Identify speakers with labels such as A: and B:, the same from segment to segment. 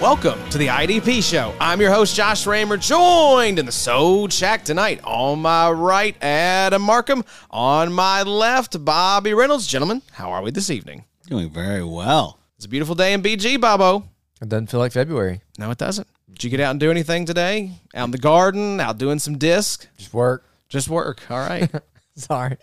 A: Welcome to the IDP Show. I'm your host, Josh Raymer, joined in the So Shack tonight. On my right, Adam Markham. On my left, Bobby Reynolds. Gentlemen, how are we this evening?
B: Doing very well.
A: It's a beautiful day in BG, Bobo.
C: It doesn't feel like February.
A: No, it doesn't. Did you get out and do anything today? Out in the garden, out doing some disc?
C: Just work.
A: Just work. All right.
C: Sorry.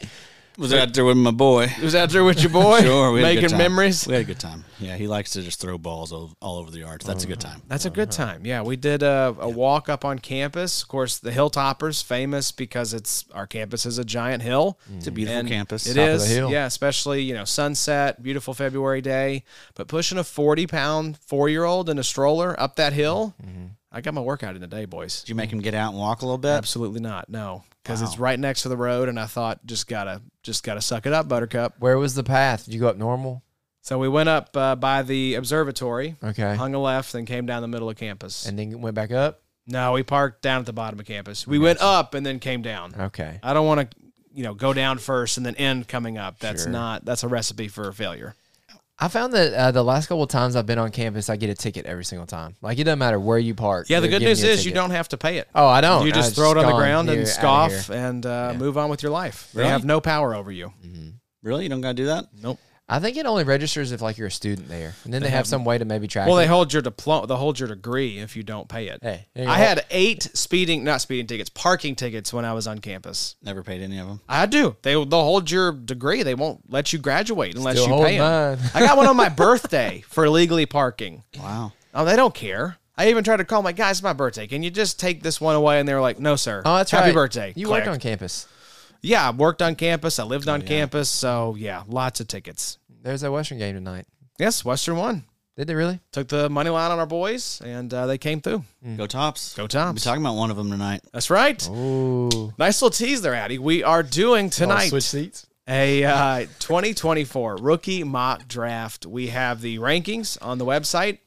B: Was out there with my boy.
A: It was out there with your boy
B: Sure, we had a good
A: making
B: time.
A: memories.
B: We had a good time. Yeah, he likes to just throw balls all, all over the yards. That's a good time.
A: That's a good time. Yeah, we did a, a walk up on campus. Of course, the Hilltoppers, famous because it's our campus is a giant hill.
B: It's a beautiful
A: And
B: campus.
A: It
B: Top
C: of
A: is,
C: the hill.
A: yeah, especially you know sunset, beautiful February day. But pushing a forty-pound four-year-old in a stroller up that hill,
C: Mm-hmm.
A: I got my workout in today, boys.
B: Did you make him get out and walk a little bit?
A: Absolutely not, no, because it's right next to the road, and I thought just gotta just gotta suck it up, Buttercup.
C: Where was the path? Did you go up normal?
A: So we went up uh, by the observatory,
C: Okay.
A: hung a left, and came down the middle of campus.
C: And then went back up?
A: No, we parked down at the bottom of campus. We went up and then came down.
C: Okay.
A: I don't want to, you know, go down first and then end coming up. That's
C: Sure.
A: not. That's a recipe for failure.
C: I found that uh, the last couple of times I've been on campus, I get a ticket every single time. Like, it doesn't matter where you park.
A: Yeah, the
C: they're
A: good
C: giving
A: news
C: a
A: is you
C: ticket.
A: don't have to pay it.
C: Oh, I don't.
A: you
C: I
A: just throw it on the
C: gone
A: ground
C: here,
A: and
C: outta
A: scoff
C: here.
A: and uh,
C: Yeah. Mm-hmm.
A: move on with your life. They
B: Really?
A: have no power over you.
B: Really? You don't got to do that?
A: Nope.
C: I think it only registers if like you're a student there, and then they, have, some way to maybe track.
A: Well, they
C: it.
A: hold your diploma. They hold your degree if you don't pay it.
C: Hey, there you
A: I
C: go.
A: had eight speeding, not speeding tickets, parking tickets when I was on campus.
B: Never paid any of them.
A: I do. They they'll hold your degree. They won't let you graduate unless
C: Still
A: you
C: hold
A: pay 'em.
C: mine.
A: I got one on my birthday for illegally parking.
B: Wow.
A: Oh, they don't care. I even tried to call my guys. It's my birthday. Can you just take this one away? And they were like, "No, sir.
C: Oh, that's
A: Happy
C: right.
A: birthday.
C: You
A: Click.
C: work on campus.
A: Yeah, I worked on campus. I lived on campus. So yeah, lots of tickets.
C: There's a Western game tonight.
A: Yes, Western won.
C: Did they really?
A: Took the money line on our boys, and uh, they came through.
B: Go Tops.
A: Go
B: We'll be
A: Tops. Oh.
B: talking about one of them tonight.
A: That's right.
C: Oh. Ooh.
A: Nice little tease there, Addy. We are doing tonight.
C: seats.
A: a uh, 2024 rookie mock draft. We have the rankings on the website.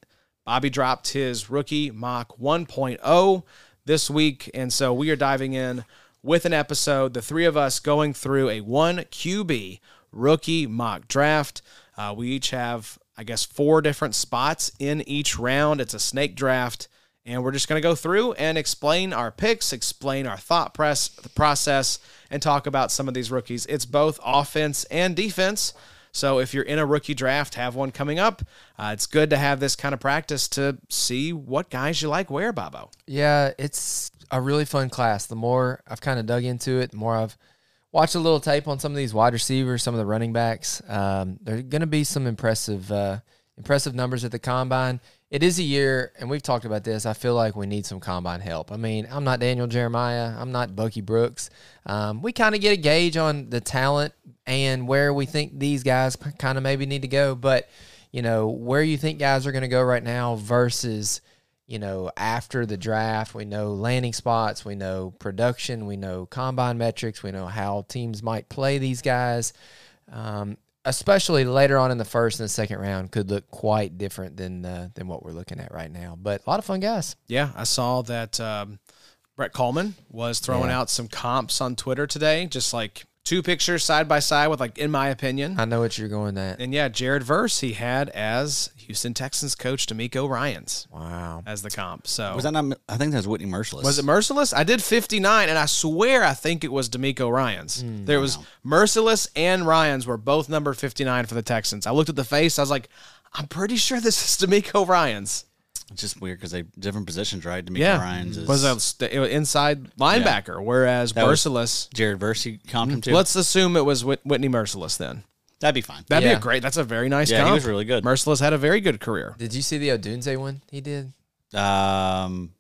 A: Bobby dropped his rookie mock 1.0 this week, and so we are diving in with an episode. The three of us going through a one QB rookie mock draft. Uh, we each have, I guess, four different spots in each round. It's a snake draft. And we're just going to go through and explain our picks, explain our thought press the process, and talk about some of these rookies. It's both offense and defense. So if you're in a rookie draft, have one coming up. Uh, it's good to have this kind of practice to see what guys you like where, Bobo.
C: Yeah, it's a really fun class. The more I've kind of dug into it, the more I've watched a little tape on some of these wide receivers, some of the running backs. Um, there are going to be some impressive, uh, impressive numbers at the combine. It is a year, and we've talked about this. I feel like we need some combine help. I mean, I'm not Daniel Jeremiah. I'm not Bucky Brooks. Um, we kind of get a gauge on the talent and where we think these guys kind of maybe need to go. But, you know, where you think guys are going to go right now versus you know, after the draft, we know landing spots, we know production, we know combine metrics, we know how teams might play these guys. Um, especially later on in the first and the second round, could look quite different than uh, than what we're looking at right now. But a lot of fun guys.
A: Yeah, I saw that um, Brett Coleman was throwing out some comps on Twitter today, just like two pictures side by side with, like, in my opinion.
C: I know what you're going at.
A: And yeah, Jared Verse he had as Houston Texans coach D'Amico Ryan's
C: Wow,
A: as the comp. So
B: Was that not? I think that was Whitney Merciless.
A: Was it Merciless? I did 59, and I swear I think it was D'Amico Ryans.
B: Hmm,
A: there was Merciless and Ryans were both number 59 for the Texans. I looked at the face. I was like, I'm pretty sure this is D'Amico Ryans.
B: It's just weird because they different positions, right? D'Amico
A: Yeah.
B: Ryan's is
A: was a st- inside linebacker, whereas
B: was-
A: Merciless.
B: Jared Versey comped him to.
A: Let's assume it was Whit- Whitney Merciless then.
B: That'd be fine.
A: That'd be
C: Yeah.
A: a great. That's a very nice.
B: Yeah, he
A: comp.
B: was really good.
A: Merciless had a very good career.
C: did you see the Odunze one he did?
B: Um,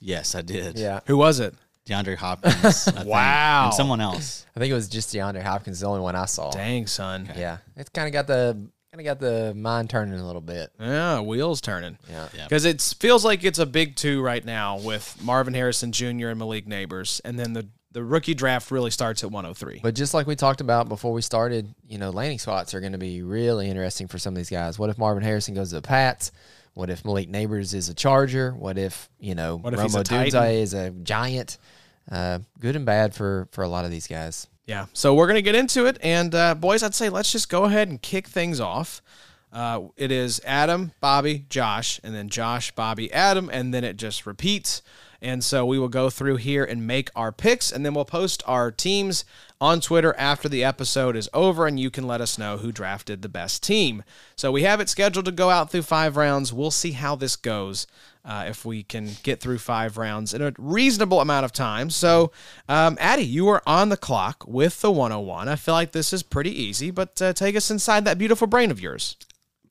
B: yes, I did.
A: Who was it?
B: DeAndre Hopkins. I think,
A: Wow.
B: and someone else.
C: I think it was just DeAndre Hopkins, the only one I saw.
A: Dang son.
C: Yeah, it's kind of got the kind of got the mind turning a little bit.
A: Yeah, wheels turning.
C: Yeah.
B: Yeah.
A: Because it feels like it's a big two right now with Marvin Harrison Jr. and Malik Neighbors, and then the the rookie draft really starts at 103.
C: But just like we talked about before we started, you know, landing spots are going to be really interesting for some of these guys. What if Marvin Harrison goes to the Pats? What if Malik Neighbors is a Charger? What if you know
A: if he's
C: Romo
A: a Titan?
C: Dunze is a Giant? Uh, good and bad for for a lot of these guys.
A: yeah, so we're gonna get into it, and uh, boys, I'd say let's just go ahead and kick things off. Uh, it is Adam, Bobby, Josh, and then Josh, Bobby, Adam, and then it just repeats. And so we will go through here and make our picks, and then we'll post our teams on Twitter after the episode is over, and you can let us know who drafted the best team. So we have it scheduled to go out through five rounds. We'll see how this goes uh, if we can get through five rounds in a reasonable amount of time. So, um, Addy, you are on the clock with the 101. I feel like this is pretty easy, but uh, take us inside that beautiful brain of yours.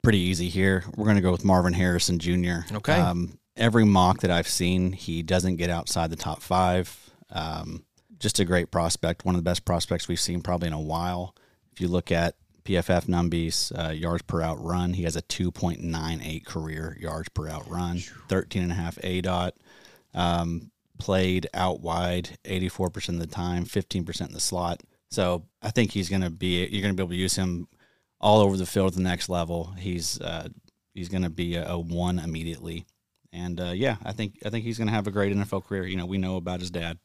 B: Pretty easy here. We're going to go with Marvin Harrison Jr.
A: Okay.
B: Um, every mock that I've seen, he doesn't get outside the top five. Um, just a great prospect. One of the best prospects we've seen probably in a while. If you look at PFF numbies, uh, yards per out run, he has a 2.98 career yards per out run, 13 and a half A dot. um, played out wide 84% of the time, 15% in the slot. So I think he's going to be, you're going to be able to use him all over the field at the next level. He's, uh, he's going to be a, a one immediately. And uh, yeah, I think, I think he's going to have a great NFL career. You know, we know about his dad,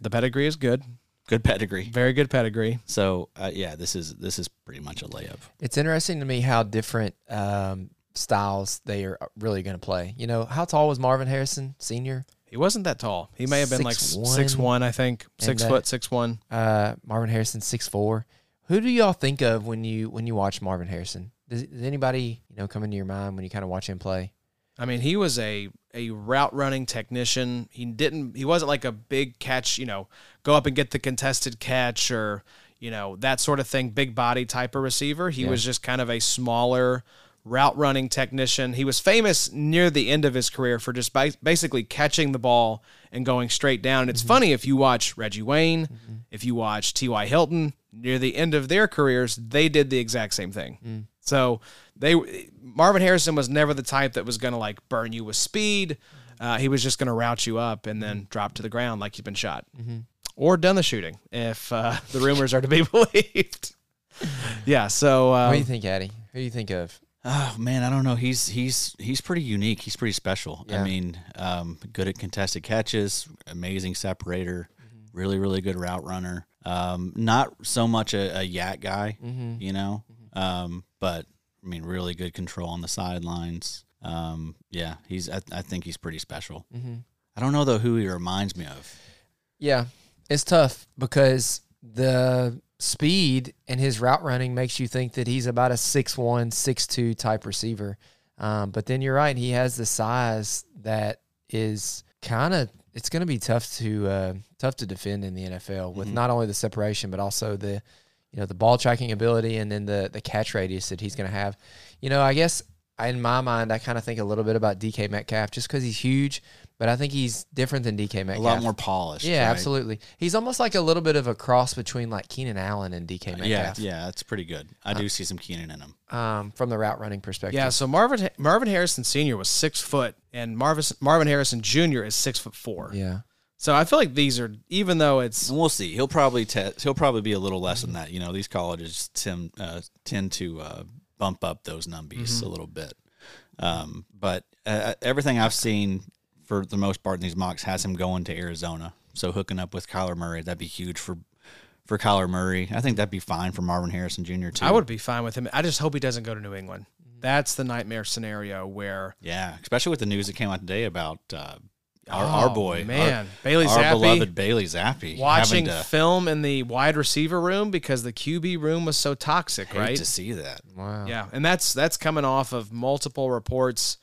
A: The pedigree is good,
B: good pedigree.
A: very good pedigree.
B: So uh, yeah, this is, this is pretty much a layup.
C: It's interesting to me how different um, styles they are really going to play. You know, how tall was Marvin Harrison Senior?
A: He wasn't that tall. He may have been like s-
C: 6'1".
A: six one, I think, six
C: that-
A: foot, six one.
C: Uh, Marvin Harrison six four. Who do y'all think of when you when you watch Marvin Harrison? Does, does anybody you know come into your mind when you kind of watch him play?
A: I mean, he was a a route running technician. He didn't. He wasn't like a big catch. You know, go up and get the contested catch or you know that sort of thing. Big body type of receiver. He was just kind of a smaller route running technician. He was famous near the end of his career for just ba- basically catching the ball and going straight down. And it's funny if you watch Reggie Wayne, if you watch T.Y. Hilton near the end of their careers, they did the exact same thing. So they Marvin Harrison was never the type that was going to like burn you with speed. Uh, he was just going to route you up and then drop to the ground like you've been shot
B: Mm-hmm.
A: or done the shooting, if uh, the rumors are to be believed. yeah. So
C: What
A: um,
C: do you think, Addy? Who do you think of?
B: Oh man, I don't know. He's he's he's pretty unique. He's pretty special.
C: Yeah.
B: I mean, um, good at contested catches, amazing separator,
C: Mm-hmm.
B: really really good route runner. Um, not so much a, a yak guy,
C: Mm-hmm.
B: you know. Um, but I mean, really good control on the sidelines. Um, yeah, he's. I, I think he's pretty special.
C: Mm-hmm.
B: I don't know though who he reminds me of.
C: Yeah, it's tough because the speed and his route running makes you think that he's about a 6'1", 6'2" type receiver. Um, but then you're right; he has the size that is kind of it's going to be tough to uh, tough to defend in the NFL
B: Mm-hmm.
C: with not only the separation but also the you know the ball tracking ability and then the the catch radius that he's going to have. You know, I guess in my mind, I kind of think a little bit about DK Metcalf just because he's huge, but I think he's different than DK Metcalf.
B: A lot more polished.
C: Yeah,
B: right?
C: absolutely. He's almost like a little bit of a cross between like Keenan Allen and DK
B: Uh, Yeah,
C: Metcalf. Uh,
B: yeah, that's pretty good. I do see some Keenan in him.
C: Um, from the route running perspective.
A: yeah. So Marvin Marvin Harrison Senior was six foot, and Marvin Marvin Harrison Junior is six foot four.
C: Yeah.
A: So I feel like these are even though it's
B: And we'll see. He'll probably test. He'll probably be a little less than that. You know, these colleges tend uh, tend to uh, bump up those numbies
A: Mm-hmm.
B: a little bit. Um, but uh, everything I've seen for the most part in these mocks has him going to Arizona. So hooking up with Kyler Murray, that'd be huge for for Kyler Murray. I think that'd be fine for Marvin Harrison Jr. too.
A: I would be fine with him. I just hope he doesn't go to New England.
B: Mm-hmm.
A: That's the nightmare scenario where
B: Yeah, especially with the news that came out today about uh, our, our
A: Oh,
B: boy,
A: man,
B: our,
A: Bailey
B: our
A: Zappi.
B: beloved Bailey Zappi,
A: watching
B: having to,
A: film in the wide receiver room because the QB room was so toxic,
B: hate
A: right?
B: to see that.
C: Wow.
A: Yeah, and that's that's coming off of multiple reports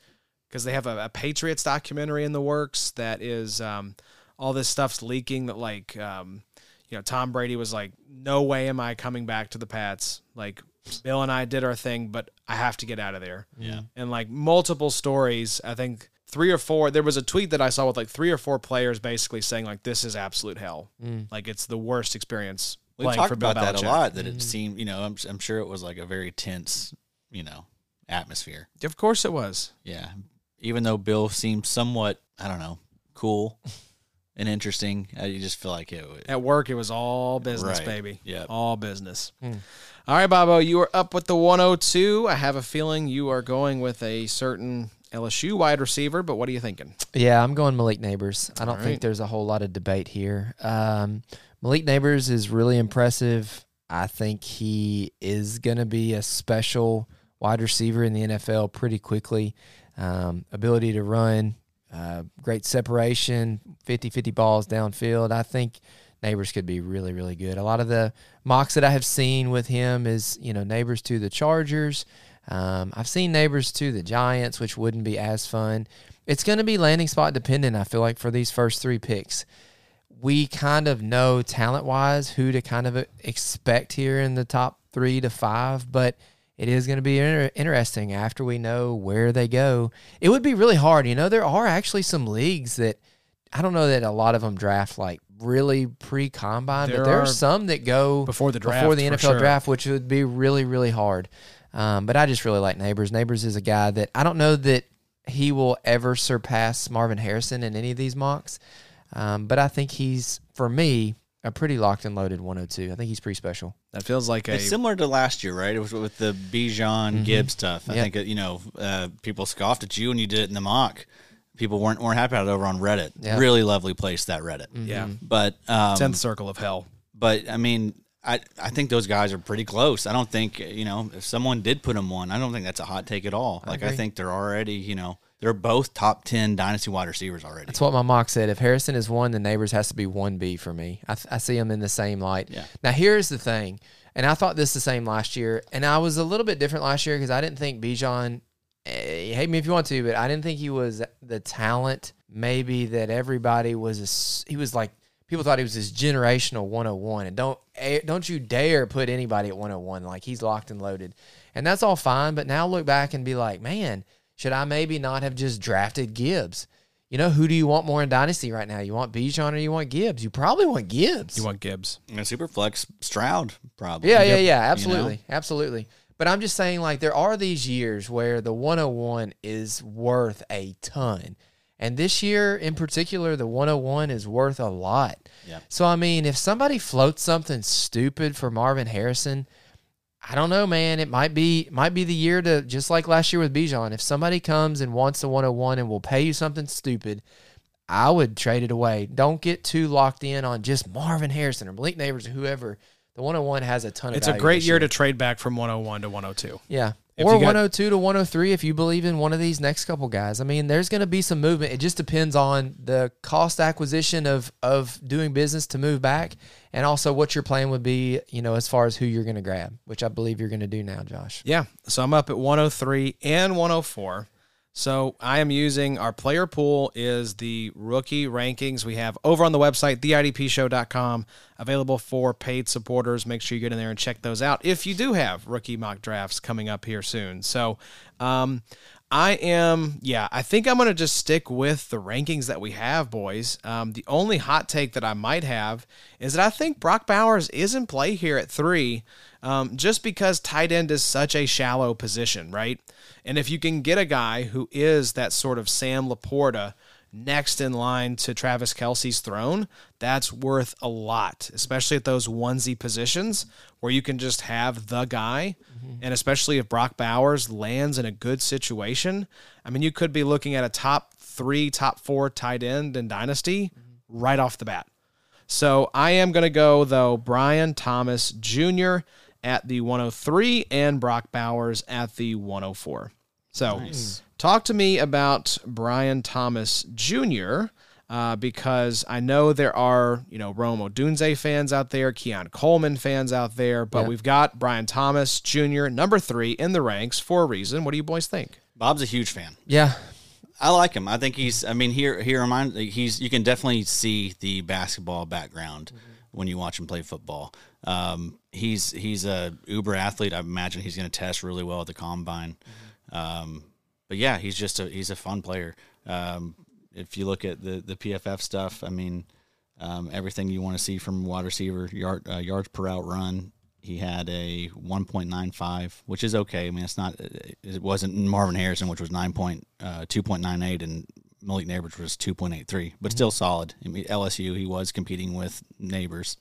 A: because they have a, a Patriots documentary in the works that is um, all this stuff's leaking that like um, you know Tom Brady was like, no way am I coming back to the Pats. Like Bill and I did our thing, but I have to get out of there.
B: Yeah.
A: and like multiple stories. I think three or four. There was a tweet that I saw with like three or four players basically saying like, this is absolute hell. Like it's the worst experience.
B: Mm. We
A: playing
B: talked
A: for Bill
B: about that
A: Belichick.
B: a lot. That
A: Mm.
B: it seemed, you know, I'm, I'm sure it was like a very tense, you know, atmosphere.
A: Of course it was.
B: Yeah. Even though Bill seemed somewhat, I don't know, cool and interesting, uh, you just feel like it. would-
A: At work, it was all business,
B: Right.
A: baby.
B: Yep.
A: All business. All right, Bobo, you are up with the 102. I have a feeling you are going with a certain LSU wide receiver, but what are you thinking?
C: Yeah, I'm going Malik Neighbors. I don't
A: right.
C: think there's a whole lot of debate here. Um, Malik Neighbors is really impressive. I think he is going to be a special wide receiver in the NFL pretty quickly. Um, ability to run, uh, great separation, 50 50 balls downfield. I think Neighbors could be really, really good. A lot of the mocks that I have seen with him is, you know, Neighbors to the Chargers. Um, I've seen Neighbors to the Giants, which wouldn't be as fun. It's going to be landing spot dependent, I feel like, for these first three picks we kind of know talent wise who to kind of uh, expect here in the top three to five, but it is going to be inter- interesting after we know where they go. It would be really hard. You know, there are actually some leagues that I don't know that a lot of them draft like really pre combine,
A: There
C: but there
A: are
C: are some that go
A: before the draft,
C: before the
A: for
C: NFL
A: sure.
C: draft, which would be really, really hard. Um, but I just really like Neighbors. Neighbors is a guy that I don't know that he will ever surpass Marvin Harrison in any of these mocks. Um, but I think he's, for me, a pretty locked and loaded 102. I think he's pretty special.
A: That feels like a
B: It's similar to last year, right? It was with the Bijan
A: Mm-hmm.
B: Gibbs stuff. I
C: Yeah.
B: think uh, you know uh, people scoffed at you when you did it in the mock. People weren't weren't happy about it over on Reddit.
C: Yeah.
B: Really lovely place that Reddit.
A: yeah
B: But um,
A: tenth circle of hell.
B: but I mean, I I think those guys are pretty close. I don't think you know if someone did put them one, I don't think that's a hot take at all. like I
C: agree.
B: think they're already you know they're both top ten dynasty wide receivers already.
C: That's what my mock said. If Harrison is one, then Neighbors has to be 1B for me. I, th- I see him in the same light.
B: Yeah.
C: Now, here's the thing, and I thought this the same last year, and I was a little bit different last year because I didn't think Bijan, eh, hate me if you want to, but I didn't think he was the talent maybe that everybody was. ass- He was like, people thought he was this generational 101, and don't, eh, don't you dare put anybody at 101. Like, he's locked and loaded. And that's all fine, but now look back and be like, man, should I maybe not have just drafted Gibbs? You know, who do you want more in Dynasty right now? You want Bijan or you want Gibbs? You probably want Gibbs.
A: You want Gibbs?
B: And Superflex Stroud probably.
C: yeah, yeah,
B: Yep.
C: yeah. Absolutely. Absolutely. But I'm just saying, like, there are these years where the 101 is worth a ton. And this year in particular, the 101 is worth a lot.
B: Yeah.
C: So, I mean, if somebody floats something stupid for Marvin Harrison, I don't know, man. It might be might be the year to just like last year with Bijan. If somebody comes and wants the 101 and will pay you something stupid, I would trade it away. Don't get too locked in on just Marvin Harrison or Malik Neighbors or whoever. The 101 has a ton of.
A: It's a
C: value
A: great
C: this
A: year to trade back from 101 to 102.
C: yeah.
A: If
C: or
A: you got-
C: 102 to 103 if you believe in one of these next couple guys. I mean, there's going to be some movement. It just depends on the cost acquisition of of doing business to move back and also what your plan would be, you know, as far as who you're going to grab, which I believe you're going to do now, Josh.
A: Yeah. So I'm up at 103 and 104. So I am using our player pool is the rookie rankings we have over on the website, theidpshow.com, available for paid supporters. Make sure you get in there and check those out if you do have rookie mock drafts coming up here soon. So um, I am, yeah, I think I'm going to just stick with the rankings that we have, boys. Um, the only hot take that I might have is that I think Brock Bowers is in play here at three um, just because tight end is such a shallow position, right? And if you can get a guy who is that sort of Sam Laporta next in line to Travis Kelsey's throne, that's worth a lot, especially at those onesie positions where you can just have the guy. And especially if Brock Bowers lands in a good situation, I mean, you could be looking at a top three, top four tight end in Dynasty right off the bat. So I am going to go, though, Brian Thomas Jr. at the 103 and Brock Bowers at the 104. So talk to me about Brian Thomas Jr. Uh, because I know there are, you know, Rome Odunze fans out there, Keon Coleman fans out there, but we've got Brian Thomas Jr., number three in the ranks for a reason. What do you boys think?
B: Bob's a huge fan.
C: Yeah.
B: I like him. I think he's. I mean, here he reminds. He's. You can definitely see the basketball background
C: Mm-hmm.
B: when you watch him play football. Um, he's he's a uber athlete. I imagine he's going to test really well at the combine. Um, but yeah, he's just a he's a fun player. Um, if you look at the the PFF stuff, I mean, um, everything you want to see from wide receiver yard uh, yards per out run. He had a 1.95, which is okay. I mean, it's not. It wasn't Marvin Harrison, which was 9. Point, uh, 2.98, and Malik Neighbors was 2.83, but still solid. I mean, LSU, he was competing with Neighbors.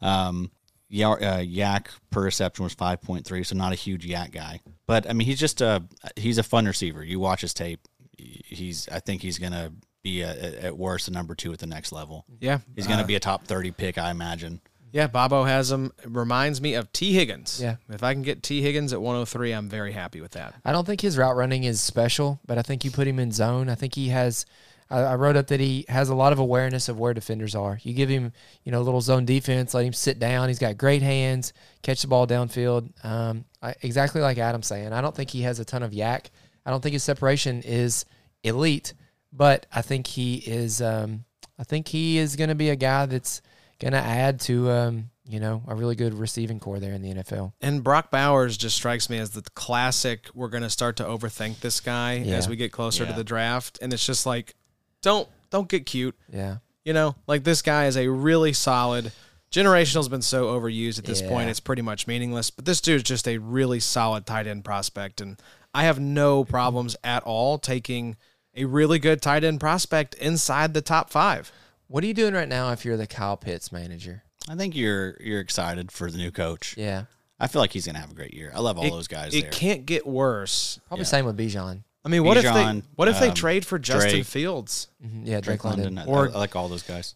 B: Um, Yar- uh, yak per reception was 5.3, so not a huge yak guy. But I mean, he's just a he's a fun receiver. You watch his tape. He's I think he's gonna be a, at worst a number two at the next level.
A: Yeah.
B: He's gonna be a top 30 pick, I imagine.
A: Yeah, Bobo has him. It reminds me of T. Higgins.
C: Yeah.
A: If I can get T. Higgins at 103, I'm very happy with that.
C: I don't think his route running is special, but I think you put him in zone. I think he has. I, I wrote up that he has a lot of awareness of where defenders are. You give him, you know, a little zone defense, let him sit down. He's got great hands, catch the ball downfield. Um, I, exactly like Adam's saying. I don't think he has a ton of yak. I don't think his separation is elite, but I think he is. Um, I think he is going to be a guy that's going to add to, um, you know, a really good receiving core there in the NFL.
A: And Brock Bowers just strikes me as the classic. We're going to start to overthink this guy
C: Yeah.
A: as we get closer to
B: Yeah.
A: the draft, and it's just like, don't don't get cute.
C: Yeah.
A: You know, like this guy is a really solid. Generational's been so overused at this
C: Yeah.
A: point; it's pretty much meaningless. But this dude's just a really solid tight end prospect, and I have no problems at all taking a really good tight end prospect inside the top five.
C: What are you doing right now if you're the Kyle Pitts manager?
B: I think you're you're excited for the new coach.
C: Yeah.
B: I feel like he's gonna have a great year. I love all
A: It-
B: those guys
A: It
B: there.
A: can't get worse.
C: Probably same with Bijan.
A: I mean, what if
B: Bijan,
A: they what if they
B: um,
A: trade for Justin
B: Drake.
A: Fields?
C: Mhm. Yeah, Drake,
B: Drake London,
C: London.
B: I,
A: Or-
B: I like all those guys.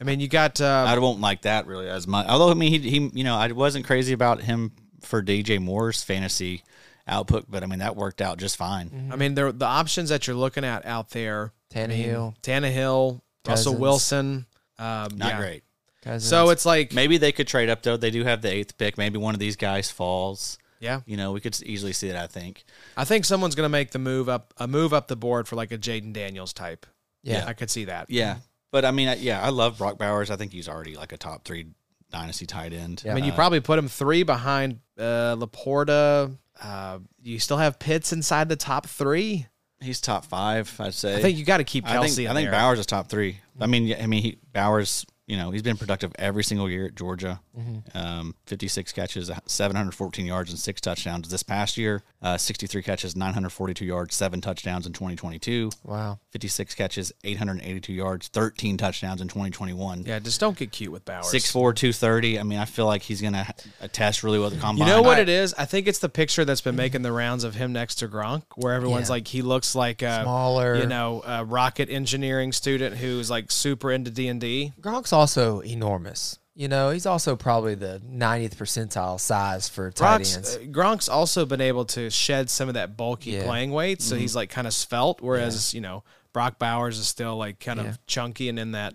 A: I mean, you got uh,
B: I won't like that really as much. Although I mean, he, he you know I wasn't crazy about him for DJ Moore's fantasy output, but I mean that worked out just fine.
A: I mean, there the options that you're looking at out there:
C: Tannehill.
A: Tannehill, Russell
C: Cousins.
A: Wilson. Um,
B: Not
A: yeah.
B: great.
C: Cousins.
A: So it's like,
B: Maybe they could trade up though. They do have the eighth pick. Maybe one of these guys falls.
A: yeah,
B: You know, we could easily see that. I think.
A: I think someone's gonna make the move up a move up the board for like a Jaden Daniels type.
C: Yeah.
A: I could see that.
B: Yeah, but I mean, I- yeah, I love Brock Bowers. I think he's already like a top three dynasty tight end.
A: I
C: Yeah.
A: mean, you probably put him three behind uh, Laporta. Uh, you still have Pitts inside the top three.
B: he's top five. I'd say.
A: I think you got to keep
B: I
A: Kelsey.
B: think,
A: in
B: I think
A: there. Mm-hmm.
B: Bowers is top three. I mean, yeah, I mean, he, Bowers, you know, he's been productive every single year at Georgia.
A: Mm-hmm.
B: Um, 56 catches, 714 yards, and six touchdowns this past year. Uh, 63 catches, 942 yards, seven touchdowns in 2022.
C: wow.
B: 56 catches, 882 yards, 13 touchdowns in 2021.
A: Yeah, just don't get cute with Bowers.
B: Six four two thirty. 6'4", 230. I mean, I feel like he's going to attest really well at the
A: You
B: combine.
A: know what it is? I think it's the picture that's been making the rounds of him next to Gronk, where everyone's
C: Yeah.
A: like, he looks like a
C: Smaller.
A: you know, a rocket engineering student who's like super into D and D.
C: Gronk's also enormous. You know, he's also probably the 90th percentile size for tight
A: Gronk's,
C: ends.
A: uh, Gronk's also been able to shed some of that bulky
C: Yeah. Mm-hmm.
A: playing weight, so he's like kind of svelte. Whereas you know, Brock Bowers is still like kind
C: Yeah.
A: of chunky and in that.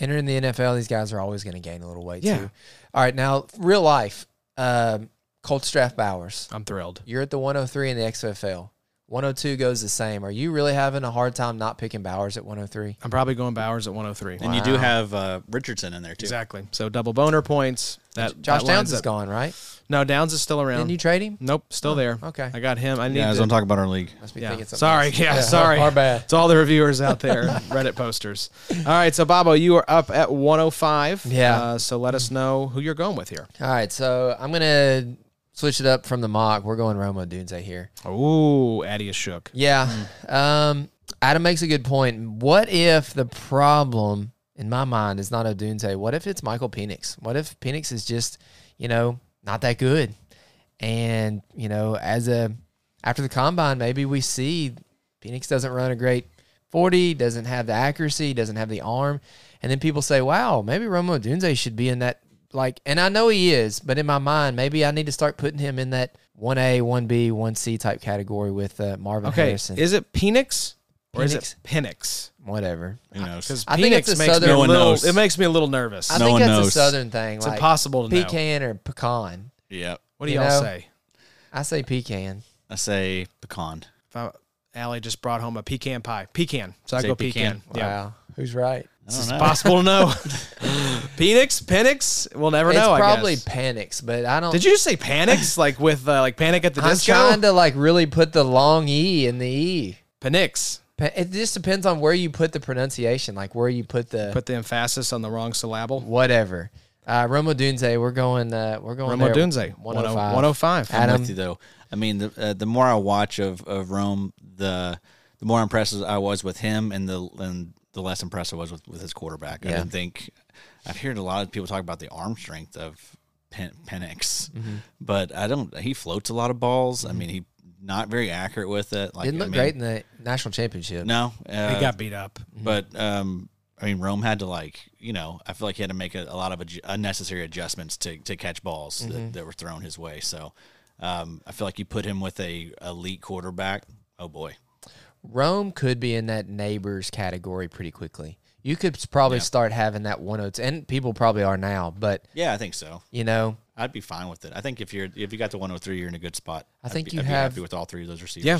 C: Entering the NFL, these guys are always going to gain a little weight
A: Yeah.
C: too. All right, now real life. Um, Colts draft Bowers.
A: I'm thrilled.
C: You're at the 103 in the XFL. 102 goes the same. Are you really having a hard time not picking Bowers at 103?
A: I'm probably going Bowers at 103.
B: And you do have uh, Richardson in there, too.
A: Exactly. So double boner points. That
C: Josh
A: that
C: Downs
A: lines
C: is
A: up. Um,
C: gone, right?
A: No, Downs is still around.
C: Didn't you trade him?
A: nope, still there.
C: okay.
A: I got him. I need.
B: Yeah, I was
A: to-
B: going to talk about our league.
C: Must be
A: Yeah.
C: thinking something
A: Sorry.
C: else.
A: Yeah, Sorry.
C: Our bad.
A: It's all the reviewers out there, Reddit posters. All right. So, Bobo, you are up at 105.
C: Yeah.
A: Uh, so let us know who you're going with here.
C: All right, so I'm gonna switch it up from the mock. We're going Romo Dunze here.
A: Ooh, Addy is shook.
C: Yeah.
A: Hmm.
C: Um, Adam makes a good point. What if the problem in my mind is not Odunze? What if it's Michael Penix? What if Penix is just, you know, not that good? And, you know, as a after the combine, maybe we see Penix doesn't run a great 40, doesn't have the accuracy, doesn't have the arm. And then people say, wow, maybe Romo Dunze should be in that. Like, and I know he is, but in my mind, maybe I need to start putting him in that 1A, 1B, 1C type category with uh, Marvin
A: Okay.
C: Harrison.
A: Is it Penix or is it Penix?
C: Whatever.
B: Who knows?
A: Because
C: I think
A: Penix
C: it's a
A: makes me
C: Southern-
A: a
B: No one
A: little.
B: knows.
A: It makes me a little nervous.
C: I
B: No
C: think
B: one
C: that's a
B: knows.
C: southern thing.
A: it's
C: like
A: impossible to know.
C: Pecan or pecan.
B: Yeah.
A: What do
C: you
A: y'all
C: know?
A: say?
C: I say pecan.
B: I say pecan.
A: If I, Allie just brought home a pecan pie. Pecan. So I
B: Say
A: go pecan.
B: pecan.
A: Yeah.
C: Wow. Who's right?
B: I
A: It's
B: don't know.
A: possible to know. Penix, Penix. We'll never
C: It's
A: know.
C: probably
A: I guess.
C: panics, but I don't.
A: Did you just say Panics like with uh, like Panic at the
C: I'm
A: Disco?
C: trying to like really put the long E in the E.
A: Penix.
C: Pa- It just depends on where you put the pronunciation, like where you put the
A: Put the emphasis on the wrong syllable.
C: whatever. Uh, Romo Dunze, we're going. Uh, we're going.
A: Romo
C: there,
A: Dunze,
C: 105.
A: 105.
B: I'm
C: Adam,
B: with you though. I mean, the uh, the more I watch of, of Rome, the the more impressed I was with him, and the and the less impressed I was with, with his quarterback. I
C: Yeah.
B: didn't think I've heard a lot of people talk about the arm strength of Pen- Penix,
C: Mm-hmm.
B: but I don't. He floats a lot of balls. I mean, he not very accurate with it. Like
C: didn't
B: I
C: look
B: mean,
C: great in the national championship.
B: No, uh,
A: He got beat up.
B: but um, I mean, Rome had to like, you know, I feel like he had to make a, a lot of adj- unnecessary adjustments to, to catch balls
A: Mm-hmm.
B: that, that were thrown his way. So um, I feel like you put him with a elite quarterback. Oh boy,
C: Rome could be in that neighbors category pretty quickly. You could s- probably start having that 102, and people probably are now, but
B: yeah, I think so.
C: you know,
B: I'd be fine with it. I think if you're if you got the 103, you're in a good spot.
C: I think
B: I'd be,
C: you
B: I'd
C: have-
B: be happy with all three of those receivers.
A: Yeah.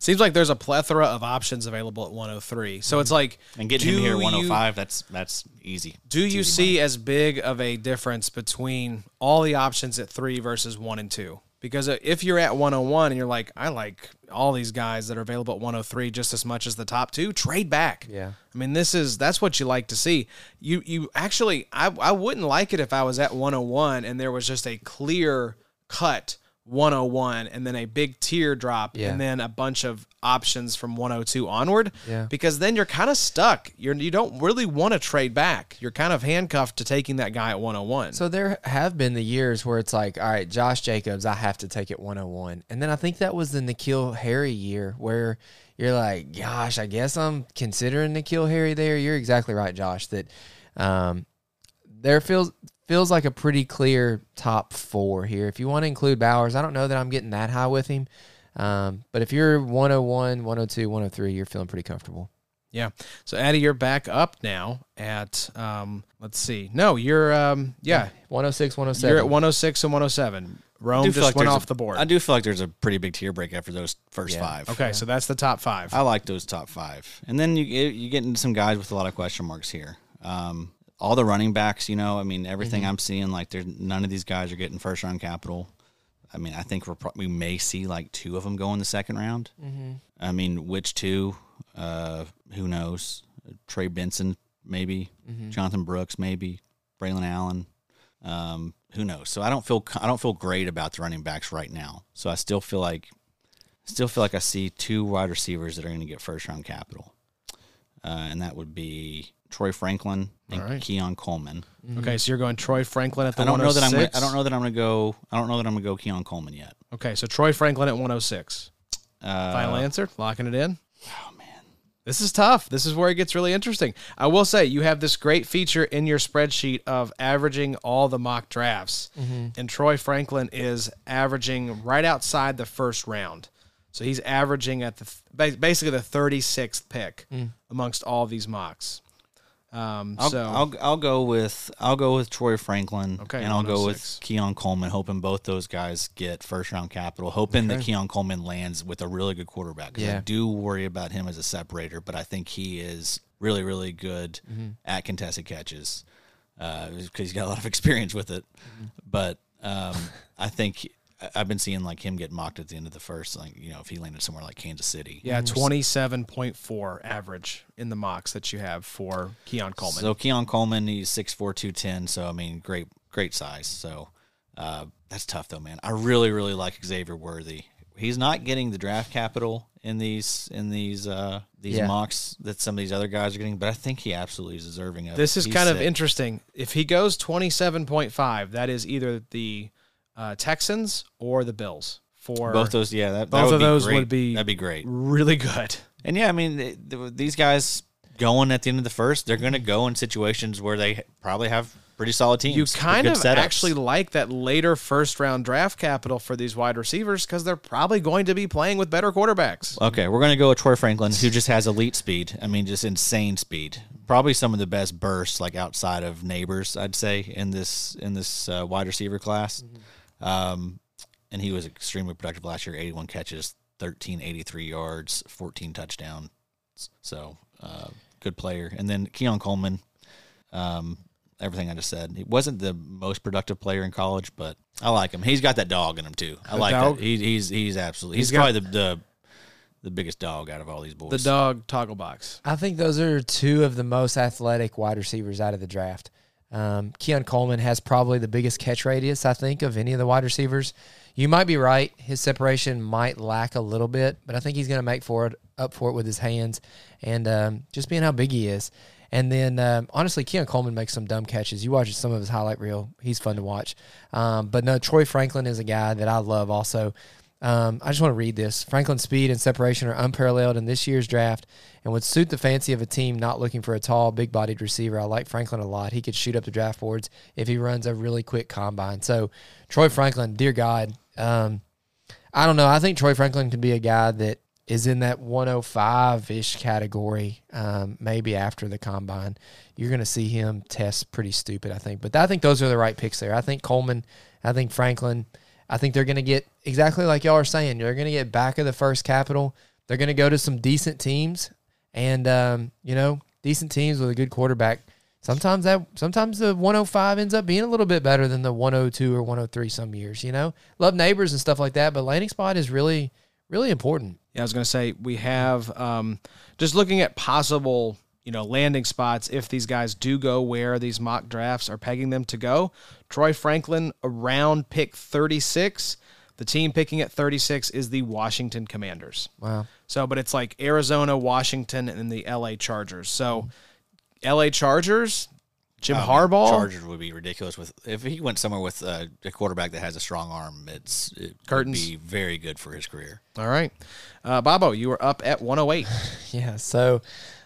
A: Seems like there's a plethora of options available at 103. So it's like
B: and getting him
A: do
B: here at
A: you-
B: 105, that's that's easy.
A: Do you see as big of a difference between all the options at three versus one and two? Because uh, if you're at 101 and you're like, I like all these guys that are available at 103 just as much as the top two, trade back.
C: Yeah.
A: I mean, this is that's what you like to see. You you actually, I I wouldn't like it if I was at 101 and there was just a clear cut 101 and then a big tier drop
C: Yeah.
A: and then a bunch of options from 102 onward
C: Yeah.
A: because then you're kind of stuck. You're you don't really want to trade back. You're kind of handcuffed to taking that guy at 101.
C: So there have been the years where it's like, all right, Josh Jacobs, I have to take it 101. And then I think that was the Nikhil Harry year where you're like, gosh, I guess I'm considering Nikhil Harry there. You're exactly right, Josh, that um, there feels feels like a pretty clear top four here. If you want to include Bowers, I don't know that I'm getting that high with him. Um, but if you're 101, 102, 103, you're feeling pretty comfortable.
A: yeah. So Addy, you're back up now at um. Let's see. No, you're um. Yeah,
C: 106, 107.
A: you're at 106 and 107. Rome
B: do
A: just
B: feel like
A: went
B: there's
A: off
B: a-
A: the board.
B: I do feel like there's a pretty big tier break after those first
C: Yeah.
B: five.
A: okay, so that's the top five.
B: I like those top five, and then you you get into some guys with a lot of question marks here. Um, all the running backs, you know, I mean, everything I'm seeing, like, there's none of these guys are getting first round capital. I mean, I think we're pro- we may see like two of them go in the second round. I mean, which two? Uh, who knows? Trey Benson, maybe Jonathan Brooks, maybe Braylon Allen. Um, who knows? So I don't feel I don't feel great about the running backs right now. So I still feel like still feel like I see two wide receivers that are going to get first round capital, uh, and that would be Troy Franklin and
A: All right. oh
B: Keon Coleman.
A: Okay, so you're going Troy Franklin at the
B: I don't know that I'm. Gonna,
A: 106.
B: I don't know that I'm going to go. I don't know that I'm going to go Keon Coleman yet.
A: Okay, so Troy Franklin at 106.
B: Uh,
A: Final answer. Locking it in.
B: Oh man,
A: This is tough. This is where it gets really interesting. I will say you have this great feature in your spreadsheet of averaging all the mock drafts,
B: Mm-hmm.
A: and Troy Franklin is averaging right outside the first round. So he's averaging at the th- ba- basically the 36th pick amongst all these mocks. Um,
B: Mm. I'll,
A: so
B: I'll I'll go with I'll go with Troy Franklin.
A: Okay,
B: and I'll go
A: 106.
B: with Keon Coleman, hoping both those guys get first round capital. Hoping that Keon Coleman lands with a really good quarterback. 'cause
C: Yeah.
B: I do worry about him as a separator, but I think he is really really good
A: Mm-hmm.
B: at contested catches because he's got a lot of experience with it.
A: Mm-hmm.
B: But um, I think. I- I've been seeing like him get mocked at the end of the first, like you know, if he landed somewhere like Kansas City.
A: yeah, 27.4 average in the mocks that you have for Keon Coleman.
B: So Keon Coleman, he's 6'4", 210, So I mean, great, great size. So uh, that's tough though, man. I really, really like Xavier Worthy. He's not getting the draft capital in these in these uh, these
C: Yeah.
B: mocks that some of these other guys are getting, but I think he absolutely is deserving of.
A: This
B: it.
A: is
B: He's
A: kind of
B: sick.
A: interesting. If he goes 27.5, that is either the uh, Texans or the Bills for
B: Both those, yeah, that, that
A: Both
B: would
A: of
B: be
A: those
B: great.
A: would be-
B: that'd be great.
A: really good.
B: And yeah, I mean, they, th these guys going at the end of the first, they're going to go in situations where they probably have pretty solid teams.
A: You
B: with
A: kind
B: good
A: of
B: setups.
A: actually like that later first round draft capital for these wide receivers because they're probably going to be playing with better quarterbacks.
B: Okay, we're going to go with Troy Franklin, who just has elite speed. I mean, just insane speed. Probably some of the best bursts, like outside of neighbors, I'd say in this in this uh, wide receiver class. Um, and he was extremely productive last year. Eighty-one catches, thirteen eighty-three yards, fourteen touchdowns. So uh, good player. And then Keon Coleman. Um, everything I just said. He wasn't the most productive player in college, but I like him. He's got that dog in him too. I like
A: dog?
B: that. He, he's he's absolutely. He's,
A: He's got-
B: probably the, the the biggest dog out of all these boys.
A: The dog toggle box.
C: I think those are two of the most athletic wide receivers out of the draft. Um, Keon Coleman has probably the biggest catch radius, I think, of any of the wide receivers. You might be right. His separation might lack a little bit, but I think he's going to make for it, up for it with his hands and um, just being how big he is. And then, um, honestly, Keon Coleman makes some dumb catches. You watch some of his highlight reel, he's fun to watch. Um, but no, Troy Franklin is a guy that I love also. Um, I just want to read this. Franklin's speed and separation are unparalleled in this year's draft and would suit the fancy of a team not looking for a tall, big bodied receiver. I like Franklin a lot. He could shoot up the draft boards if he runs a really quick combine. So, Troy Franklin, dear God, um, I don't know. I think Troy Franklin could be a guy that is in that 105 ish category, um, maybe after the combine. You're going to see him test pretty stupid, I think. But I think those are the right picks there. I think Coleman, I think Franklin, I think they're going to get exactly like y'all are saying. They're going to get back of the first capital. They're going to go to some decent teams, and um, you know, decent teams with a good quarterback. Sometimes that sometimes the 105 ends up being a little bit better than the 102 or 103 some years. You know, love neighbors and stuff like that, but landing spot is really really important.
A: Yeah, I was going to say we have um, just looking at possible you know landing spots if these guys do go where these mock drafts are pegging them to go. Troy Franklin around pick 36. The team picking at 36 is the Washington Commanders.
C: Wow.
A: So, but it's like Arizona, Washington, and the LA Chargers. So, LA Chargers, Jim
B: I mean,
A: Harbaugh,
B: Chargers would be ridiculous with if he went somewhere with uh, a quarterback that has a strong arm. It's it would
A: Curtains.
B: be very good for his career.
A: All right. Uh, Bobo, you were up at 108.
C: Yeah. So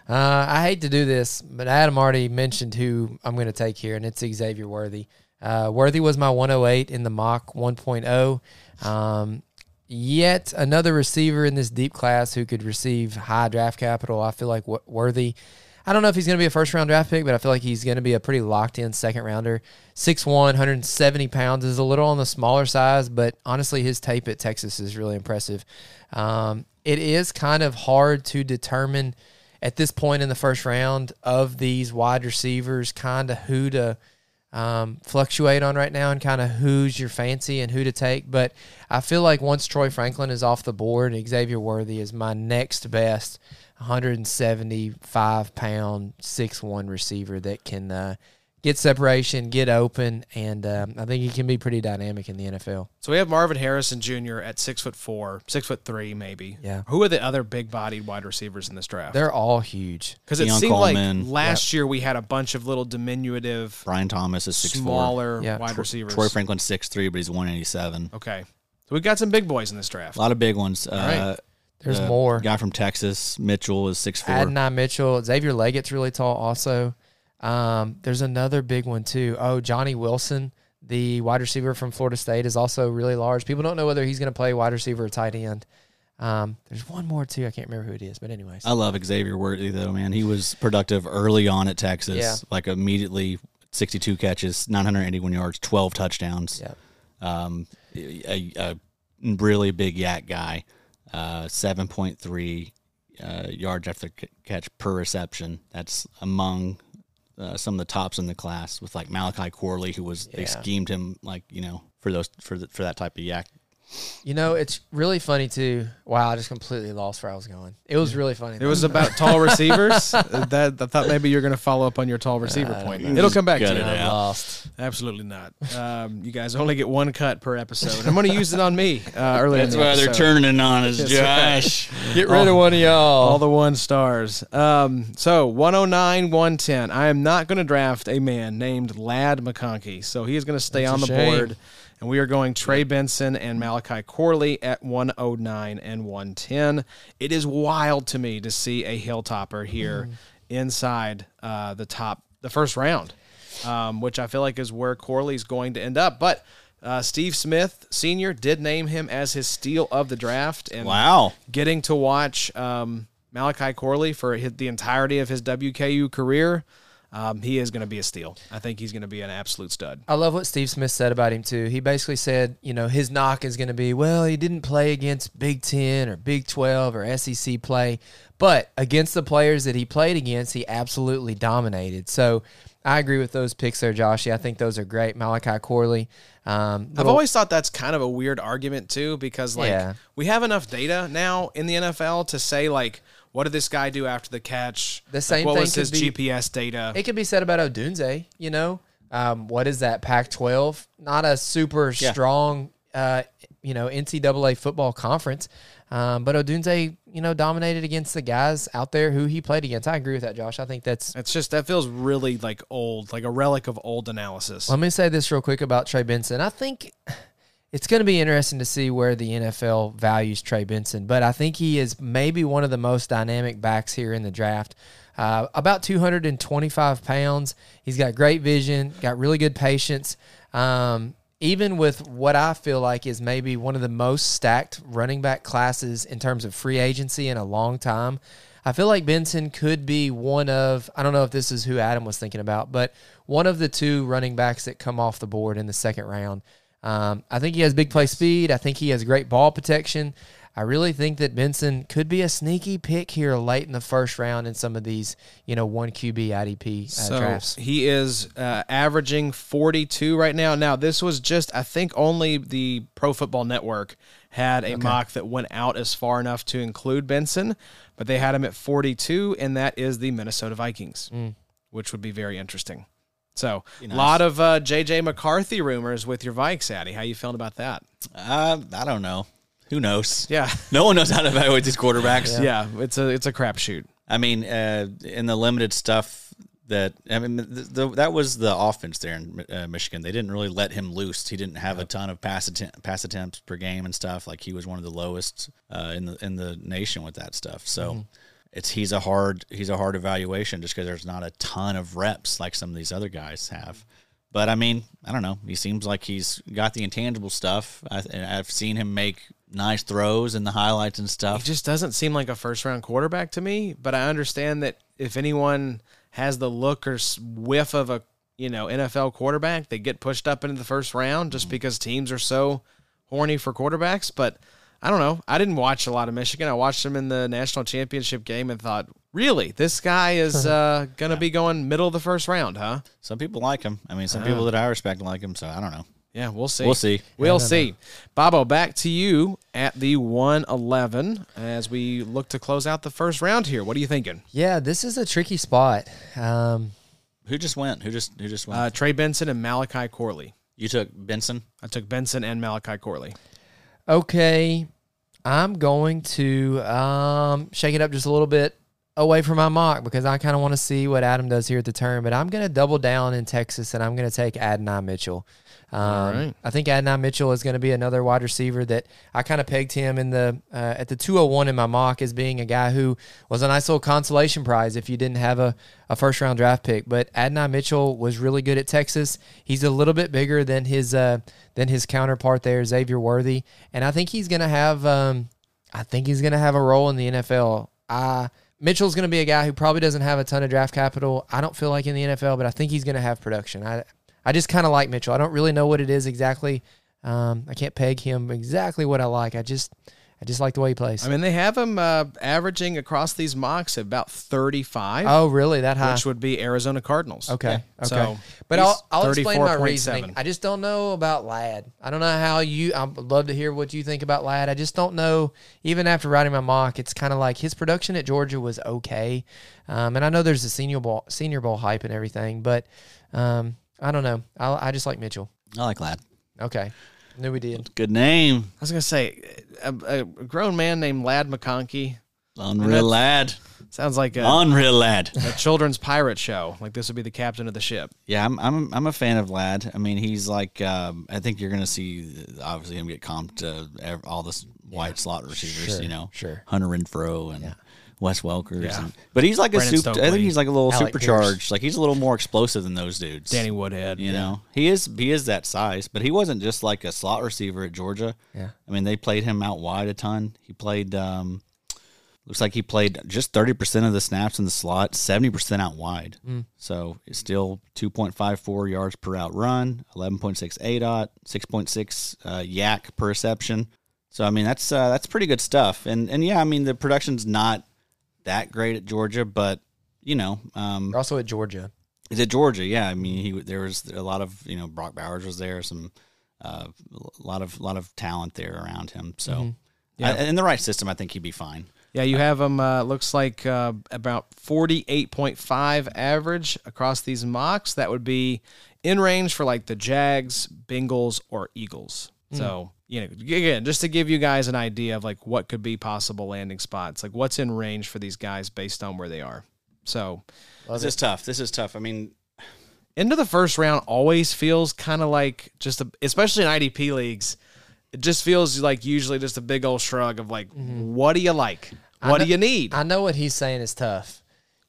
C: uh, I hate to do this, but Adam already mentioned who I'm going to take here, and it's Xavier Worthy. Uh, Worthy was my 108 in the mock 1.0. Um, yet another receiver in this deep class who could receive high draft capital. I feel like Wo- Worthy. I don't know if he's going to be a first round draft pick, but I feel like he's going to be a pretty locked in second rounder. 6'1, 170 pounds is a little on the smaller size, but honestly, his tape at Texas is really impressive. Um, it is kind of hard to determine at this point in the first round of these wide receivers, kind of who to um, fluctuate on right now and kind of who's your fancy and who to take. But I feel like once Troy Franklin is off the board, Xavier Worthy is my next best 175 pound, 6'1 receiver that can uh, get separation, get open, and um, I think he can be pretty dynamic in the NFL.
A: so we have Marvin Harrison Jr. at six foot four, six foot three, maybe.
C: Yeah.
A: Who are the other big bodied wide receivers in this draft?
C: They're all huge.
A: Because it
B: Deion
A: seemed
B: Coleman.
A: like last year we had a bunch of little diminutive,
B: Brian Thomas is six
A: smaller
C: Yeah.
A: wide
B: Tro-
A: receivers.
B: Troy Franklin six three, but he's one eighty seven.
A: Okay. So we've got some big boys in this draft.
B: A lot of big ones. Uh,
A: right.
C: There's
B: the
C: more.
B: Guy from Texas, Mitchell is six four.
C: Adonai Mitchell, Xavier Leggett's really tall also. Um, there's another big one too. Oh, Johnny Wilson, the wide receiver from Florida State, is also really large. People don't know whether he's going to play wide receiver or tight end. Um, there's one more too. I can't remember who it is, but anyways,
B: I love Xavier Worthy though, man. He was productive early on at Texas.
C: Yeah.
B: Like immediately, sixty two catches, nine hundred eighty one yards, twelve touchdowns.
C: yeah,
B: um, a, a really big yak guy, uh, 7.3 uh, yards after c- catch per reception. That's among uh, some of the tops in the class with like Malachi Corley, who was they
C: Yeah.
B: schemed him like you know for those for the, for that type of yak.
C: you know it's really funny too. Wow, I just completely lost where I was going. It was really funny.
A: It was about tall receivers. That I thought maybe you're going to follow up on your
B: Uh,
A: tall receiver point. It'll come back to
B: Got
A: you.
B: it
C: I
B: out.
C: lost.
A: Absolutely not. Um, you guys only get one cut per episode. I'm going to use it on me uh, earlier. in the episode.
B: turning on us, Josh.
C: Get rid of one of y'all.
A: All the one stars. Um, so 109, 110. I am not going to draft a man named Lad McConkey. So he is going to stay
C: That's
A: on
C: a
A: the
C: shame.
A: board. And we are going Trey Benson and Malachi Corley at 109 and 110. It is wild to me to see a Hilltopper here
C: Mm-hmm.
A: inside uh, the top, the first round, um, which I feel like is where Corley's going to end up. But uh, Steve Smith Sr. did name him as his steal of the draft. And
B: Wow.
A: getting to watch um, Malachi Corley for hi- the entirety of his WKU career, um, he is going to be a steal. I think he's going to be an absolute stud.
C: I love what Steve Smith said about him too. He basically said, you know, his knock is going to be, well, he didn't play against Big 10 or Big 12 or SEC play, but against the players that he played against, he absolutely dominated. So, I agree with those picks there, Josh. Yeah, I think those are great. Malachi Corley. Um,
A: I've
C: little-
A: always thought that's kind of a weird argument too, because like
C: Yeah.
A: we have enough data now in the NFL to say like, what did this guy do after the catch?
C: The
A: Like,
C: same
A: what
C: thing
A: was his
C: could be-
A: GPS data?
C: it could be said about Odunze, you know. Um, what is that, Pac 12? Not a super strong, uh, you know, NCAA football conference. Um, but Odunze, you know, dominated against the guys out there who he played against. I agree with that, Josh. I think that's.
A: it's just that feels really like old, like a relic of old analysis.
C: Let me say this real quick about Trey Benson. I think it's going to be interesting to see where the NFL values Trey Benson, but I think he is maybe one of the most dynamic backs here in the draft. Uh, about 225 pounds. He's got great vision, got really good patience. Um, even with what I feel like is maybe one of the most stacked running back classes in terms of free agency in a long time, I feel like Benson could be one of, I don't know if this is who Adam was thinking about, but one of the two running backs that come off the board in the second round. Um, I think he has big play speed. I think he has great ball protection. I really think that Benson could be a sneaky pick here late in the first round in some of these, you know, one QB IDP uh,
A: So
C: drafts.
A: he is uh, averaging 42 right now. Now, this was just, I think only the Pro Football Network had a mock that went out as far enough to include Benson, but they had him at 42, and that is the Minnesota Vikings, which would be very interesting. So, a lot of uh, JJ McCarthy rumors with your Vikes, Addy. How you feeling about that?
B: Uh, I don't know. Who knows?
A: Yeah.
B: No one knows how to evaluate these quarterbacks.
A: Yeah, it's a it's a crapshoot.
B: I mean, uh, in the limited stuff that I mean, the, the, that was the offense there in uh, Michigan. They didn't really let him loose. He didn't have a ton of pass attempt, pass attempts per game and stuff. Like he was one of the lowest uh, in the in the nation with that stuff. So. It's he's a hard he's a hard evaluation just because there's not a ton of reps like some of these other guys have, but I mean I don't know he seems like he's got the intangible stuff I, and I've seen him make nice throws in the highlights and stuff.
A: He just doesn't seem like a first round quarterback to me. But I understand that if anyone has the look or s- whiff of a you know NFL quarterback, they get pushed up into the first round just because teams are so horny for quarterbacks. But I don't know. I didn't watch a lot of Michigan. I watched them in the national championship game and thought, really, this guy is uh, gonna be going middle of the first round, huh?
B: Some people like him. I mean, some people that I respect like him. So I don't know.
A: Yeah, we'll see.
B: We'll see.
A: We'll see. Bobo, back to you at the 111 as we look to close out the first round here. What are you thinking?
C: Yeah, this is a tricky spot. Um,
B: Who just went? Who just who just went?
A: Uh, Trey Benson and Malachi Corley.
B: you took Benson.
A: I took Benson and Malachi Corley.
C: okay, I'm going to um, shake it up just a little bit away from my mock because I kind of want to see what Adam does here at the turn. But I'm going to double down in Texas and I'm going to take Adonai Mitchell. Um,
A: right.
C: I think Adonai Mitchell is going to be another wide receiver that I kind of pegged him in the uh, at the 201 in my mock as being a guy who was a nice little consolation prize if you didn't have a, a first round draft pick. But Adonai Mitchell was really good at Texas. He's a little bit bigger than his uh, than his counterpart there, Xavier Worthy, and I think he's going to have um, I think he's going to have a role in the NFL. I Mitchell's going to be a guy who probably doesn't have a ton of draft capital. I don't feel like in the NFL, but I think he's going to have production. I I just kind of like Mitchell. I don't really know what it is exactly. Um, I can't peg him exactly what I like. I just I just like the way he plays.
A: I mean, they have him uh, averaging across these mocks at about 35,
C: oh, really? That high?
A: which would be Arizona Cardinals.
C: Okay. Okay.
A: So
C: but
A: he's
C: I'll, I'll explain my
A: 34.7.
C: reasoning. I just don't know about Lad. I don't know how you. I'd love to hear what you think about Lad. I just don't know. Even after writing my mock, it's kind of like his production at Georgia was okay, um, and I know there's a senior bowl, senior bowl hype and everything, but um, I don't know. I, I just like Mitchell.
B: I like Lad.
C: Okay, knew we did.
B: Good name.
A: I was going to say, a, a grown man named Lad McConkey
B: Unreal Lad.
A: sounds like a,
B: Unreal Lad.
A: a children's pirate show. Like this would be the captain of the ship.
B: Yeah, I'm, I'm I'm a fan of Lad. I mean, he's like um, I think you're gonna see uh, obviously him get comped to ev- all this white slot receivers.
C: Sure,
B: you know,
C: sure.
B: Hunter Renfro and Wes Welkers.
A: Yeah.
B: and- but he's like
A: Brandon
B: a super. I
A: Stokely.
B: think he's like a little
C: Alec Pierce.
B: supercharged. Like he's a little more explosive than those dudes.
A: Danny Woodhead.
B: You know, he is he is that size, but he wasn't just like a slot receiver at Georgia.
C: Yeah.
B: I mean they played him out wide a ton. He played um, looks like he played just thirty percent of the snaps in the slot, seventy percent out wide. So it's still two point five four yards per out run, eleven point six ADOT, six point six uh, yak per reception. So I mean that's uh, that's pretty good stuff. And and yeah, I mean the production's not that great at Georgia, but you know, um,
C: You're also at Georgia.
B: He's at Georgia, yeah. I mean, he there was a lot of you know Brock Bowers was there, some uh, a lot of lot of talent there around him. So, I- in the right system, I think he'd be fine.
A: Yeah, you have him. Uh, looks like uh, about forty-eight point five average across these mocks. That would be in range for like the Jags, Bengals, or Eagles.
C: Hmm.
A: So you know, again, just to give you guys an idea of like what could be possible landing spots, like what's in range for these guys based on where they are. So
B: this is tough. This is tough. I mean,
A: end of the first round always feels kind of like just a, especially in IDP leagues, It just feels like usually just a big old shrug of like, what do you like? What do
C: kn-
A: you need?
C: Mm-hmm. I know what he's saying is tough.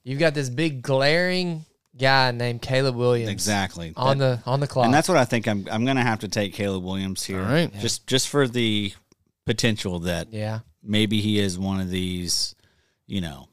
C: You've got this big glaring guy named Caleb Williams
B: Exactly.
C: on
B: That-
C: the on the clock.
B: and that's what I think I'm I'm gonna have to take Caleb Williams here.
A: All right.
B: Just just for the potential that
C: yeah.
B: maybe he is one of these, you know,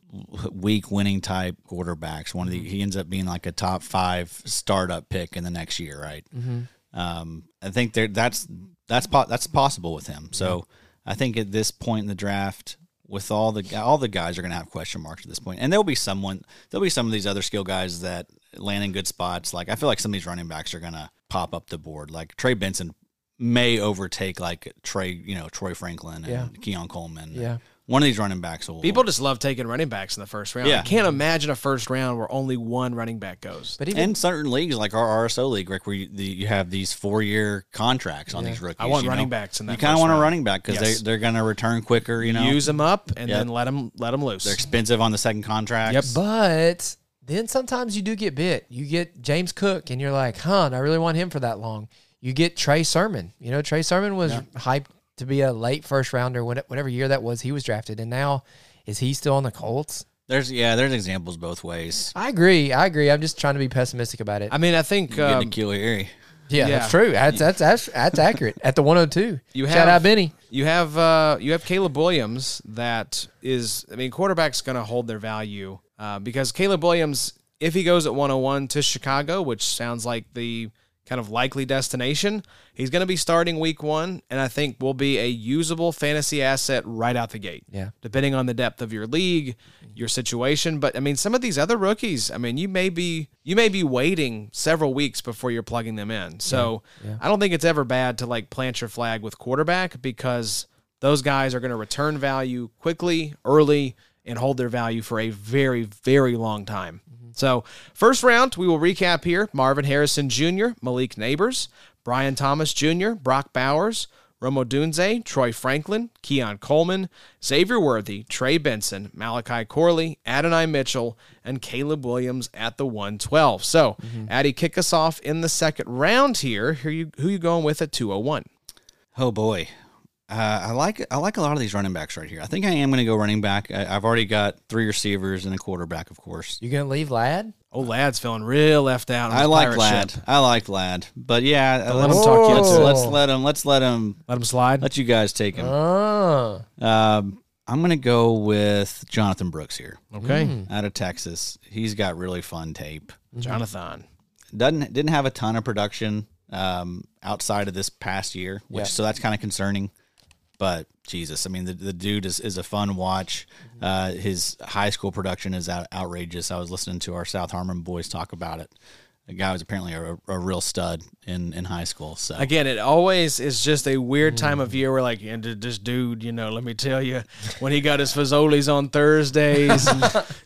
B: weak winning type quarterbacks. One of the he ends up being like a top five startup pick in the next year, right?
C: Mm-hmm.
B: Um, I think there that's that's po- that's possible with him. So I think at this point in the draft, with all the gu- all the guys are going to have question marks at this point, and there'll be someone there'll be some of these other skill guys that land in good spots. Like I feel like some of these running backs are going to pop up the board. Like Trey Benson may overtake like Trey, you know, Troy Franklin and
C: Yeah.
B: Keon Coleman.
C: Yeah.
B: One of these running backs will
A: People just love taking running backs in the first round. I
B: Yeah.
A: can't imagine a first round where only one running back goes.
C: But even
B: and certain leagues like our RSO league, Rick, where you, the, you have these four-year contracts on these rookies.
A: I want
B: you
A: running
B: know?
A: backs in that.
B: You kind of
A: first
B: want a
A: round.
B: running back because
A: Yes.
B: they, they're going to return quicker. You know,
A: Use them up and
B: Yep.
A: then let them let them loose.
B: they're expensive on the second contract.
A: Yep.
C: but then sometimes you do get bit. You get James Cook and you're like, huh, I really want him for that long. You get Trey Sermon. You know, Trey Sermon was hyped to be a late first rounder when whatever year that was he was drafted. And now is he still on the Colts?
B: There's yeah, there's examples both ways.
C: I agree. I agree. I'm just trying to be pessimistic about it.
A: I mean, I think
B: You get
A: um,
B: Nikhil Harry.
C: yeah,
A: yeah.
C: that's true. That's that's that's, that's accurate. At the 102.
A: You
C: Shout
A: have-
C: out Benny.
A: You have uh, you have Caleb Williams that is I mean quarterback's going to hold their value uh, because Caleb Williams if he goes at 101 to Chicago which sounds like the kind of likely destination he's going to be starting week 1 and I think will be a usable fantasy asset right out the gate
C: Yeah.
A: depending on the depth of your league your situation but I mean some of these other rookies I mean you may be you may be waiting several weeks before you're plugging them in so I don't think it's ever bad to like plant your flag with quarterback because those guys are going to return value quickly, early, and hold their value for a very, very long time. So, first round, we will recap here Marvin Harrison Jr., Malik Neighbors, Brian Thomas Jr., Brock Bowers, Romo Dunze, Troy Franklin, Keon Coleman, Xavier Worthy, Trey Benson, Malachi Corley, Adonai Mitchell, and Caleb Williams at the 112. So, Addy, kick us off in the second round here. Here you, who you going with at 201?
B: Oh boy, uh, I like I like a lot of these running backs right here. I think I am going to go running back. I, I've already got three receivers and a quarterback, of course.
C: You gonna leave Lad?
A: Oh, lad's feeling real left out. on
B: I
A: his
B: like
A: pirate
B: Lad.
A: ship.
B: I like Lad. But yeah,
A: let
B: let's,
A: him talk you
B: let's,
A: into it.
B: let's let him. Let's let him.
A: Let him slide.
B: Let you guys take him.
C: Oh.
B: Um, I'm going to go with Jonathan Brooks here
A: Okay,
B: out of Texas. He's got really fun tape.
A: Mm-hmm. Jonathan.
B: doesn't didn't have a ton of production um, outside of this past year, which
C: Yeah.
B: so that's kind of concerning. But Jesus, I mean, the, the dude is, is a fun watch.
A: Mm-hmm.
B: Uh, his high school production is out, outrageous. I was listening to our South Harmon boys talk about it. The guy was apparently a, a real stud in, in high school. So
A: Again, it always is just a weird
B: Mm.
A: time of year where, like, and did this dude, you know, let me tell you, when he got his fazoli's on Thursdays, and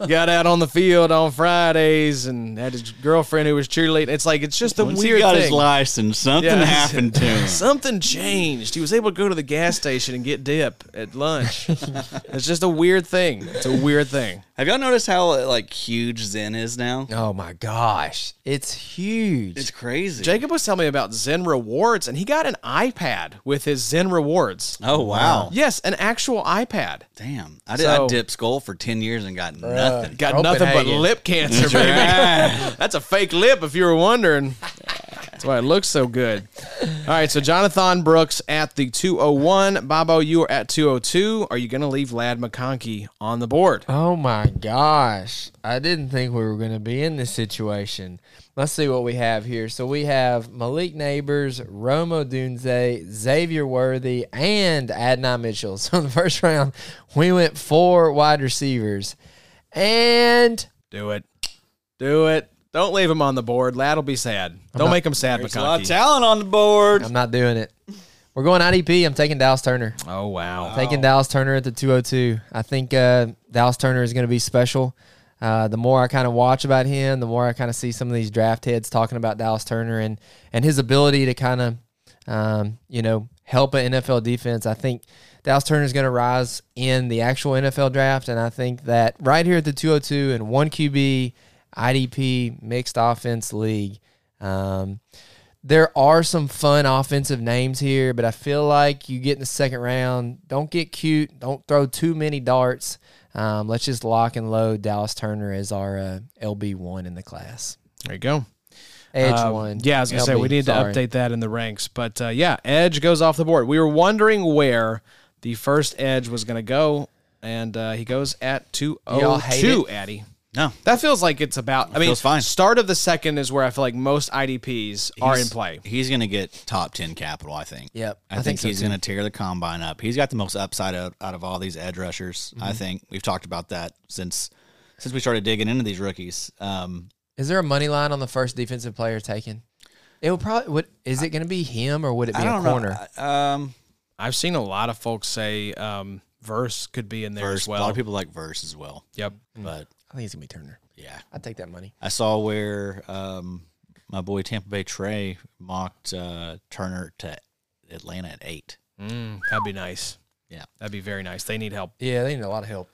A: got out on the field on Fridays, and had his girlfriend who was cheerleading. It's like it's just a
B: once
A: weird
B: he got
A: thing.
B: his license, something
A: Yeah.
B: happened to him.
A: Something changed. He was able to go to the gas station and get dip at lunch. it's just a weird thing. It's a weird thing.
B: Have y'all noticed how like huge Zen is now?
C: Oh my gosh. It's huge.
B: It's crazy.
A: Jacob was telling me about Zen Rewards, and he got an iPad with his Zen Rewards.
B: oh wow,
A: Yes, an actual iPad.
B: damn! I did
A: So-
B: I dipped skull for ten years and got nothing.
A: Got
C: Copenhagen.
A: nothing but lip cancer, baby. That's a fake lip, if you were wondering. That's why it looks so good. All right, so Jonathan Brooks at the 201. Bobo, you are at 202. Are you going to leave Lad McConkey on the board?
C: Oh my gosh. I didn't think we were going to be in this situation. Let's see what we have here. So we have Malik Neighbors, Romo Dunze, Xavier Worthy, and Adnan Mitchell. So in the first round, we went four wide receivers. And
A: Do it. Do it. Don't leave him on the board. Lad will be sad. Don't make him sad,
B: There's a lot of
A: McConkey.
B: talent on the board.
C: I'm not doing it. We're going IDP. I'm taking Dallas Turner.
A: Oh, wow.
C: Taking Dallas Turner at the 202. I think uh, Dallas Turner is going to be special. Uh, the more I kind of watch about him, the more I kind of see some of these draft heads talking about Dallas Turner and and his ability to kind of, um, you know, help an NFL defense. I think Dallas Turner is going to rise in the actual NFL draft, and I think that right here at the 202 and one QB IDP mixed offense league. Um, there are some fun offensive names here, but I feel like you get in the second round, don't get cute, don't throw too many darts. Um, let's just lock and load Dallas Turner as our uh, LB1 in the class.
A: There you go.
C: Edge
A: Um,
C: one.
A: Yeah, I was gonna say
C: LB,
A: we need
C: sorry.
A: to update that in the ranks, but uh, yeah, Edge goes off the board. We were wondering where the first Edge was gonna go, and uh, he goes at two
C: Y'all
A: oh
C: hate
A: two. Addy,
B: No,
A: that feels like it's about. I mean,
B: feels fine.
A: start of the second is where I feel like most IDPs are in
B: He's-
A: play.
B: He's going to get top 10 capital, I think.
C: Yep,
B: I,
C: I think
B: think,
C: so
B: he's
C: too.
B: going to tear the combine up. He's got the most upside out, out of all these edge rushers. I think we've talked about that since since we started digging into these rookies. Um,
C: Is there a money line on the first defensive player taken? It will probably. What is it going to be him or would it be
B: I
C: a
B: don't
C: corner?
B: know. I- Um,
A: I've seen a lot of folks say um, Verse could be in there
B: verse, Mm.
A: as well.
B: a lot of people like verse as well,
A: Yep.
B: but
C: I think it's going to be Turner.
B: yeah,
C: I'd take that money.
B: I saw where um, my boy Tampa Bay Trey mocked uh, Turner to Atlanta at eight.
C: Hmm.
A: Mm, that'd be nice.
B: Yeah.
A: That'd be very nice. They need help.
C: Yeah, they need a lot of help.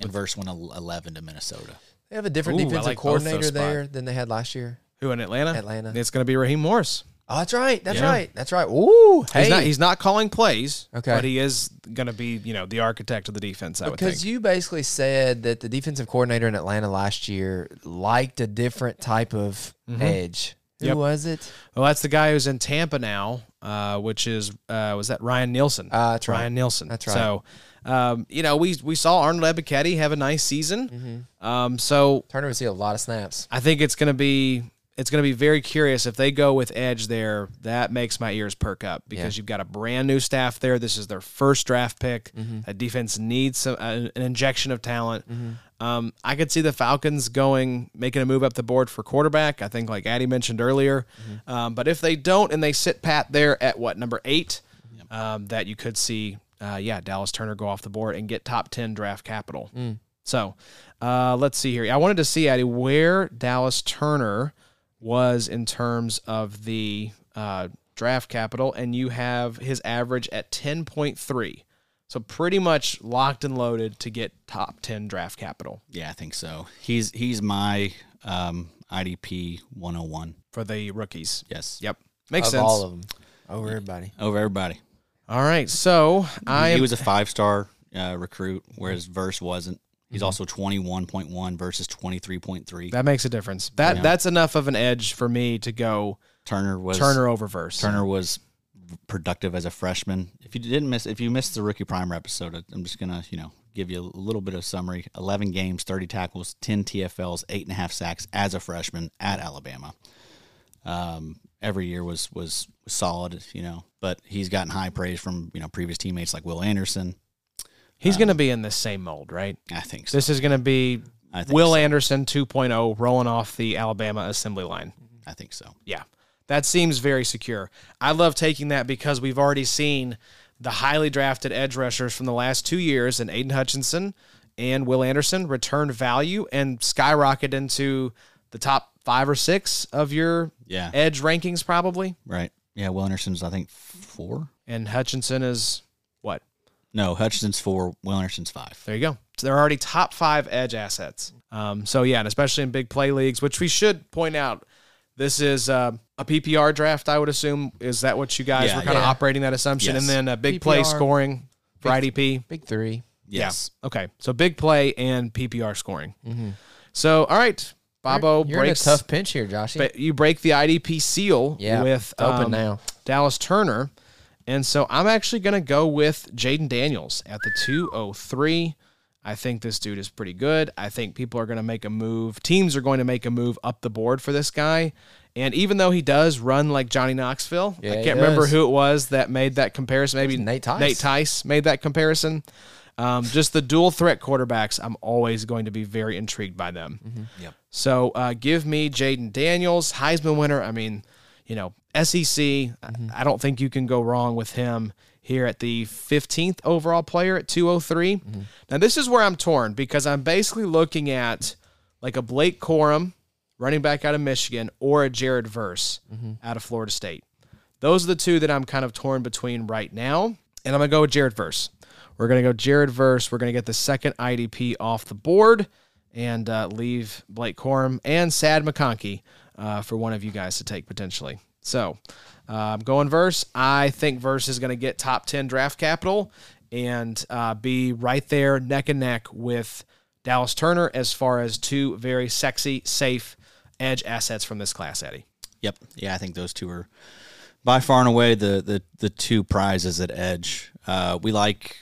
B: And verse went el- eleven to Minnesota.
C: They have a different
A: Ooh, I
C: defensive
A: like both those
C: coordinator there than they had last year.
A: Who in Atlanta?
C: Atlanta.
A: It's going to be Raheem Morris.
C: Oh, that's right. That's
A: Yeah.
C: right. That's right. Ooh, hey.
A: He's not he's not calling plays,
C: Okay.
A: but he is going to be, you know, the architect of the defense, I would
C: because
A: think.
C: you basically said that the defensive coordinator in Atlanta last year liked a different type of edge. Who
A: Mm-hmm. Yep.
C: was it?
A: well, that's the guy who's in Tampa now, uh, which is uh, was that Ryan Nielsen?
C: Ah, that's right.
A: Ryan Nielsen.
C: That's right.
A: So, um, you know, we we saw Arnold Ebichetti have a nice season.
C: Mm-hmm.
A: Um, so
C: Turner would see a lot of snaps.
A: I think it's going to be it's going to be very curious if they go with Edge there. That makes my ears perk up because you've got a brand new staff there. This is their first draft pick. That defense needs some, uh, an injection of talent. Um, I could see the Falcons going making a move up the board for quarterback. I think like Addy mentioned earlier, um, but if they don't and they sit pat there at what number eight, um, that you could see. Uh, yeah, Dallas Turner go off the board and get top ten draft capital.
C: Mm.
A: So uh, let's see here. I wanted to see Addy where Dallas Turner was in terms of the uh, draft capital, and you have his average at ten point three. So pretty much locked and loaded to get top ten draft capital
B: Yeah, I think so. He's he's my um, IDP one hundred and one.
A: for the rookies.
B: Yes.
A: Yep, makes
C: of
A: sense.
C: all of them over everybody.
B: Over everybody.
A: all right, so I
B: he
A: am
B: was a five star uh, recruit, whereas Verse wasn't. He's also twenty one point one versus twenty three point three.
A: that makes a difference. That that's enough of an edge for me to go
B: Turner was
A: Turner over verse.
B: Turner was productive as a freshman. If you didn't miss, if you missed the rookie primer episode, I'm just gonna you know give you a little bit of summary. Eleven games, thirty tackles, ten TFLs, eight and a half sacks as a freshman at Alabama. Um, every year was was solid, you know. But he's gotten high praise from you know previous teammates like Will Anderson.
A: He's going to be in the same mold, right?
B: I think so.
A: This is going to be
B: I think
A: Will
B: so.
A: Anderson 2.0 rolling off the Alabama assembly line.
B: I think so.
A: Yeah. That seems very secure. I love taking that because we've already seen the highly drafted edge rushers from the last two years and Aiden Hutchinson and Will Anderson return value and skyrocket into the top five or six of your
B: Yeah.
A: edge rankings, probably.
B: Right. Yeah. Will Anderson's I think four.
A: And Hutchinson is what?
B: No, Hutchinson's four. Will Anderson's five.
A: There you go. So they're already top five edge assets. Um, so yeah, and especially in big play leagues, which we should point out, this is uh, a PPR draft. I would assume is that what you guys
B: Yeah,
A: were kind of
C: yeah.
A: operating that assumption,
B: Yes.
A: and then a big play
C: PPR.
A: scoring for IDP.
C: Big three.
B: Yes.
A: Yeah. Okay. So big play and PPR scoring. So all right, Bobo
C: Mm-hmm. You're
A: breaks.
C: in a tough pinch here, Josh.
A: but you break the IDP seal
C: Yeah,
A: with
C: it's open
A: um,
C: now.
A: Dallas Turner. And so I'm actually going to go with Jaden Daniels at the 203. I think this dude is pretty good. I think people are going to make a move. Teams are going to make a move up the board for this guy. And even though he does run like Johnny Knoxville,
C: Yeah,
A: I
C: he
A: can't remember
C: does.
A: who it was that made that comparison. Maybe
C: Nate Tice.
A: Nate Tice made that comparison. Um, just the dual threat quarterbacks, I'm always going to be very intrigued by them.
C: Mm-hmm.
B: Yep.
A: So uh, give me Jaden Daniels, Heisman winner. I mean, you know, SEC. I-
C: Mm-hmm.
A: I don't think you can go wrong with him here at the 15th overall player at 203.
C: Mm-hmm.
A: Now this is where I'm torn because I'm basically looking at like a Blake Corum, running back out of Michigan, or a Jared Verse
C: Mm-hmm.
A: out of Florida State. Those are the two that I'm kind of torn between right now. And I'm going to go with Jared Verse. We're going to go Jared Verse. We're going to get the second IDP off the board and uh, leave Blake Corum and Sad McConkey uh, for one of you guys to take potentially. So um, going Verse. I think Verse is going to get top 10 draft capital and uh, be right there neck and neck with Dallas Turner as far as two very sexy, safe edge assets from this class, Eddie.
B: Yep. Yeah, I think those two are by far and away the the, the two prizes at edge. Uh, we like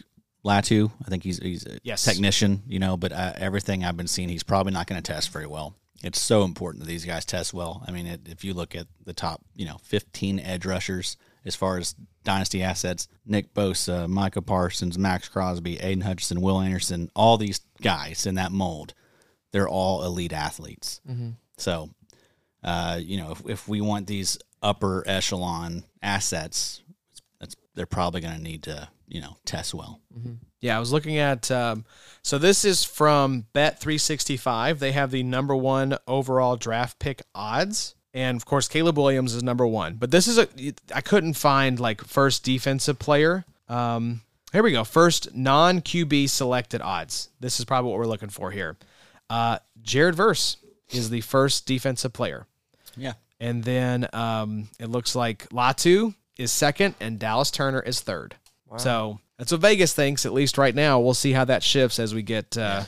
B: Latu. I think he's he's a
A: Yes.
B: technician, you know, but uh, everything I've been seeing, he's probably not going to test very well. It's so important that these guys test well. I mean, it, if you look at the top, you know, 15 edge rushers as far as dynasty assets, Nick Bosa, Micah Parsons, Max Crosby, Aiden Hutchinson, Will Anderson, all these guys in that mold, they're all elite athletes. So uh, you know, if, if we want these upper echelon assets, that's, they're probably going to need to, you know, test well.
A: Yeah, I was looking at. Um, so this is from Bet365. They have the number one overall draft pick odds. And of course, Caleb Williams is number one. But this is a. I couldn't find like first defensive player. Um, here we go. First non QB selected odds. This is probably what we're looking for here. Uh, Jared Verse is the first defensive player.
C: Mm-hmm.
B: Yeah.
A: And then um, it looks like Latu is second and Dallas Turner is third. So that's what Vegas thinks, at least right now. We'll see how that shifts as we get. Uh,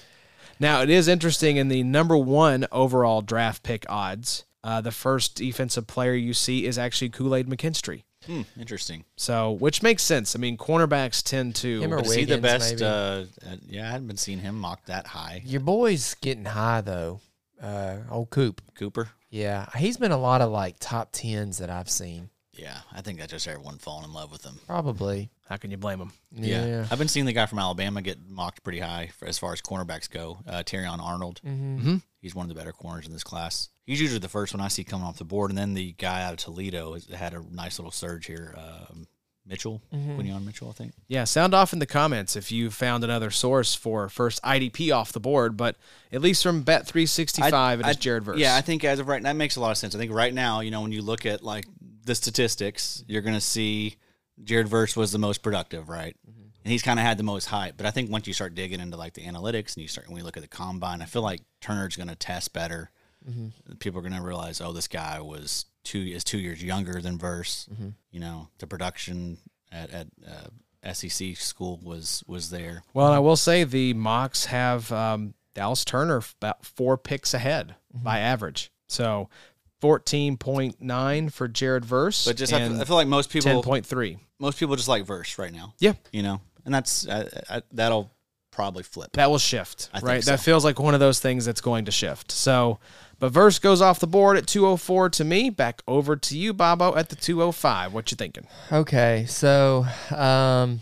A: Now, it is interesting in the number one overall draft pick odds, uh, the first defensive player you see is actually Kool Aid McKinstry.
B: Hmm, interesting.
A: So, which makes sense. I mean, cornerbacks tend to.
C: Him or
B: Is he the
C: Wiggins,
B: best?
C: maybe.
B: Uh, uh, yeah, I hadn't been seeing him mocked that high.
C: Your boy's getting high though. Uh, old Coop.
B: Cooper.
C: Yeah, he's been a lot of like top tens that I've seen.
B: Yeah, I think that's just everyone falling in love with him.
C: Probably.
A: how can you blame them?
C: Yeah.
B: I've been seeing the guy from Alabama get mocked pretty high for, as far as cornerbacks go. Uh, Terrion Arnold.
C: Mhm.
B: He's one of the better corners in this class. He's usually the first one I see coming off the board, and then the guy out of Toledo has had a nice little surge here. Um, Mitchell, Quinion Mitchell, I think.
A: Yeah, sound off in the comments if you found another source for first IDP off the board, but at least from Bet365, it is Jared Verse.
B: Yeah, I think as of right, that makes a lot of sense. I think right now, you know, when you look at like the statistics, you're going to see Jared Verse was the most productive, right? And he's kind of had the most hype. But I think once you start digging into like the analytics and you start when we look at the combine, I feel like Turner's going to test better. People are going to realize, oh, this guy was two is two years younger than Verse. You know, the production at at uh, SEC school was was there.
A: Well, and I will say the mocks have um, Dallas Turner f- about four picks ahead by average. So 14.9 for Jared Verse.
B: But just I
A: and
B: feel, I feel like most people
A: 10.3.
B: most people just like Verse right now.
A: Yeah,
B: you know, and that's I, I, that'll probably flip.
A: that will shift,
B: I think
A: right? That
B: so.
A: feels like one of those things that's going to shift. So, but Verse goes off the board at 204 to me. Back over to you, Bobo, at the 205. What you thinking?
C: Okay, so um,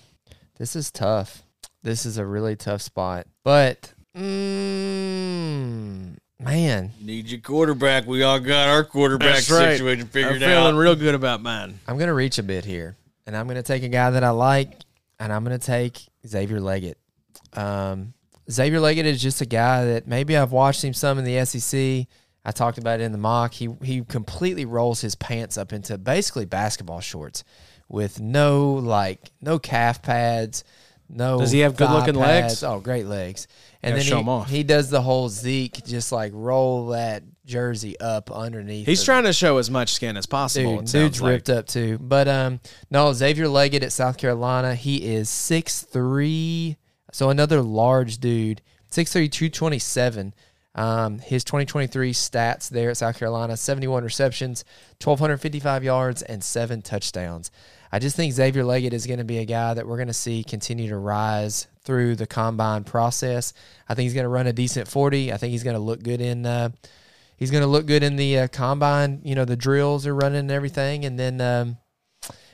C: this is tough. This is a really tough spot, but mm, man,
B: Need your quarterback. We all got our quarterback situation figured
A: I'm feeling
B: out.
A: real good about mine.
C: I'm gonna reach a bit here, and I'm gonna take a guy that I like, and I'm gonna take Xavier Leggett. Um, Xavier Leggett is just a guy that maybe I've watched him some in the SEC. I talked about it in the mock. He he completely rolls his pants up into basically basketball shorts, with no like no calf pads, no.
A: Does he have good
C: thigh
A: looking legs?
C: pads. Oh, great legs! And
A: Gotta
C: then
A: show
C: he,
A: 'em off.
C: he does the whole Zeke, just like roll that jersey up underneath.
A: He's
C: the-
A: trying to show as much skin as possible.
C: Dude,
A: it
C: dude's
A: sounds like.
C: ripped up too. But um, no, Xavier Leggett at South Carolina. He is 6'3", so another large dude. 6'3", 227. Um, his 2023 stats there at South Carolina, 71 receptions, 1,255 yards, and seven touchdowns. I just think Xavier Leggett is going to be a guy that we're going to see continue to rise through the combine process. I think he's going to run a decent 40. I think he's going to look good in uh, he's going to look good in the uh, combine. You know, the drills are running and everything. And then um,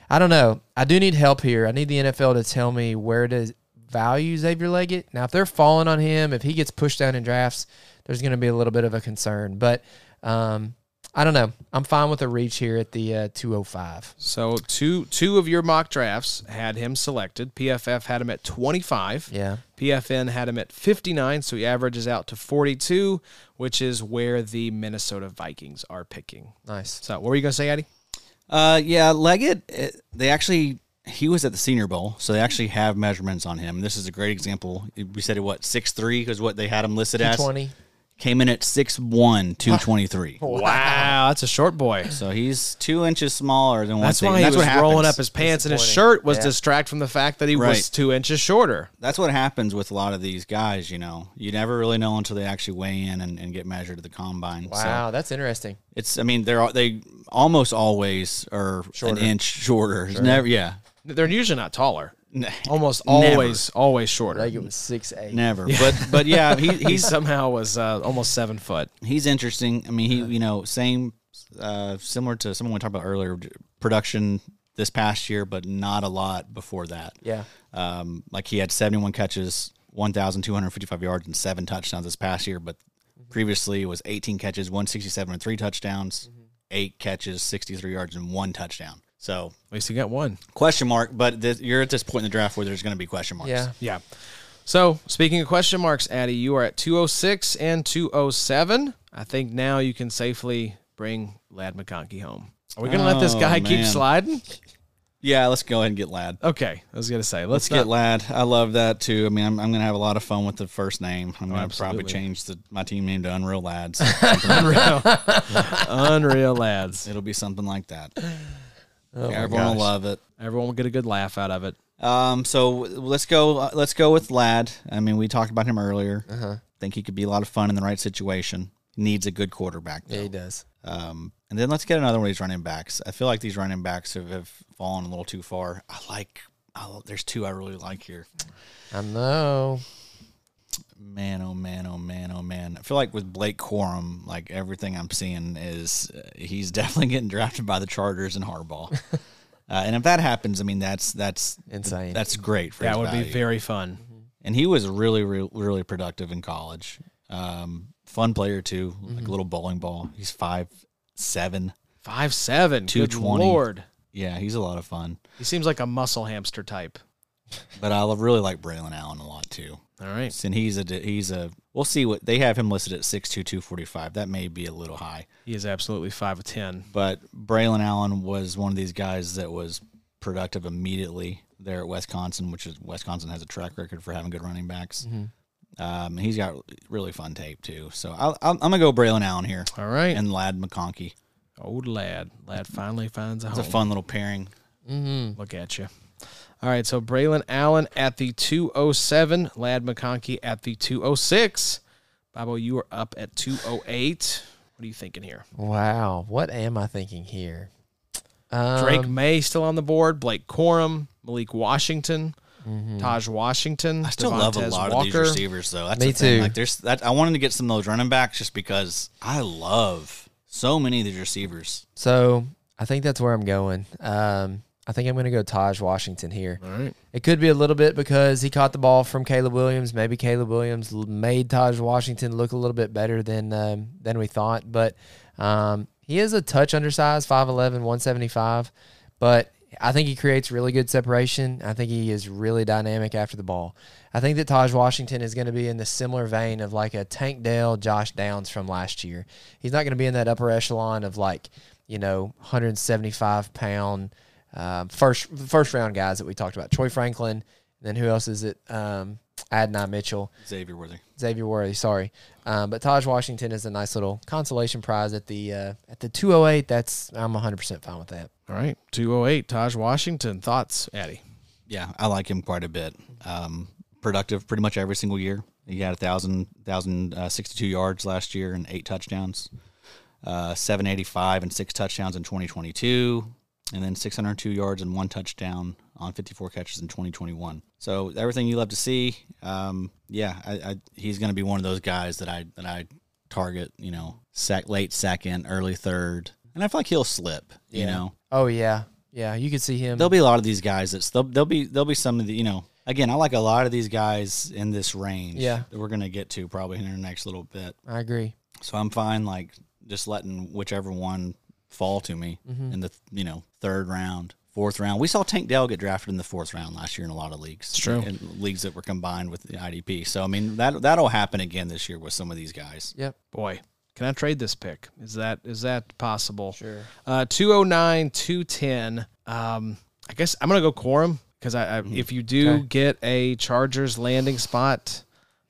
C: I don't know. I do need help here. I need the NFL to tell me where to value Xavier Leggett. Now, if they're falling on him, if he gets pushed down in drafts, there's going to be a little bit of a concern. But um, I don't know. I'm fine with a reach here at the uh, 205.
A: So two two of your mock drafts had him selected. PFF had him at 25.
C: Yeah.
A: PFN had him at 59, so he averages out to 42, which is where the Minnesota Vikings are picking.
C: Nice.
A: So what were you gonna say, Eddie?
B: Uh, yeah, Leggett. It, they actually he was at the Senior Bowl, so they actually have measurements on him. This is a great example. We said what six three is what they had him listed as.
C: 220.
B: Came in at 6'1", 223.
A: Wow, that's a short boy.
B: So he's two inches smaller than one.
A: That's
B: thing.
A: why he
B: That's
A: was
B: what
A: rolling
B: happens.
A: up his pants and his
C: Disappointing.
A: shirt was
C: Yeah.
A: distract from the fact that he was
B: Right.
A: two inches shorter.
B: That's what happens with a lot of these guys. You know, you never really know until they actually weigh in and, and get measured at the combine. So
C: Wow, that's interesting.
B: it's. I mean, they're all- they almost always are
C: Shorter.
B: an inch shorter. It's Never. Yeah.
A: They're usually not taller.
B: N-
A: Almost
B: Never.
A: always, always shorter.
C: Like it was six eight.
B: Never. But but yeah, he,
A: he
B: he's
A: somehow was uh, almost seven foot.
B: he's interesting. I mean, he you know same uh, similar to someone we talked about earlier production this past year, but not a lot before that.
C: Yeah.
B: Um, like he had 71 catches, 1,255 yards, and seven touchdowns this past year, but previously it was 18 catches, 167, and three touchdowns, eight catches, 63 yards, and one touchdown. So
A: At least he got one.
B: question mark, but this, you're at this point in the draft where there's going to be question marks.
C: Yeah.
A: Yeah. So speaking of question marks, Addy, you are at 206 and 207. I think now you can safely bring Lad McConkey home. Are we going to let this
B: Oh,
A: guy keep
B: man.
A: sliding?
B: Yeah, let's go ahead and get Lad.
A: Okay, I was going to say, let's,
B: Let's get
A: not-
B: Lad. I love that too. I mean, I'm, I'm going to have a lot of fun with the first name. I'm going to probably
A: absolutely.
B: change the, my team name to Unreal Lads.
A: Unreal Lads.
B: It'll be something like that. Everyone will
A: Oh gosh.
B: love it.
A: Everyone will get a good laugh out of it.
B: Um, so let's go. uh, let's go with Lad. I mean, we talked about him earlier.
A: Uh-huh.
B: Think he could be a lot of fun in the right situation. Needs a good quarterback.
C: Yeah,
B: Though.
C: he does.
B: Um, and then let's get another one of these running backs. I feel like these running backs have, have fallen a little too far. I like. I, lo- there's two I really like here.
C: I know.
B: Man, oh man, oh man, oh man. I feel like with Blake Corum, like everything I'm seeing is uh, he's definitely getting drafted by the Chargers and Harbaugh. uh, and if that happens, I mean that's that's
C: Insane.
B: That's great. For
A: That
B: his
A: would be
B: value.
A: very fun.
B: and he was really, really, really productive in college. Um, fun player too, like a little bowling ball. He's five seven.
A: Five seven. Good
B: 220.
A: lord.
B: Yeah, he's a lot of fun.
A: He seems like a muscle hamster type.
B: But I love- really like Braylon Allen a lot too.
A: All right.
B: And he's a he's a. We'll see what they have him listed at six two two forty five. That may be a little high,
A: He is absolutely five of ten.
B: but Braylon Allen was one of these guys that was productive immediately there at Wisconsin, which is Wisconsin has a track record for having good running backs. Um, he's got really fun tape too. So I'll, I'm, I'm gonna go Braylon Allen here.
A: All right.
B: and Lad McConkey.
A: Old lad. Lad finally finds a
B: It's a
A: home.
B: fun little pairing.
A: Look at you. All right, so Braylon Allen at the 207, Lad McConkey at the 206. Bobo, you are up at 208. What are you thinking here?
C: Wow. What am I thinking here? Um,
A: Drake May still on the board, Blake Corum, Malik Washington, Taj Washington.
B: Mm-hmm. I still love a lot of these receivers though. That's
C: Me
B: the thing.
C: too.
B: Like there's that I wanted to get some of those running backs just because I love so many of these receivers.
C: So I think that's where I'm going. Um, I think I'm going to go Taj Washington here.
A: All right.
C: It could be a little bit because he caught the ball from Caleb Williams. Maybe Caleb Williams l- made Taj Washington look a little bit better than um, than we thought. But um, he is a touch undersized, 5'11", 175. But I think he creates really good separation. I think he is really dynamic after the ball. I think that Taj Washington is going to be in the similar vein of like a Tank Dell, Josh Downs from last year. He's not going to be in that upper echelon of like, you know, 175 pound um, first first round guys that we talked about. Troy Franklin, and then who else is it? Um, Adonai Mitchell,
B: Xavier Worthy.
C: Xavier Worthy. Sorry, um, but Taj Washington is a nice little consolation prize at the uh, at the 208. That's I'm 100 percent fine with that.
A: All right. 208, Taj Washington. Thoughts, Addy?
B: Yeah, I like him quite a bit. Um, productive pretty much every single year. He had a thousand thousand uh, sixty two yards last year and eight touchdowns. Uh, 785 and six touchdowns in 2022, and then 602 yards and one touchdown on 54 catches in 2021. So everything you love to see. Um, yeah, I, I, he's going to be one of those guys that I that I target. You know, sec, late second, early third, and I feel like he'll slip. You know,
C: Oh yeah, yeah. You could see him.
B: there'll be a lot of these guys that's there'll, there'll be there'll be some of the you know again i like a lot of these guys in this range
C: Yeah.
B: that we're gonna get to probably in the next little bit
C: I agree.
B: so i'm fine like just letting whichever one fall to me in the you know third round fourth round we saw tank dell get drafted in the fourth round last year in a lot of leagues
A: true.
B: in leagues that were combined with the idp so i mean that that'll happen again this year with some of these guys
C: Yep.
A: Boy, can I trade this pick? Is that is that possible?
C: Sure.
A: Uh, 209, 210. Um, I guess I'm going to go quorum because I, I if you do
C: Mm-hmm. Okay.
A: get a Chargers landing spot,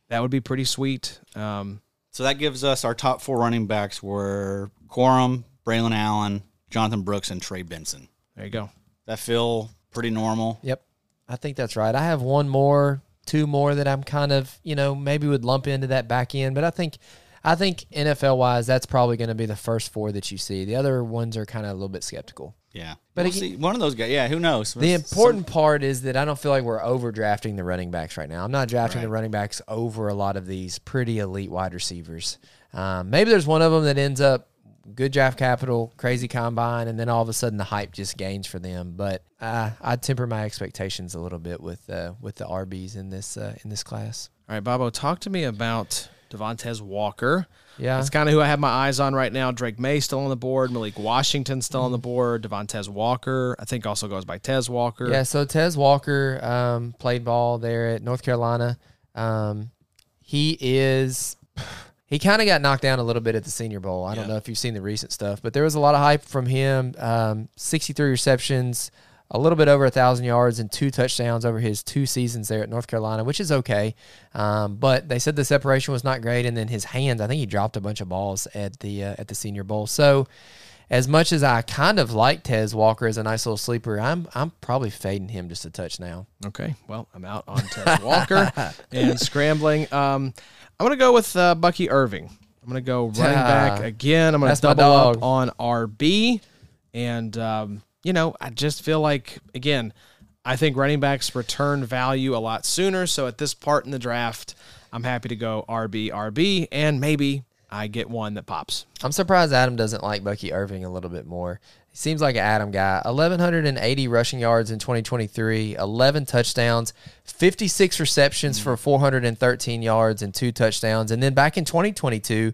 A: that would be pretty sweet. Um,
B: So that gives us our top four running backs were Quorum, Braylon Allen, Jonathan Brooks, and Trey Benson.
A: There you go.
B: That feel pretty normal.
C: Yep. I think that's right. I have one more, two more that I'm kind of, you know, maybe would lump into that back end, but I think I think NFL wise that's probably going to be the first four that you see. The other ones are kind of a little bit skeptical.
B: Yeah.
C: But
B: But
C: again-
B: see, one of those guys, yeah, who knows?
C: The important part is that I don't feel like we're overdrafting the running backs right now. I'm not drafting the running backs over a lot of these pretty elite wide receivers. Um, maybe there's one of them that ends up good draft capital, crazy combine, and then all of a sudden the hype just gains for them. But uh, I temper my expectations a little bit with uh, with the RBs in this uh, in this class.
A: All right, Bobo, talk to me about Devontae Walker.
C: Yeah.
A: That's kind of who I have my eyes on right now. Drake May still on the board. Malik Washington still on the board. Devontae Walker, I think, also goes by Tez Walker.
C: Yeah, so Tez Walker um, played ball there at North Carolina. Um, he is. He kind of got knocked down a little bit at the Senior Bowl. I don't know if you've seen the recent stuff, but there was a lot of hype from him. Um, 63 receptions, a little bit over a 1,000 yards, and two touchdowns over his two seasons there at North Carolina, which is okay. Um, but they said the separation was not great, and then his hands, I think he dropped a bunch of balls at the uh, at the Senior Bowl. So as much as I kind of like Tez Walker as a nice little sleeper, I'm I'm probably fading him just a touch now.
A: Okay. Well, I'm out on Tez Walker and scrambling. Um, I'm going to go with uh, Bucky Irving. I'm going to go running back
C: Ah,
A: again. I'm going to
C: that's my
A: double up
C: dog.
A: on RB. And, um, you know, I just feel like, again, I think running backs return value a lot sooner. So at this part in the draft, I'm happy to go RB, RB, and maybe I get one that pops.
C: I'm surprised Adam doesn't like Bucky Irving a little bit more. He seems like an Adam guy. 1180 rushing yards in 2023, 11 touchdowns, 56 receptions for 413 yards and two touchdowns, and then back in 2022,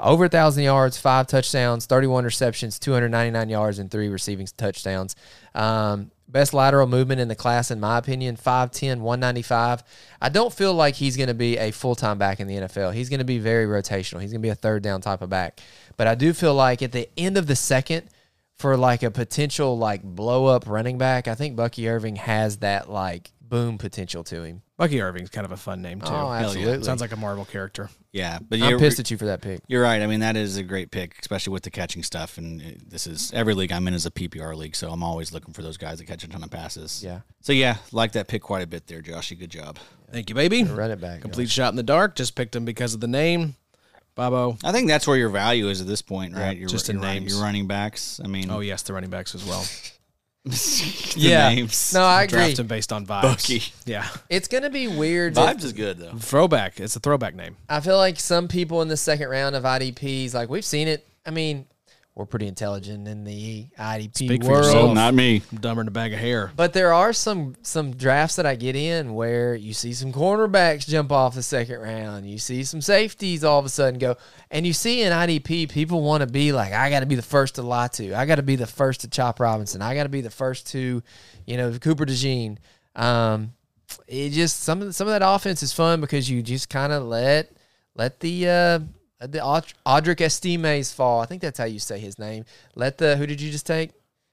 C: over 1000 yards, five touchdowns, 31 receptions, 299 yards and three receiving touchdowns. Um, best lateral movement in the class in my opinion 510 195 i don't feel like he's going to be a full-time back in the nfl he's going to be very rotational he's going to be a third down type of back but i do feel like at the end of the second for like a potential like blow up running back i think bucky irving has that like boom potential to him
A: Bucky Irving's kind of a fun name, too.
C: oh absolutely
A: Sounds like a Marvel character.
B: Yeah. But
C: i'm
B: you're,
C: pissed at you for that pick
B: you're right. I mean, that is a great pick, especially with the catching stuff. And it- this is every league I'm in is a PPR league. So I'm always looking for those guys that catch a ton of passes.
C: yeah
B: So yeah, like that pick quite a bit there, Josh. Good job.
A: Thank you, baby.
C: run it back
A: Complete shot in the dark. Just picked him because of the name. Bobo,
B: I think that's where your value is at this point, right? Your-
A: just
B: your
A: in
B: run-
A: names.
B: your running backs. I mean,
A: Oh yes, the running backs as well.
B: the
C: Yeah.
B: names.
C: no i agree
A: Draft them based on vibes.
B: Bucky.
A: Yeah,
C: it's gonna be weird if-
B: Vibes is good though.
A: throwback. It's a throwback name.
C: I feel like some people in the second round of IDPs, like we've seen it. I mean, we're pretty intelligent in the IDP
A: Speak for
C: world,
A: yourself.
B: not me.
A: I'm dumber than a bag of hair.
C: but there are some some drafts that I get in where you see some cornerbacks jump off the second round. You see some safeties all of a sudden go, and you see in IDP people want to be like, I got to be the first to Latu, I got to be the first to Chop Robinson, I got to be the first to, you know, Cooper DeJean. Um, it just some of some of that offense is fun because you just kind of let let the uh, let the Aud- Audric Estimes fall. I think that's how you say his name. Let the who did you just take?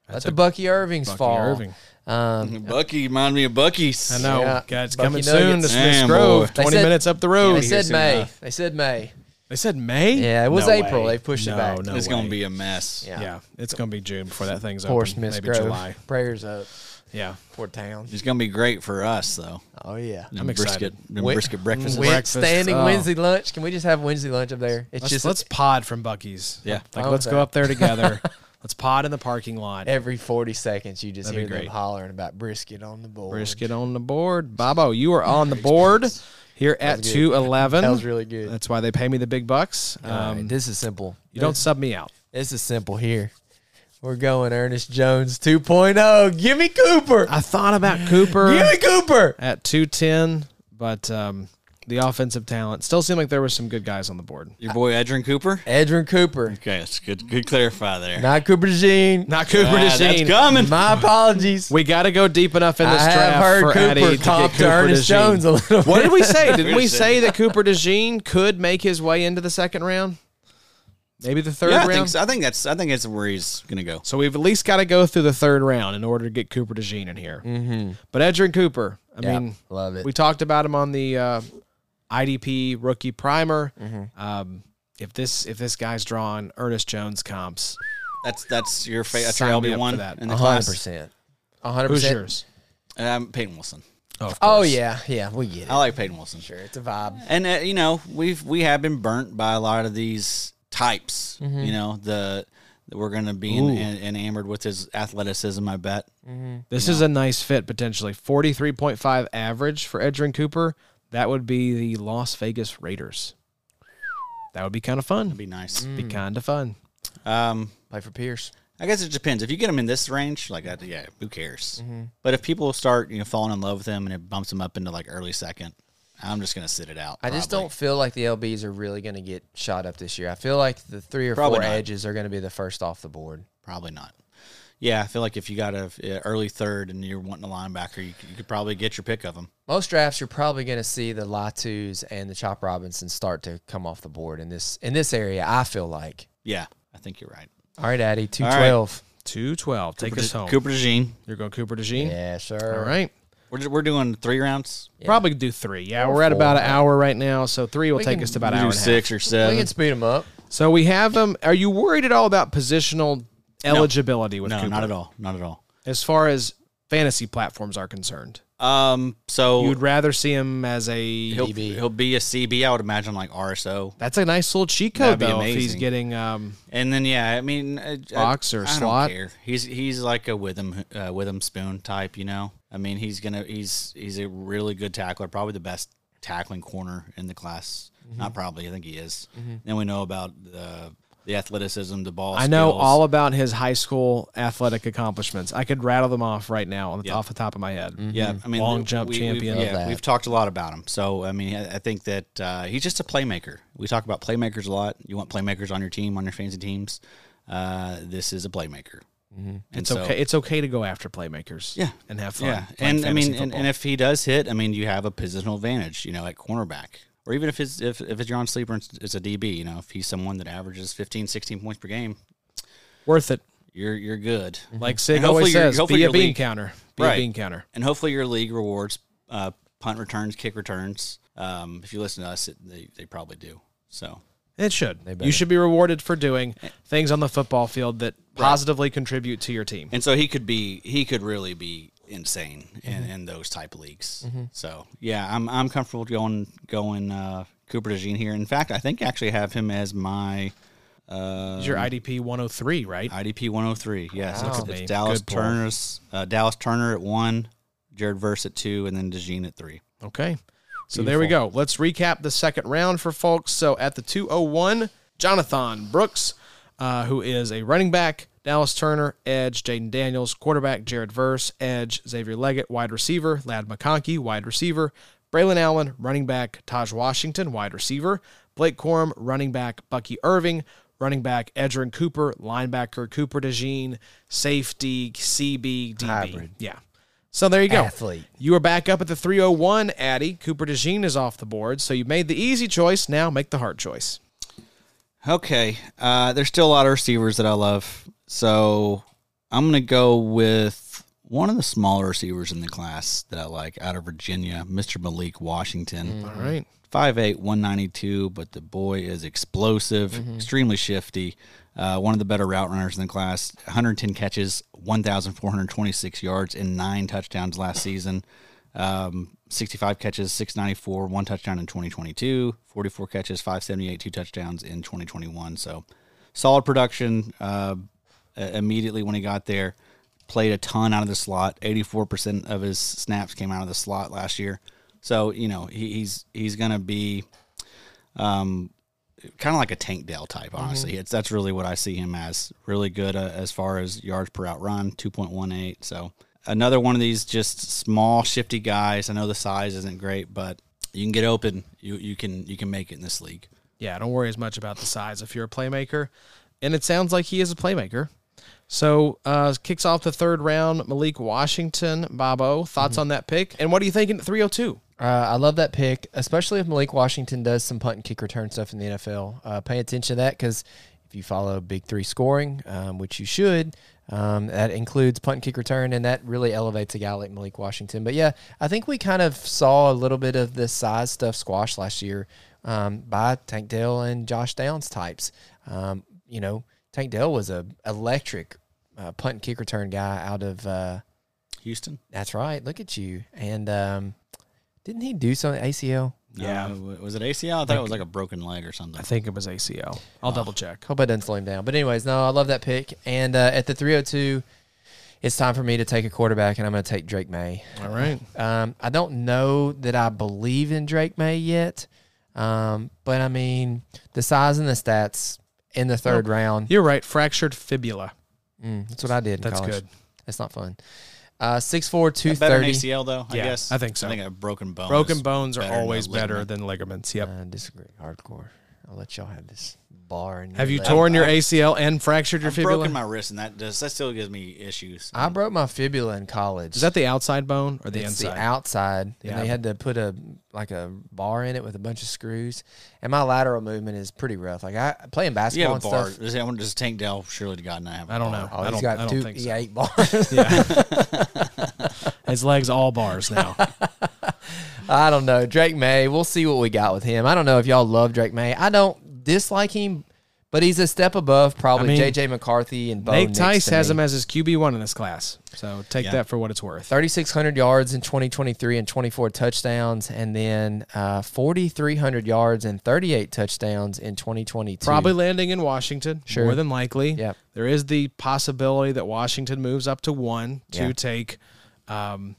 C: Let the Bucky Irvings
A: Bucky
C: fall.
A: Irving.
C: Um,
B: Bucky remind me of Bucky's.
A: I know.
C: Yeah.
A: God, it's
C: Bucky
A: coming soon to
C: Nuggets.
A: Smith's
B: Damn,
A: Grove.
B: boy.
C: They
A: Twenty
C: said-
A: minutes up the road.
C: They said
B: soon
C: May.
A: uh,
B: enough.
C: They said May.
A: They said May.
C: Yeah, it was
B: No
C: April.
B: way.
C: They pushed
A: No,
C: it back.
A: no.
B: It's gonna
A: way.
B: be a mess.
C: Yeah.
A: Yeah. it's gonna be June before that thing's
C: Poor
A: over.
C: Smith
A: Maybe
C: Grove.
A: July.
C: Prayers up.
A: Yeah,
C: Poor town.
B: It's gonna be great for us though.
C: Oh yeah.
B: Them
A: excited.
B: Brisket, them
C: Wed-
B: brisket breakfasts.
C: Wed-
A: breakfast.
C: standing
A: Oh.
C: Wednesday lunch. Can we just have Wednesday lunch up there? It's
A: let's,
C: just
A: let's pod from Bucky's.
B: Yeah.
A: like
C: Oh,
A: let's
C: that.
A: go up there together. let's pod in the parking lot.
C: every forty seconds you just
A: That'd be
C: hear them
A: great.
C: hollering about brisket on the board.
A: Brisket on the board. Bobo, you are on the board here at
C: was good.
A: two eleven.
C: That was really good.
A: That's why they pay me the big bucks.
C: All
A: Um,
C: right, this is simple.
A: you don't sub me out.
C: This is simple here. We're going Ernest Jones 2.0. Give me Cooper.
A: I thought about Cooper
C: Give me Cooper.
A: at 210, but um, the offensive talent still seemed like there were some good guys on the board.
B: Your boy Edrin Cooper.
C: Edrin Cooper.
B: Okay, that's good. Good clarify there.
C: Not Cooper DeJean.
A: Not Cooper
B: Ah, that's
A: DeJean.
B: coming.
C: My apologies.
A: We got to go deep enough in this
C: I
A: draft
C: have heard
A: for
C: Cooper
A: Eddie to get
C: comp to
A: Cooper
C: Ernest
A: DeJean.
C: Jones a little
A: What did we say? Didn't
B: We're
A: we
B: saying-
A: say that Cooper DeJean could make his way into the second round? Maybe the third
B: yeah, I
A: round?
B: think, so. I think that's I think that's where he's gonna go.
A: So we've at least got to go through the third round in order to get Cooper DeJean in here. Mm-hmm. But Edrin Cooper, I mean,
C: love it.
A: we talked about him on the uh, IDP rookie primer. Um, if this if this guy's drawing Ernest Jones comps,
B: That's that's your fa- that's
A: Sign
B: your
A: me up
B: LB one
A: for that.
B: in the
C: A hundred
B: class.
C: percent. A hundred
A: who's
C: percent.
A: yours?
B: Um, Peyton Wilson.
A: Oh, of
C: Oh
A: course.
C: yeah, yeah, we get it.
B: I like Peyton Wilson.
C: Sure, it's a vibe.
B: And uh, you know, we've we have been burnt by a lot of these types.
A: Mm-hmm.
B: You know, the that we're going to be en- en- enamored with his athleticism. I bet.
A: This is a nice fit potentially. 43.5 average for Edrin Cooper. That would be the Las Vegas Raiders. That would be kind of fun.
B: It'd be nice.
A: Be kind of fun.
B: Um,
C: Play for Pierce.
B: I guess it depends. If you get him in this range, like that, yeah, who cares?
A: Mm-hmm.
B: But if people start, you know, falling in love with him and it bumps him up into like early second, I'm just gonna sit it out.
C: I just
B: probably.
C: don't feel like the LBs are really going to get shot up this year. I feel like the three or
B: Probably
C: four
B: not.
C: edges are going to be the first off the board.
B: Probably not. Yeah, I feel like if you got a a early third and you're wanting a linebacker, you, c- you could probably get your pick of him.
C: Most drafts, you're probably going to see the Latus and the Chop Robinson start to come off the board in this in this area. I feel like.
B: Yeah, I think you're right.
C: All right, Addy, two
B: right.
C: twelve.
A: 212. Take
B: Cooper
A: us
B: De-
A: home.
B: Cooper DeJean.
A: You're going Cooper DeJean?
C: Yeah, sure.
A: All right.
B: We're, ju- we're doing three rounds.
A: Probably could do three. Yeah,
C: Or
A: we're at
C: four.
A: about an hour right now, so three will
C: We
A: take
C: can
A: us to about
B: We
A: an hour
B: do
A: and a half.
B: six or
C: We
B: seven.
C: can speed them up.
A: So we have them. Are you worried at all about positional eligibility with
B: No,
A: Cooper?
B: not at all. Not at all.
A: As far as fantasy platforms are concerned,
B: Um, so
A: you'd rather see him as a
B: he'll,
C: DB.
B: he'll be a CB. I would imagine like RSO,
A: That's a nice little cheat code
B: That'd be
A: though. If he's
B: amazing.
A: getting um,
B: and then yeah, I mean uh,
A: Box
B: I,
A: or
B: I don't
A: slot?
B: care. He's he's like a Witham uh, Witham Spoon type. You know, I mean he's gonna he's he's a really good tackler, probably the best tackling corner in the class.
A: Mm-hmm.
B: Not probably, I think he is. Then we know about the the athleticism, the ball.
A: I know
B: skills.
A: all about his high school athletic accomplishments. I could rattle them off right now on the, off the top of my head.
B: Yeah, I mean,
A: Long jump champion.
B: We've, yeah,
C: Love that.
B: we've talked a lot about him. So, I mean, I I think that uh, he's just a playmaker. We talk about playmakers a lot. You want playmakers on your team, on your fantasy teams. Uh, this is a playmaker. And
A: Mm-hmm. It's okay. It's okay to go after playmakers.
B: Yeah.
A: and have fun.
B: Yeah,
A: playing
B: and I
A: fantasy
B: mean, and,
A: football.
B: and if he does hit, I mean, you have a positional advantage, you know, at cornerback, or even if it's if if it's your on sleeper, and it's- it's a DB. You know, if he's someone that averages 15, 16 points per game,
A: worth it.
B: you're you're good.
A: Like Mm-hmm. Sig
B: And hopefully
A: always
B: your-
A: says,
B: hopefully
A: be a
B: your
A: bean
B: league-
A: counter. Be a
B: Right.
A: bean counter.
B: and hopefully your league rewards uh, punt returns, kick returns. Um, if you listen to us, it, they they probably do. So
A: It should. You
C: better.
A: should be rewarded for doing things on the football field that positively contribute to your team.
B: and so he could be he could really be insane in,
A: Mm-hmm.
B: in those type of leagues. So yeah, I'm I'm comfortable going going uh, Cooper DeJean here. In fact, I think I actually have him as my uh,
A: He's your IDP 103, right?
B: IDP 103. Yes,
C: Wow.
B: it's,
A: Look at
B: it's
A: me.
B: Dallas
A: Good pull.
B: Turner's uh, Dallas Turner at one, Jared Verse at two, and then DeJean at three.
A: Okay. So there we go. Let's recap the second round for folks. So at the 201, Jonathan Brooks, uh, who is a running back, Dallas Turner, edge, Jaden Daniels, quarterback, Jared Verse, edge, Xavier Leggett, wide receiver, Lad McConkey, wide receiver, Braylon Allen, running back, Taj Washington, wide receiver, Blake Corum, running back, Bucky Irving, running back, Edrin Cooper, linebacker, Cooper DeJean, safety, CB, DB.
C: Hybrid.
A: Yeah. So there you go.
C: Athlete.
A: You are back up at the 301, Addy. Cooper DeJean is off the board, so you made the easy choice. Now make the hard choice.
B: Okay. Uh, there's still a lot of receivers that I love. So I'm going to go with one of the smaller receivers in the class that I like out of Virginia, Mr. Malik Washington.
A: All right.
B: 5'8, 192, but the boy is explosive, extremely shifty. Uh, one of the better route runners in the class. 110 catches, 1,426 yards, and nine touchdowns last season. Um, 65 catches, 694, one touchdown in 2022. 44 catches, 578, two touchdowns in 2021. So solid production uh, immediately when he got there. Played a ton out of the slot. 84% of his snaps came out of the slot last year. So, you know, he, he's he's going to be um, kind of like a Tank Dell type, honestly. It's That's really what I see him as. Really good uh, as far as yards per out run, 2.18. So, another one of these just small, shifty guys. I know the size isn't great, but you can get open. You, you can you can make it in this league.
A: Yeah, don't worry as much about the size if you're a playmaker. And it sounds like he is a playmaker. So uh, kicks off the third round, Malik Washington, Bobo. Thoughts on that pick? And what are you thinking at 302?
C: Uh, I love that pick, especially if Malik Washington does some punt and kick return stuff in the NFL. Uh, pay attention to that because if you follow Big Three scoring, um, which you should, Um, that includes punt, kick, return, and that really elevates a guy like Malik Washington. But yeah, I think we kind of saw a little bit of this size stuff squashed last year um, by Tank Dell and Josh Downs types. Um, you know, Tank Dell was a electric uh, punt and kick return guy out of. Uh,
B: Houston.
C: that's right. Look at you. And um, didn't he do something ACL?
A: Yeah.
B: Uh, w- was it ACL? I thought it was like a broken leg or something.
A: I think it was ACL. I'll double check.
C: Hope I didn't slow him down. But anyways, no, I love that pick. And uh, at the 302, it's time for me to take a quarterback, and I'm going to take Drake May.
A: All right.
C: Um, I don't know that I believe in Drake May yet, um, but I mean the size and the stats in the third round.
A: You're right. Fractured fibula.
C: Mm, that's what I did. In
A: That's
C: college.
A: good.
C: That's not fun. Uh, six four two
B: Better than
C: thirty.
B: ACL though. I
A: Yeah,
B: guess.
A: I think so.
B: I think a broken bone.
A: Broken
B: is
A: bones are
B: better than
A: always
B: a
A: better
B: ligament.
A: than ligaments. Yep.
C: I disagree. Hardcore. I'll let y'all have this bar. in your
A: Have you
C: leg.
A: torn your ACL and fractured your
B: I've
A: fibula?
B: broken my wrist, and that does that still gives me issues.
C: I broke my fibula in college.
A: Is that the outside bone or the
C: it's
A: inside?
C: the outside,
A: Yeah.
C: and they had to put a like a bar in it with a bunch of screws. And my lateral movement is pretty rough. Like I playing
B: you
C: basketball
B: have a
C: and
B: bar.
C: stuff.
B: Does anyone just Tank Dell? Surely to God, not have. a
A: I don't
B: bar.
A: know.
C: Oh,
A: I
C: he's
A: don't,
C: got
A: I don't
C: two.
A: think
C: He
A: so.
C: got eight bars.
A: Yeah. His legs all bars now.
C: I don't know. Drake May, we'll see what we got with him. I don't know if y'all love Drake May. I don't dislike him, but he's a step above probably
A: I mean,
C: JJ McCarthy and Bo
A: Nate
C: Nix
A: Tice
C: to
A: has
C: me.
A: him as his QB one in this class, so take that for what it's worth.
C: 3,600 yards in 2023 and 24 touchdowns, and then uh, 4,300 yards and 38 touchdowns in 2022.
A: Probably landing in Washington, more than likely.
C: Yep.
A: There is the possibility that Washington moves up to one to
C: Yeah.
A: take um,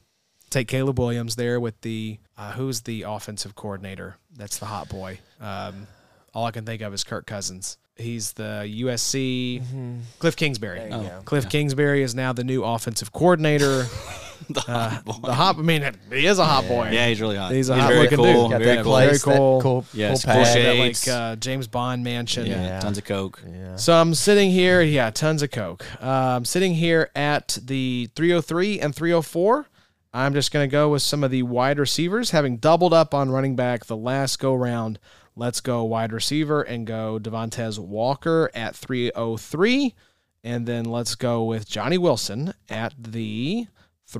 A: take Caleb Williams there with the uh, who's the offensive coordinator? That's the hot boy. Um, all I can think of is Kirk Cousins. He's the USC
B: Mm-hmm.
A: Cliff Kingsbury. Oh. Cliff Kingsbury is now the new offensive coordinator. Uh,
B: The hot boy.
A: the hot, I mean, he is a hot boy.
B: Yeah, he's really hot.
A: He's a hot
B: very
A: looking
B: cool.
A: dude. Got
B: very
C: that
B: cool.
C: place,
A: Very
C: that
A: cool.
C: cool,
B: Yes,
C: cool
B: cool
A: That,
C: pad.
B: shape.
A: like
B: Shades.
A: uh, James Bond mansion.
B: Yeah,
C: Yeah.
B: tons of coke.
A: So I'm sitting here, yeah, tons of coke. Um, sitting here at the 303 and 304. I'm just going to go with some of the wide receivers, having doubled up on running back the last go round. Let's go wide receiver and go Devontae Walker at 303, and then let's go with Johnny Wilson at the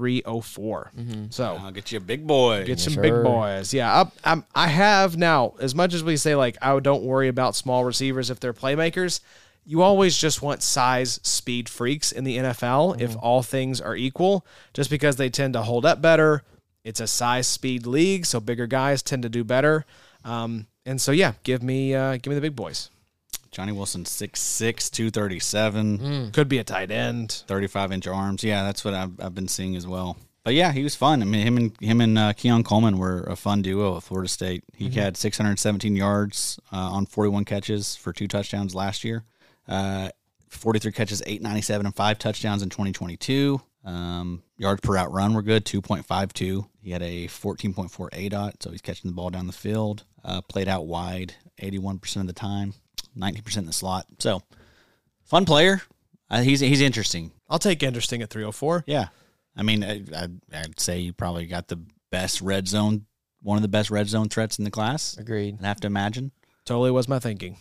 A: 304. So
B: I'll get you a big boy.
A: Get some
C: sure.
A: big boys. Yeah, I, I'm, I have now. As much as we say, like, I don't worry about small receivers if they're playmakers. You always just want size, speed freaks in the NFL. If all things are equal, just because they tend to hold up better, it's a size speed league, so bigger guys tend to do better. Um, and so, yeah, give me uh, give me the big boys.
B: Johnny Wilson, 6'6",
A: Mm.
B: 237,
A: Could be a tight end.
B: 35 inch arms. Yeah, that's what I've, I've been seeing as well. But yeah, he was fun. I mean, him and him and uh, Keon Coleman were a fun duo at Florida State. He had 617 yards uh, on 41 catches for two touchdowns last year. Uh, 43 catches, 897, and five touchdowns in 2022. Um, yards per out run were good, 2.52. He had a 14.4 A dot, so he's catching the ball down the field. Uh, played out wide 81% of the time, 19% in the slot. So, fun player. Uh, he's he's interesting.
A: I'll take interesting at 304.
B: Yeah, I mean, I, I, I'd say you probably got the best red zone, one of the best red zone threats in the class.
C: Agreed.
B: I'd have to imagine.
A: Totally was my thinking.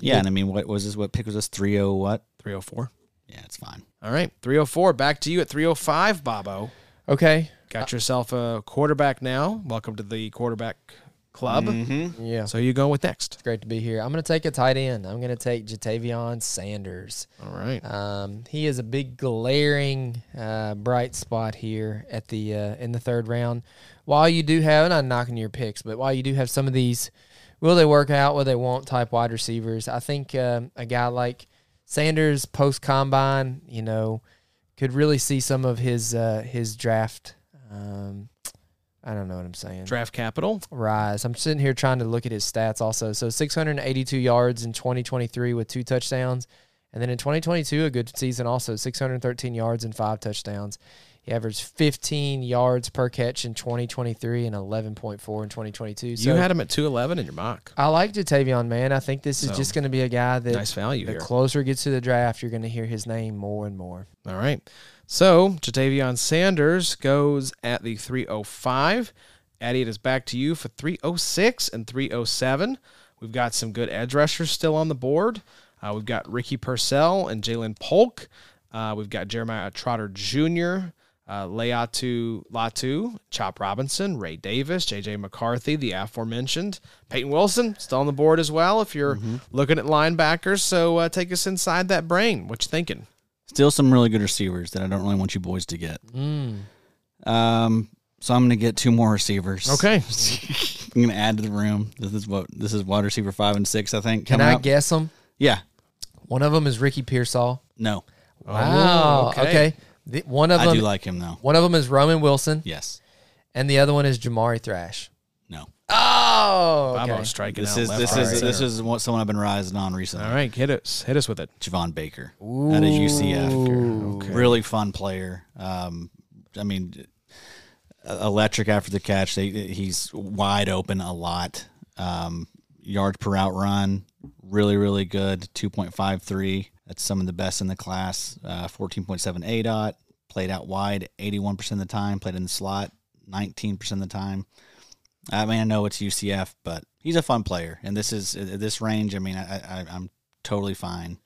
B: Yeah, and I mean, what was this? What pick was this? Three oh what?
A: 304.
B: Yeah, it's fine.
A: All right, 304. Back to you at 305, Bobo.
C: Okay.
A: Got yourself a quarterback now. Welcome to the quarterback club.
C: Yeah.
A: So you going with next?
C: It's great to be here. I'm going to take a tight end. I'm going to take Jatavion Sanders.
A: All right.
C: Um, he is a big glaring uh, bright spot here at the uh, in the third round. While you do have, and I'm knocking your picks, but while you do have some of these, will they work out? Will they won't? Type wide receivers. I think um, a guy like Sanders post combine, you know, could really see some of his uh, his draft. Um, I don't know what I'm saying.
A: Draft capital.
C: Rise. I'm sitting here trying to look at his stats also. So 682 yards in 2023 with two touchdowns. And then in 2022, a good season also, 613 yards and five touchdowns. He averaged 15 yards per catch in 2023 and 11.4 in 2022. So
A: you had him at 211 in your mock.
C: I like Jatavion, man. I think this is
A: So,
C: just going to be a guy that
A: Nice value
C: the
A: here.
C: closer it gets to the draft, you're going to hear his name more and more.
A: All right. So Jatavion Sanders goes at the 305. Addy, it is back to you for 306 and 307. We've got some good edge rushers still on the board. Uh, we've got Ricky Purcell and Jalen Polk. Uh, we've got Jeremiah Trotter Jr., uh, Leatu Latu, Chop Robinson, Ray Davis, J.J. McCarthy, the aforementioned Peyton Wilson, still on the board as well. If you're looking at linebackers, so uh, take us inside that brain. What you thinking?
B: Still some really good receivers that I don't really want you boys to get. Um, so I'm going to get two more receivers.
A: Okay,
B: I'm going to add to the room. This is what this is wide receiver five and six. I think.
C: Can
B: coming
C: I
B: up.
C: guess them?
B: Yeah.
C: One of them is Ricky Pearsall.
B: No.
C: Wow.
A: Oh, okay.
C: okay. The- one of
B: I
C: them.
B: do like him though.
C: one of them is Roman Wilson,
B: Yes.
C: and the other one is Jamari Thrash.
B: No.
C: Oh,
A: I'm
C: okay.
A: on striking
B: This
A: out
B: is
A: left,
B: this
A: right,
B: is
A: center.
B: this is what someone I've been rising on recently.
A: All right, hit us, hit us with it.
B: Javon Baker out of UCF. Really fun player. Um, I mean, electric after the catch. They, he's wide open a lot. Um, yard per out run, really, really good. 2.53. That's some of the best in the class. Uh, 14.7 A dot. Played out wide 81% of the time. Played in the slot 19% of the time. I mean, I know it's UCF, but he's a fun player. And this is at this range. I mean, I, I, I'm totally fine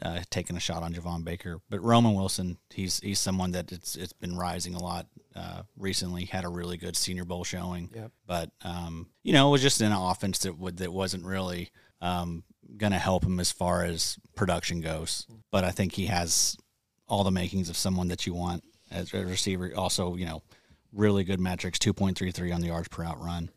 B: uh, taking a shot on Javon Baker, but Roman Wilson, he's he's someone that it's it's been rising a lot uh, recently. Had a really good Senior Bowl showing,
C: Yep.
B: but um, you know, it was just an offense that would that wasn't really um, going to help him as far as production goes. But I think he has all the makings of someone that you want as a receiver. Also, you know, really good metrics, two point three three on the yards per out run.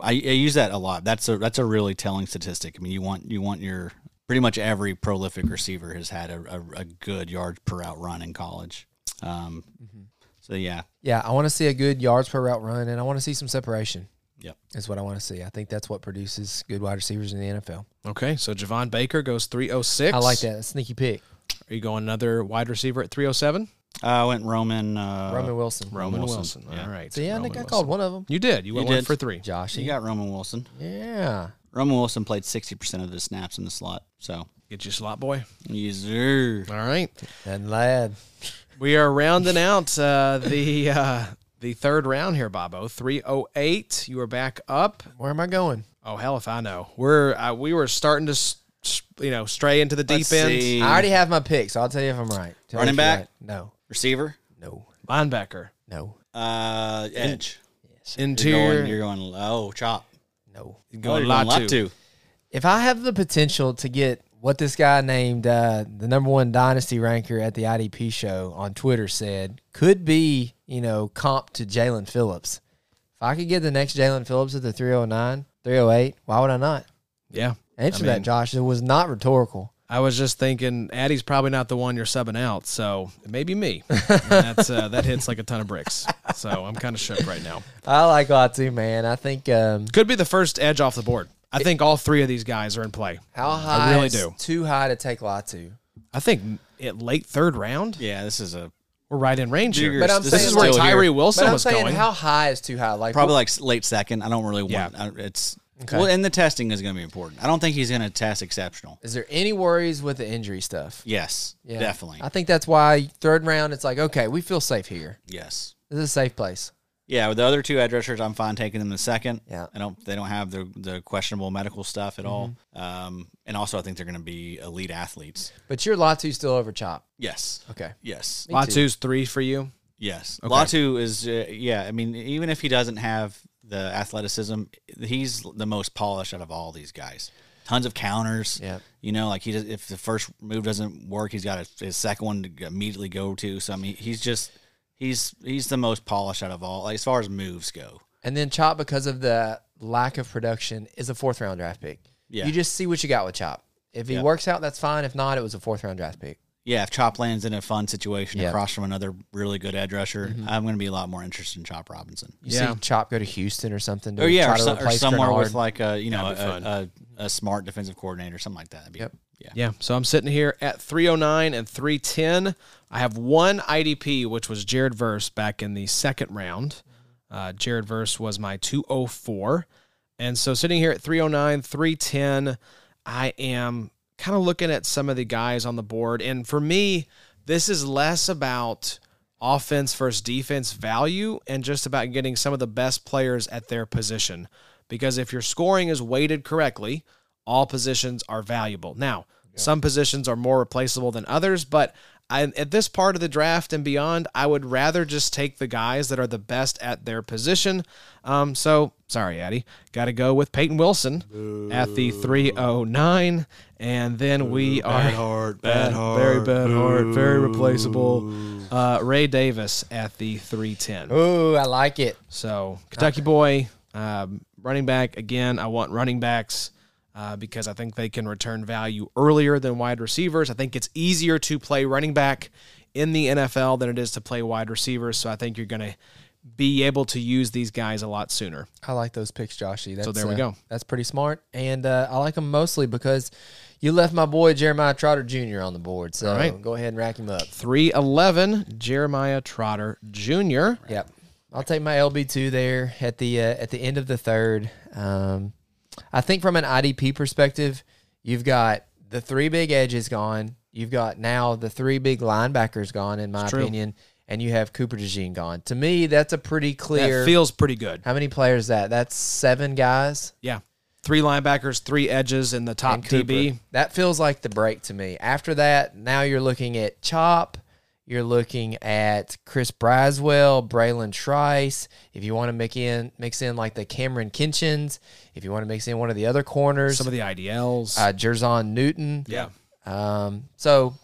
B: I, I use that a lot. That's a that's a really telling statistic. I mean, you want you want your pretty much every prolific receiver has had a, a, a good yards per out run in college. Um,
C: Mm-hmm.
B: So yeah,
C: Yeah, I want to see a good yards per route run, and I want to see some separation.
B: Yep.
C: is what I want to see. I think that's what produces good wide receivers in the NFL.
A: Okay, so Javon Baker goes 306.
C: I like that sneaky pick.
A: Are you going another wide receiver at 307?
B: I went Roman. Uh,
C: Roman Wilson.
A: Roman
B: Wilson,
A: Wilson.
B: yeah.
A: All right.
C: So yeah, I
A: Roman
C: think I
A: Wilson.
C: called one of them.
A: You did. You went one
B: did.
A: for three.
C: Josh.
B: You got Roman Wilson.
C: yeah.
B: Roman Wilson played sixty percent of the snaps in the slot. So
A: Get you slot boy.
B: yes, sir.
A: All right.
C: And lad.
A: We are rounding out uh, the uh, the third round here, Bobo. 308. You are back up.
C: Where am I going?
A: Oh hell if I know. We're uh, we were starting to s- s- you know stray into the deep
B: Let's
A: end.
B: see.
C: I already have my pick, so I'll tell you if I'm right. Tell me
B: Running
C: if you're
B: back?
C: right. No.
B: receiver
C: No.
A: Linebacker.
C: No.
B: uh, edge. You're
A: Interior.
B: going, you're going low chop.
C: No.
B: Oh,
A: going
B: you're going
A: Latu.
B: Latu.
C: If I have the potential to get what this guy named uh, the number one dynasty ranker at the IDP show on Twitter said could be, you know, comp to Jalen Phillips. If I could get the next Jalen Phillips at the 309, 308, why would I not?
A: Yeah.
C: Answer that, Josh. It was not rhetorical.
A: I was just thinking, Addy's probably not the one you're subbing out, so it may be me. And that's uh, that hits like a ton of bricks. So I'm kind of shook right now.
C: I like Latu, man. I think um,
A: Could be the first edge off the board. I think all three of these guys are in play.
C: how high
A: really
C: is
A: do.
C: too high to take Latu?
A: I think it late third round,
B: Yeah, this is a
A: we're right in range here.
B: But
C: I'm
A: this
C: saying
A: is where
B: still here.
A: Tyree
C: But
A: Wilson
C: I'm
A: was
C: saying
A: going.
C: how high is too high? Like
B: probably like s- late second. I don't really want. I, it's well, and the testing is going to be important. I don't think he's going to test exceptional.
C: Is there any worries with the injury stuff?
B: Yes,
C: Yeah.
B: definitely.
C: I think that's why third round, it's like, okay, we feel safe here.
B: yes,
C: This is a safe place.
B: yeah. With the other two edge rushers, I'm fine taking them the second.
C: Yeah.
B: I don't. They don't have the the questionable medical stuff at
C: Mm-hmm.
B: all. Um, and also I think they're going to be elite athletes.
C: But your Latu's still over chop.
B: Yes.
C: Okay.
B: Yes.
A: Latu's three for you.
B: Yes. Latu is. Uh, yeah. I mean, even if he doesn't have the athleticism, he's the most polished out of all these guys. Tons of counters.
C: Yep.
B: You know, like he does, if the first move doesn't work, he's got a, his second one to immediately go to. So I mean, he's just he's he's the most polished out of all like, as far as moves go.
C: And then Chop, because of the lack of production, is a fourth round draft pick.
B: Yeah.
C: You just see what you got with Chop. If he
B: Yeah.
C: works out, that's fine. If not, it was a fourth round draft pick.
B: Yeah, if Chop lands in a fun situation
C: Yeah.
B: across from another really good edge rusher, I'm going to be a lot more interested in Chop Robinson.
C: Mm-hmm. You
A: Yeah.
C: see Chop go to Houston or something to
B: Or Oh, yeah,
C: try
B: or,
C: to
B: so- or
C: replace
B: somewhere
C: Grenard.
B: with like a you know
A: That'd be
B: a, a, a smart defensive coordinator, something like that. That'd be-
C: Yep.
B: Yeah.
A: Yeah. So I'm sitting here at 309 and 310. I have one IDP, which was Jared Verse back in the second round. Uh, Jared Verse was my 204. And so sitting here at 309, 310, I am kind of looking at some of the guys on the board. And for me, this is less about offense versus defense value and just about getting some of the best players at their position. Because if your scoring is weighted correctly, all positions are valuable. Now, some positions are more replaceable than others, but I, at this part of the draft and beyond, I would rather just take the guys that are the best at their position. Um, so, sorry, Addy. Got to go with Peyton Wilson at the 309. And then we are. Bad
D: heart, bad heart,
A: Very bad heart. Very replaceable. Uh, Ray Davis at the 310.
D: Oh.
C: Ooh, I like it.
A: So Kentucky boy, um, running back again. I want running backs uh, because I think they can return value earlier than wide receivers. I think it's easier to play running back in the NFL than it is to play wide receivers. So I think you're going to be able to use these guys a lot sooner.
C: I like those picks, Joshy. That's,
A: there we
C: uh,
A: go.
C: That's pretty smart, and uh, I like them mostly because you left my boy Jeremiah Trotter Jr. on the board. So
A: right.
C: go ahead and rack him up.
A: 311 Jeremiah Trotter Jr.
C: Yep, I'll take my LB two there at the uh, at the end of the third. Um, I think from an IDP perspective, you've got the three big edges gone. You've got now the three big linebackers gone, in my
A: true.
C: opinion, and you have Cooper DeJean gone. To me, that's a pretty clear.
A: That feels pretty good.
C: how many players is that? That's seven guys.
A: Yeah. Three linebackers, three edges, and the top
C: and Cooper.
A: TB.
C: That feels like the break to me. After that, now you're looking at Chop. You're looking at Chris Braswell, Braylon Trice. If you want to mix in, mix in like the Cameron Kinchins. If you want to mix in one of the other corners,
A: Some of the IDLs.
C: uh, Jerzon Newton.
A: yeah.
C: Um. So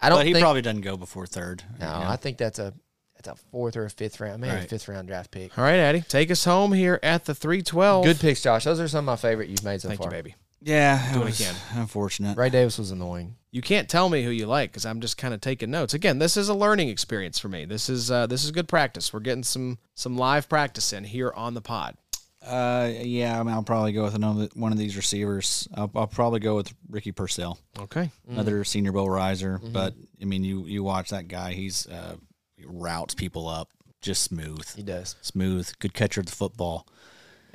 C: I don't
B: But he
C: think.
B: probably doesn't go before third.
C: no, I think that's a that's a fourth or a fifth round, maybe a
B: Right.
C: fifth round draft pick.
A: All right, Addy, take us home here at the 312.
C: Good picks, Josh. Those are some of my favorite you've made so
A: Thank
C: far.
A: you, baby.
B: Yeah,
A: Do
B: it
A: it
B: was
A: again.
B: unfortunate.
C: Ray Davis was annoying.
A: you can't tell me who you like because I'm just kind of taking notes. Again, this is a learning experience for me. This is uh, this is good practice. We're getting some some live practice in here on the pod.
B: Uh, yeah, I mean, I'll probably go with another one of these receivers. I'll, I'll probably go with Ricky Purcell,
A: Okay,
B: another Senior Bowl riser. But I mean, you you watch that guy; he's uh, he routes people up, just smooth,
C: He does.
B: smooth, good catcher of the football.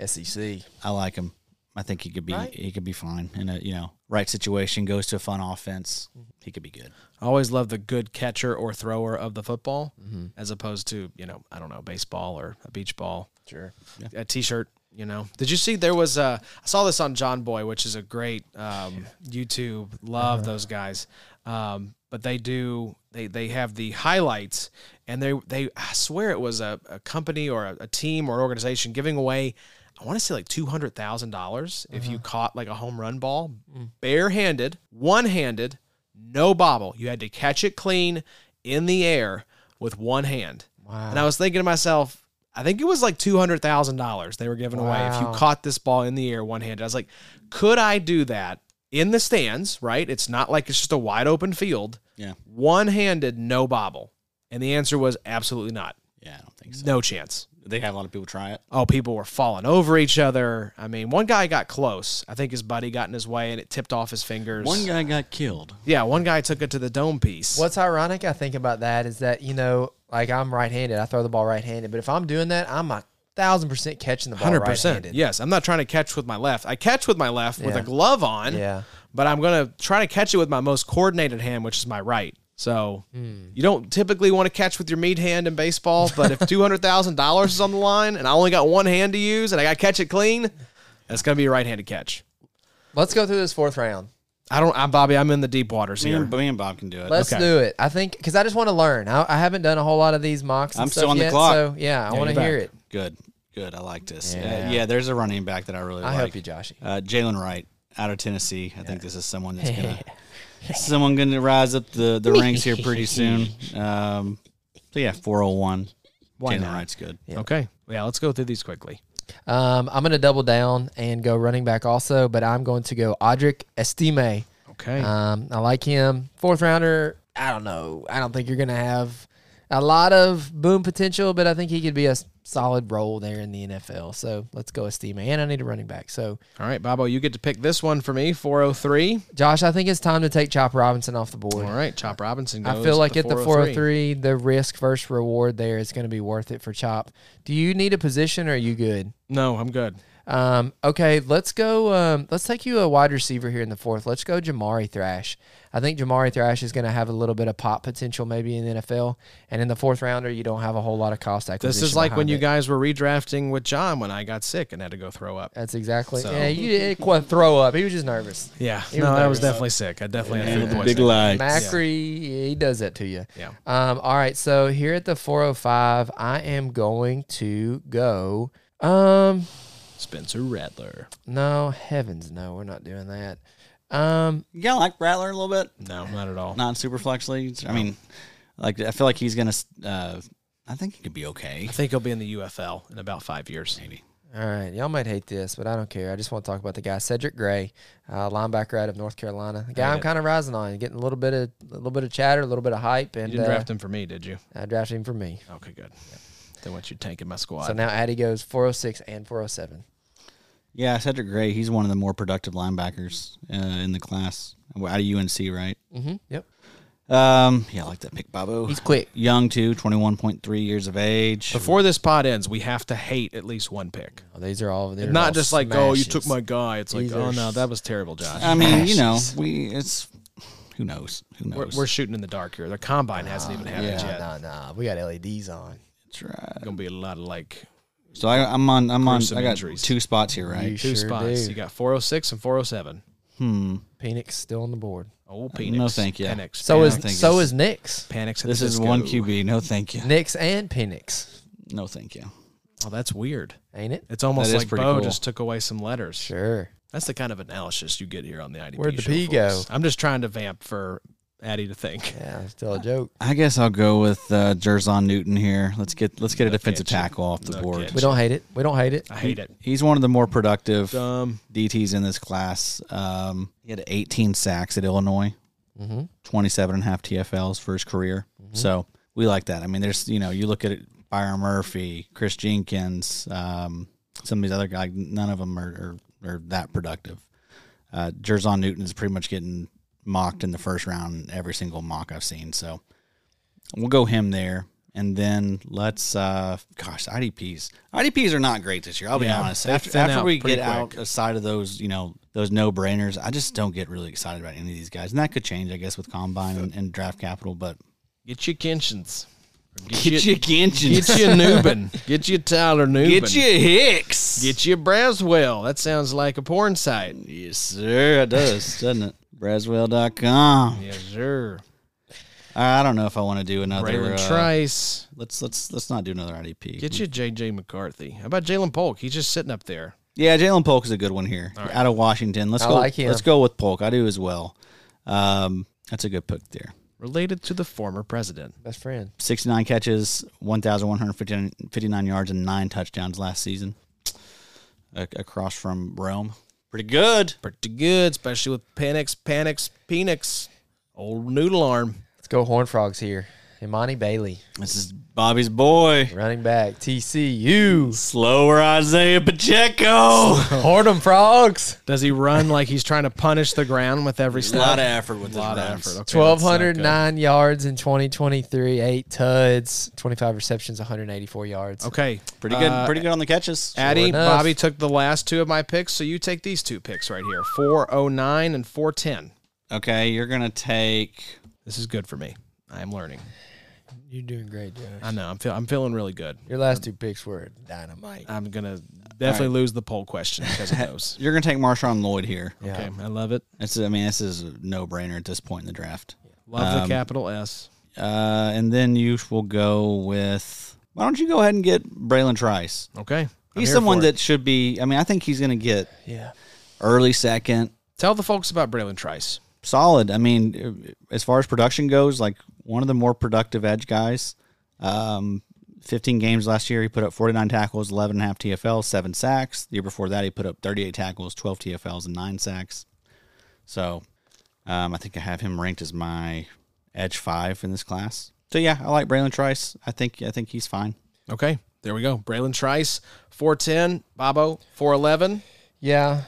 C: SEC.
B: I like him. I think he could be
A: Right.
B: he could be fine in a you know right situation. Goes to a fun offense, he could be good.
A: I always love the good catcher or thrower of the football, as opposed to you know I don't know baseball or a beach ball,
C: Sure.
A: a t-shirt. You know, did you see there was a? I saw this on John Boy, which is a great um, YouTube. Love those guys. Um, but they do they they have the highlights, and they they I swear it was a, a company or a, a team or organization giving away. I want to say like two hundred thousand dollars if you caught like a home run ball, barehanded, one handed, no bobble. You had to catch it clean in the air with one hand.
C: Wow.
A: And I was thinking to myself, I think it was like two hundred thousand dollars they were giving away if
C: Wow.
A: you caught this ball in the air one handed. I was like, could I do that in the stands? Right? It's not like it's just a wide open field.
B: Yeah,
A: One handed, no bobble. And the answer was absolutely not.
B: yeah, I don't think so.
A: No chance.
B: They have a lot of people try it.
A: Oh, people were falling over each other. I mean, one guy got close. I think his buddy got in his way and it tipped off his fingers.
B: One guy got killed.
A: yeah, one guy took it to the dome piece.
C: What's ironic, I think about that is that you know, like I'm right-handed, I throw the ball right-handed, but if I'm doing that, I'm a thousand percent catching the ball
A: Hundred percent.
C: right-handed.
A: Yes, I'm not trying to catch with my left. I catch with my left with
C: Yeah.
A: a glove on.
C: Yeah.
A: But I'm gonna try to catch it with my most coordinated hand, which is my right. So
C: Hmm.
A: you don't typically want to catch with your meat hand in baseball, but if two hundred thousand dollars is on the line and I only got one hand to use and I got to catch it clean, that's gonna be a right-handed catch.
C: Let's go through this fourth round.
A: I don't. I'm Bobby. I'm in the deep waters
B: Me
A: here.
B: and, me and Bob can do it.
C: Let's
A: Okay.
C: do it. I think because I just want to learn. I, I haven't done a whole lot of these mocks. And
B: I'm
C: stuff
B: still on the
C: yet,
B: clock.
C: So yeah, I want
A: you're
C: to hear
A: back.
C: it.
B: Good, good. I like this. Yeah,
C: Yeah.
B: yeah there's a running back that I really
C: I
B: like.
C: help you, Joshy.
B: Uh, Jalen Wright out of Tennessee. I think this is someone that's gonna someone gonna rise up the, the ranks here pretty soon. Um, so yeah, four hundred one. Jalen Wright's good.
A: Okay. Yeah. Let's go through these quickly.
C: Um, I'm going to double down and go running back also, but I'm going to go Audric Estime.
A: Okay.
C: Um, I like him. Fourth rounder. I don't know. I don't think you're gonna have a lot of boom potential, but I think he could be a s- solid role there in the NFL. So let's go with Steve. And I need a running back. So
A: All right, Bobo, you get to pick this one for me. Four oh three.
C: Josh, I think it's time to take Chop Robinson off the board.
A: All right. Chop Robinson. Goes
C: I feel like
A: to
C: at the 403, the risk versus reward there is going to be worth it for Chop. Do you need a position or are you good?
A: No, I'm good.
C: Um, okay, let's go. Um, let's take you a wide receiver here in the fourth. Let's go Jamari Thrash. I think Jamari Thrash is going to have a little bit of pop potential maybe in the NFL. And in the fourth rounder, you don't have a whole lot of cost
A: This
C: acquisition.
A: is like when
C: behind
A: you
C: it.
A: guys were redrafting with John when I got sick and had to go throw up.
C: That's exactly.
A: So-
C: Yeah, you it was throw up. He was just nervous.
A: Yeah,
C: He
A: no,
C: was
A: I was
C: nervous.
A: definitely sick. I definitely had
B: And
A: food
B: the big
A: poisoning.
B: lights.
C: Macri, he does that to you.
A: Yeah.
C: Um, all right, so here at the 405, I am going to go. Um,
A: Spencer Rattler.
C: no, heavens, no, we're not doing that. Um,
B: You kind of like Rattler a little bit,
A: No, not at all.
B: non super flex leagues. I mean, like I feel like he's gonna. Uh, I think he could be okay.
A: I think he'll be in the UFL in about five years.
B: Maybe.
C: all right, y'all might hate this, but I don't care. I just want to talk about the guy, Cedric Gray, uh, linebacker out of North Carolina. The guy
A: Hate
C: I'm
A: it.
C: kind of rising on, getting a little bit of a little bit of chatter, a little bit of hype,
A: You
C: and
A: didn't
C: uh,
A: draft him for me, did you?
C: I drafted him for me.
A: Okay, good. Then once you tank in my squad,
C: So now Addy goes 406 and 407.
B: Yeah, Cedric Gray. He's one of the more productive linebackers uh, in the class out of UNC, right?
C: Mm-hmm. Yep,
B: Um, yeah, I like that pick, Bobo.
C: he's quick.
B: young too, twenty one point three years of age.
A: before this pod ends, we have to hate at least one pick.
C: Oh, these are all these are all
A: Not just like, oh, you
C: smashes.
A: took my guy. It's like,
C: These
A: oh
C: are Uh,
A: no,
C: s-
A: that was terrible, Josh.
B: I mean, you know, we it's who knows, who knows.
A: We're, we're shooting in the dark here. The combine hasn't
C: Oh,
A: even happened
B: yeah.
A: yet.
C: Nah, nah, we got LEDs on.
B: That's right.
A: Gonna be a lot of like
B: So I, I'm on. I'm on.
A: Gruesome
B: I got
A: injuries.
B: two spots here, right?
C: You
A: two
C: sure
A: spots.
C: do.
A: You got 406 and 407.
B: Hmm.
C: Penix still on the board.
A: Oh,
B: Uh, no,
A: Penix.
B: thank you.
A: Penix.
C: So
B: Yeah, I
C: is
B: think
C: so
B: it's-
C: is Nix.
A: Panics.
B: This is one QB. No, thank you.
C: Nix and Penix,
B: No, thank you.
A: Oh, that's weird.
C: ain't it?
A: It's almost
B: That is
A: like
B: pretty
A: Bo
B: cool.
A: just took away some letters.
C: Sure.
A: That's the kind of analysis you get here on the IDP.
C: Where'd the
A: show,
C: pea
A: folks.
C: go?
A: I'm just trying to vamp for Addy to think.
C: Yeah, it's still a joke.
B: I guess I'll go with uh, Jerzon Newton here. Let's get let's get a
A: Look
B: defensive
A: at you.
B: tackle off the
A: Look
B: board.
A: at
C: We don't hate it. We don't hate it.
A: I hate it.
B: He's one of the more productive
A: Um,
B: DTs in this class. Um, he had 18 sacks at Illinois,
C: Mm-hmm.
B: 27 and a half TFLs for his career. So we like that. I mean, there's you know you look at it, Byron Murphy, Chris Jenkins, um, some of these other guys. None of them are are, are that productive. Uh, Jerzon Newton is pretty much getting mocked in the first round in every single mock I've seen. So we'll go him there. And then let's, uh, gosh, IDPs. IDPs are not great this year. I'll be
A: Yeah,
B: honest.
A: they
B: After,
A: thin
B: after
A: out
B: we
A: pretty
B: get out
A: quick.
B: aside of those, you know, those no brainers, I just don't get really excited about any of these guys. And that could change, I guess, with combine and, and draft capital. But
A: get your Kinchins. Get,
B: get
A: your
B: you Genshin.
A: get your Newbin. Get your Tyler Newbin.
B: Get you Hicks.
A: Get your Braswell. That sounds like a porn site.
B: yes, sir. It does, doesn't it? Braswell.com.
A: Yes, sir.
B: I don't know if I want to do another.
A: Braylon
B: Uh,
A: Trice.
B: let's let's let's not do another IDP.
A: Get you JJ McCarthy. How about Jalen Polk? He's just sitting up there.
B: Yeah, Jalen Polk is a good one here out of Washington. Let's
C: I
B: go.
C: like him.
B: Let's go with Polk. I do as well. Um, that's a good pick there.
A: Related to the former president.
C: Best friend.
B: 69 catches, 1,159 yards, and nine touchdowns last season. A- across from Rome, pretty good.
A: Pretty good, especially with Penix, Penix, Penix. Old noodle arm.
C: Let's go Horn Frogs here. Imani Bailey,
B: This is Bobby's boy,
C: running back, TCU.
B: slower Isaiah Pacheco.
C: Horn Frogs.
A: Does he run like he's trying to punish the ground with every
B: A
A: step?
B: lot of effort with this
A: lot of
B: runs.
A: effort. Okay,
C: Twelve
A: that's not
C: hundred
A: good.
C: nine yards in twenty twenty three. Eight tuds. Twenty five receptions. One hundred eighty four yards.
A: Okay,
B: Pretty good.
A: Uh,
B: pretty good on the catches.
A: Addy,
C: enough.
A: Bobby took the last two of my picks, so you take these two picks right here 409 and 410.
B: Okay, you're gonna take.
A: This is good for me. I am learning.
C: You're doing great, Josh.
A: I know. I'm, feel, I'm feeling really good.
C: Your last two picks were dynamite.
A: I'm going to definitely lose the poll question because of those.
B: You're gonna take Marshawn Lloyd here.
C: Yeah.
A: Okay, I love it.
B: It's, I mean, this is a no brainer at this point in the draft.
A: Love
B: Um,
A: the capital S.
B: Uh, and then you will go with. Why don't you go ahead and get Braylon Trice?
A: Okay. I'm
B: He's
A: here
B: someone
A: for it.
B: that should be. I mean, I think he's going to get
C: Yeah.
B: early second,
A: Tell the folks about Braylon Trice.
B: solid. I mean, as far as production goes, like one of the more productive edge guys. Um, 15 games last year, he put up 49 tackles, 11 and a half TFLs, seven sacks. The year before that, he put up 38 tackles, 12 TFLs, and nine sacks. So, um, I think I have him ranked as my edge five in this class. So yeah, I like Braylon Trice. I think I think he's fine.
A: Okay, there we go. Braylon Trice, 410. Bobo, 411.
C: Yeah.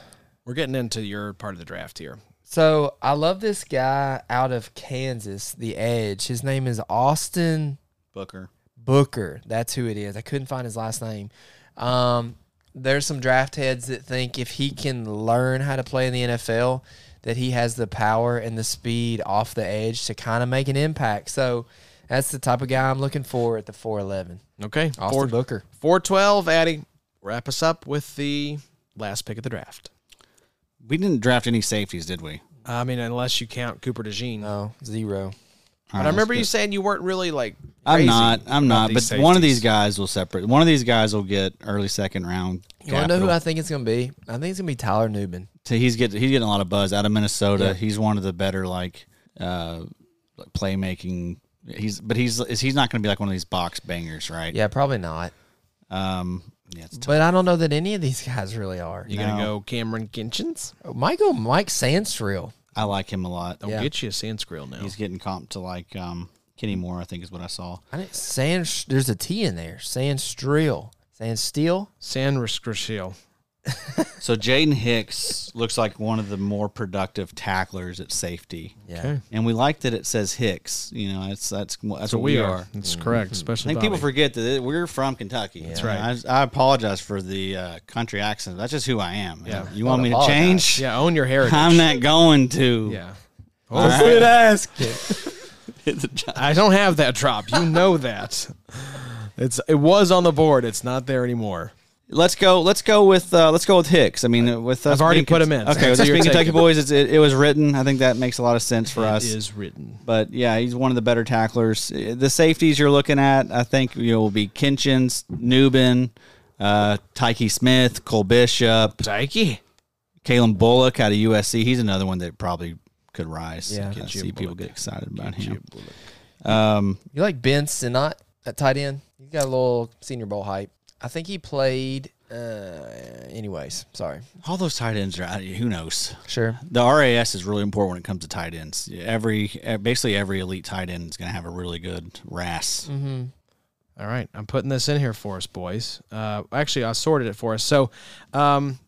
A: We're getting into your part of the draft here.
C: So I love this guy out of Kansas, the Edge. His name is Austin
B: Booker.
C: Booker. That's who it is. I couldn't find his last name. Um, there's some draft heads that think if he can learn how to play in the NFL, that he has the power and the speed off the edge to kind of make an impact. So that's the type of guy I'm looking for at the 411.
A: Okay.
C: Austin
A: Four,
C: Booker.
A: 412, Addy. Wrap us up with the last pick of the draft.
B: We didn't draft any safeties, did we?
A: I mean, unless you count Cooper DeJean.
B: Uh,
C: No, Oh, zero.
A: But I remember you saying you weren't really like.
B: I'm
A: crazy
B: not. I'm
A: about
B: not. But
A: these
B: one of
A: safeties.
B: these guys will separate. One of these guys will get early second round.
C: You want to know who
B: capital.
C: I think it's going to be? I think it's going to be Tyler Newbin.
B: So he's getting he's getting a lot of buzz out of Minnesota. He's one of the better like uh like playmaking. He's but he's is he's not going to be like one of these box bangers, right?
C: Yeah, probably not.
B: Um. Yeah. It's tough.
C: But I don't know that any of these guys really are. Oh,
A: You going to
B: No.
A: go Cameron Kinchins?
C: Michael Mike Sandstrill.
B: I like him a lot.
A: I'll
C: Yeah.
A: get you a sand squirrel now.
B: He's getting comped to like um Kenny Moore. I think is what I saw.
C: I didn't Sand. There's a T in there. Sandstrill. Sandsteel.
A: San Rascrashiel.
B: So Jaden Hicks looks like one of the more productive tacklers at safety.
C: Yeah.
B: And we like that it says Hicks. You know, that's that's that's what we are.
A: That's correct. Especially
B: I think people
A: Bobby.
B: forget that it- we're from Kentucky. That's
A: right.
B: I, I apologize for the uh, country accent. That's just who I am.
A: Yeah.
B: You want me to
C: apologize.
B: change?
A: Yeah, own your heritage.
B: I'm not going to.
A: yeah. Oh,
B: All right.
C: ask.
B: It's a job.
A: I don't have that drop. You know that. It's it was on the board. It's not there anymore.
B: let's go. Let's go with. Uh, let's go with Hicks. I mean, with us
A: I've already
B: being
A: put
B: Kent-
A: him in.
B: Okay, with
A: So
B: us
A: you're
B: being Kentucky
A: taking-
B: boys, it's, it, it was written. I think that makes a lot of sense for us.
A: Is written.
B: But yeah, he's one of the better tacklers. The safeties you're looking at, I think you know, will be Kinchins, Newbin, uh, Tyke Smith, Cole Bishop,
A: Dikey.
B: Kalen Bullock out of USC. He's another one that probably could rise.
C: Yeah.
B: I
A: Get you,
B: see people
A: Bullock.
B: get excited about him. Um,
C: You like Ben Sinnott at tight end? He's got a little Senior Bowl hype. I think he played. Uh, anyways, sorry.
B: all those tight ends are out. Who knows?
C: Sure.
B: The RAS is really important when it comes to tight ends. Every e, basically every elite tight end is going to have a really good RAS.
A: Mm-hmm. All right, I'm putting this in here for us, boys. Uh, actually, I sorted it for us. So, um,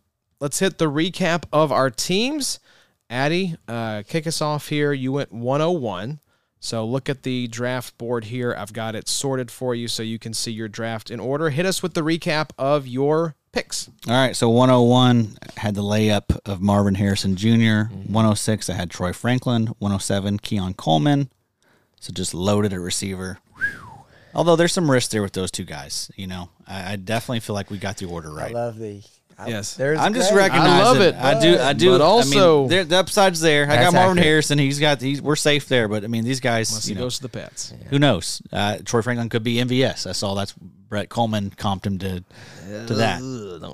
A: let's hit the recap of our teams. Addy, uh, kick us off here. You went 101. So look at the draft board here. I've got it sorted for you so you can see your draft in order. Hit us with the recap of your picks.
B: All right, so 101 had the layup of Marvin Harrison junior
A: Mm-hmm.
B: 106, I had Troy Franklin. 107, Keon Coleman. So just loaded at receiver. Although there's some risk there with those two guys. You know, I, I definitely feel like we got the order right.
C: love the.
A: Yes.
C: There's
B: I'm just
C: great.
B: recognizing.
A: I love it.
B: I do. I do.
A: But
B: I
A: also-
B: mean, there- the upside's there. I
C: That's
B: got Marvin
C: accurate.
B: Harrison. He's got. He's, we're safe there. But I mean, these guys.
A: Unless
B: you
A: he
B: know,
A: goes to the Pats.
B: who knows? Uh, Troy Franklin could be MVS. I saw that's Brett Coleman comped him to to that.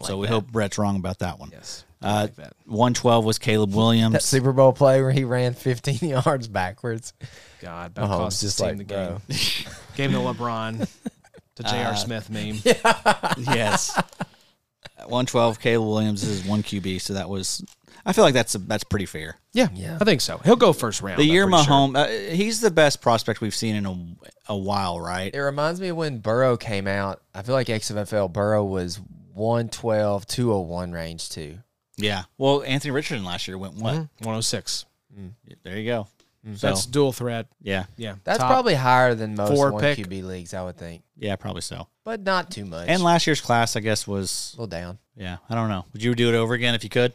B: so we hope Brett's wrong about that one.
A: Yes.
B: Uh,
A: like that.
B: 112 was Caleb Williams.
C: That Super Bowl play where he ran 15 yards backwards.
A: God, that
C: Mahomes
A: cost his
C: Oh, Uh-huh.
A: team
C: just like, uh,
A: the game.
C: bro.
A: Game the LeBron to J.R.
B: Uh,
A: Smith meme.
B: yes. 112 Caleb Williams is one QB, so that was. I feel like that's that's pretty fair.
A: Yeah,
C: Yeah.
A: I think so. He'll go first round.
B: The year
A: I'm pretty sure.
B: Mahomes, uh, he's the best prospect we've seen in a, a while, right?
C: It reminds me of when Burrow came out. I feel like XFL Burrow was 112, 201 range too.
B: Yeah. Well, Anthony Richardson last year went what?
A: Mm-hmm. 106.
B: There you go. So
A: That's dual threat.
B: yeah,
A: Yeah,
C: That's
A: top.
C: probably higher than most
A: four
C: one
A: pick.
C: QB leagues, I would think,
B: yeah, probably so.
C: but not too much.
B: And last year's class, I guess, was
C: a little down.
B: yeah. I don't know. Would you do it over again if you could?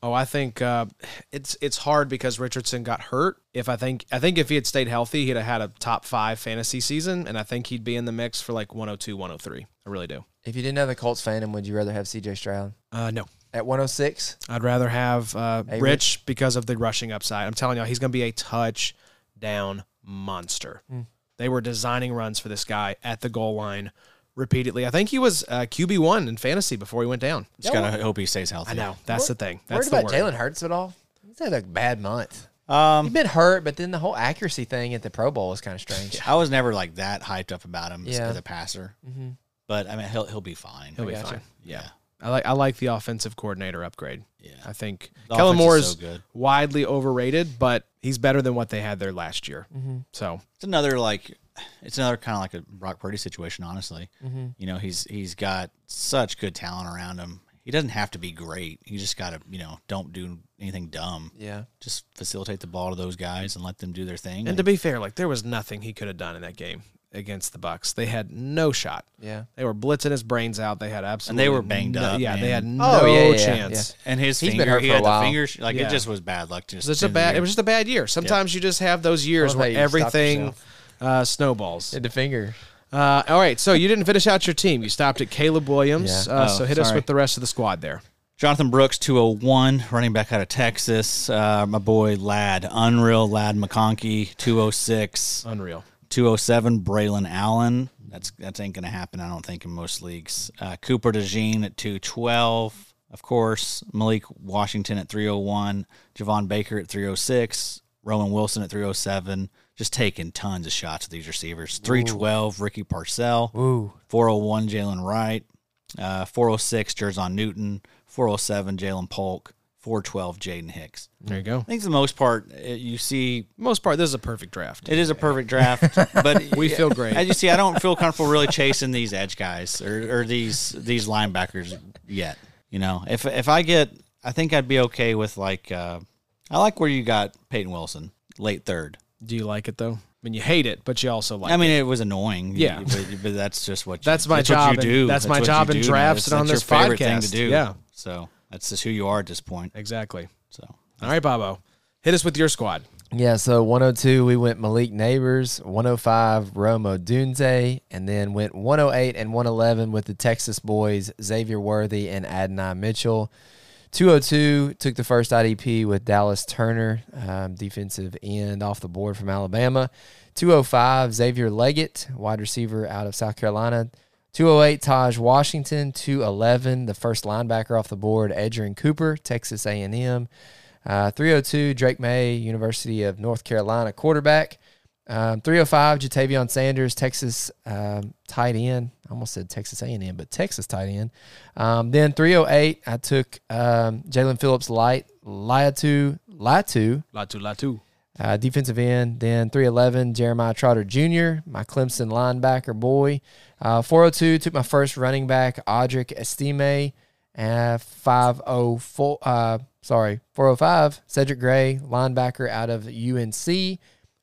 A: Oh, I think uh, it's it's hard because Richardson got hurt. If I think I think if he had stayed healthy, he'd have had a top five fantasy season, and I think he'd be in the mix for like 102, 103. I really do.
C: If you didn't have the Colts fandom, would you rather have CJ Stroud
A: Uh, no,
C: at 106?
A: I'd rather have uh,
C: Hey,
A: Rich because of the rushing upside. I'm telling y'all, he's going to be a touchdown monster.
B: Hmm.
A: They were designing runs for this guy at the goal line repeatedly. I think he was uh, QB one in fantasy before he went down.
B: Just gotta hope he stays healthy.
A: I know that's the thing. That's
C: Worried
A: the
C: about
A: word.
C: Jalen Hurts at all? He's had a bad month.
B: Um,
C: He's been hurt, but then the whole accuracy thing at the Pro Bowl was kind of strange.
B: I was never like that hyped up about him
C: Yeah.
B: as a passer, but I mean, he'll he'll be fine.
A: Mm-hmm. He'll be
C: gotcha.
A: fine.
B: yeah.
A: I like I like the offensive coordinator upgrade.
B: Yeah.
A: I think
B: The
A: Kellen
B: offense
A: Moore
B: is
A: is
B: so good.
A: widely overrated, but he's better than what they had there last year.
B: Mm-hmm.
A: So
B: It's another like, it's another kind of like a Brock Purdy situation. Honestly,
A: Mm-hmm.
B: you know, he's he's got such good talent around him. He doesn't have to be great. You just gotta, you know, don't do anything dumb.
C: Yeah.
B: Just facilitate the ball to those guys and let them do their thing.
A: and to be fair, like there was nothing he could have done in that game. against the Bucks. They had no shot.
C: Yeah.
A: They were blitzing his brains out. They had absolutely
B: were banged
A: no-
B: up,
A: Yeah, they
B: man.
A: had no
C: Oh, yeah, yeah, yeah,
A: chance.
B: And his
C: He's been
B: finger,
C: hurt
B: he
C: for a
B: had the
C: while.
B: fingers. Like
A: Yeah.
B: it just was bad luck. Just
A: It was just a
B: end of the
A: bad.
B: year.
A: It was just a bad year. Sometimes you just have those years
C: love
A: where
C: how you stopped
A: everything
C: yourself.
A: uh, snowballs.
C: Did the finger.
A: Uh, all right, so you didn't finish out your team. You stopped at Caleb Williams.
C: Yeah.
A: Uh,
B: Oh,
A: so hit us
B: sorry.
A: with the rest of the squad there.
B: Jonathan Brooks, 201, running back out of Texas. Uh, my boy Lad, unreal Lad McConkey, 206.
A: Unreal.
B: 207, Braylon Allen. That's That ain't going to happen, I don't think, in most leagues. Uh, Cooper DeJean at 212. Of course, Malik Washington at 301, Javon Baker at 306, Roman Wilson at 307. Just taking tons of shots at these receivers. 312, Ricky Parcell.
C: Ooh.
B: 401 Jalen Wright, uh, 406 Jerzon Newton, 407 Jalen Polk, 412 Jaden Hicks.
A: There you go.
B: I think for the most part, uh, you see
A: Most part, this is a perfect draft.
B: it is a perfect draft, but
A: We feel great.
B: As you see, I don't feel comfortable really chasing these edge guys or, or these these linebackers yet. You know, if if I get, I think I'd be okay with like, uh, I like where you got Peyton Wilson late third.
A: Do you like it though? I mean, you hate it, but you also like.
B: I
A: it.
B: mean, it was annoying.
A: Yeah.
B: but, but that's just what. You,
A: That's my
B: what
A: job and- that's my
B: what
A: job
B: you
A: in
B: do.
A: drafts
B: That's-
A: and on
B: that's
A: this
B: your favorite thing to
A: podcast.
B: do.
A: Yeah.
B: So that's just who you are at this point.
A: exactly.
B: So
A: All right, Bobo, hit us with your squad.
C: Yeah, so 102, we went Malik Neighbors, 105, Romo Dunze, and then went 108 and 111 with the Texas boys, Xavier Worthy and Adonai Mitchell. 202 took the first IDP with Dallas Turner, um, defensive end off the board from Alabama. 205, Xavier Leggett, wide receiver out of South Carolina. 208, Taj Washington. 211, the first linebacker off the board, Edgerrin Cooper, Texas A&M. Uh, 302, Drake May, University of North Carolina quarterback. Um, 305, Jatavion Sanders, Texas um, tight end. I almost said Texas A&M, but Texas tight end. Um, then 308, I took um, Jalen Phillips Light, Liatu, Latu,
A: Latu Latu.
C: uh, defensive end. Then 311, Jeremiah Trotter Jr., my Clemson linebacker boy. Uh, 402, took my first running back, Audric Estime. Uh, 504, uh, sorry, 405, Cedric Gray, linebacker out of UNC.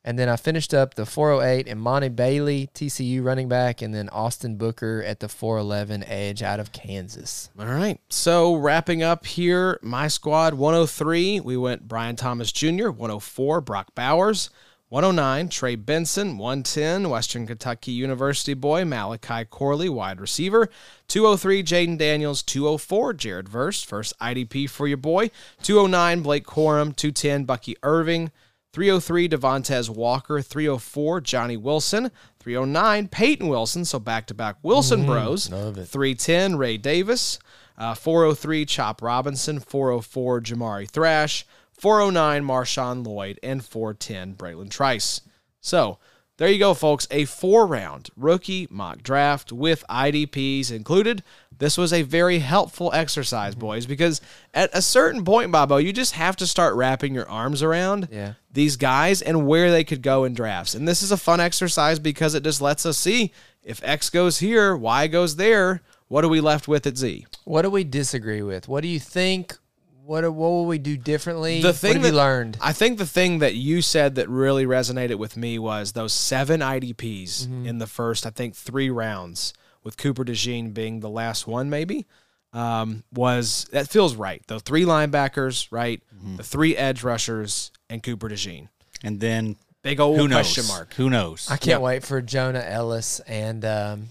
C: And then I finished up the 408 and Monty Bailey, TCU running back, and then Austin Booker at the 411 edge out of Kansas.
A: All right. So wrapping up here, my squad 103. We went Brian Thomas Jr., 104, Brock Bowers, 109, Trey Benson, 110, Western Kentucky University boy, Malachi Corley, wide receiver, 203, Jaden Daniels, 204, Jared Verse, first IDP for your boy, 209, Blake Corum, 210, Bucky Irving, 303 Devontae oh Walker, 304 Johnny Wilson, 309 Peyton Wilson, so back to back Wilson Bros, 310 Ray Davis, uh, 403 Chop Robinson, 404 Jamari Thrash, 409 Marshawn Lloyd, and 410 Braylon Trice. So there you go, folks. A four round rookie mock draft with IDPs included. This was a very helpful exercise, boys, because at a certain point, Bobo, you just have to start wrapping your arms around
C: Yeah.
A: these guys and where they could go in drafts. And this is a fun exercise because it just lets us see if X goes here, Y goes there, what are we left with at Z?
C: What do we disagree with? What do you think? What, what will we do differently?
A: The thing
C: what have
A: that
C: you learned?
A: I think the thing that you said that really resonated with me was those seven IDPs
C: Mm-hmm.
A: in the first, I think, three rounds, with Cooper DeJean being the last one, maybe. Um, was that feels right? The three linebackers, right?
C: Mm-hmm.
A: The three edge rushers, and Cooper DeJean.
B: and then
A: Big old
B: who knows?
A: question mark.
B: Who knows?
C: I can't wait for Jonah Ellis and um,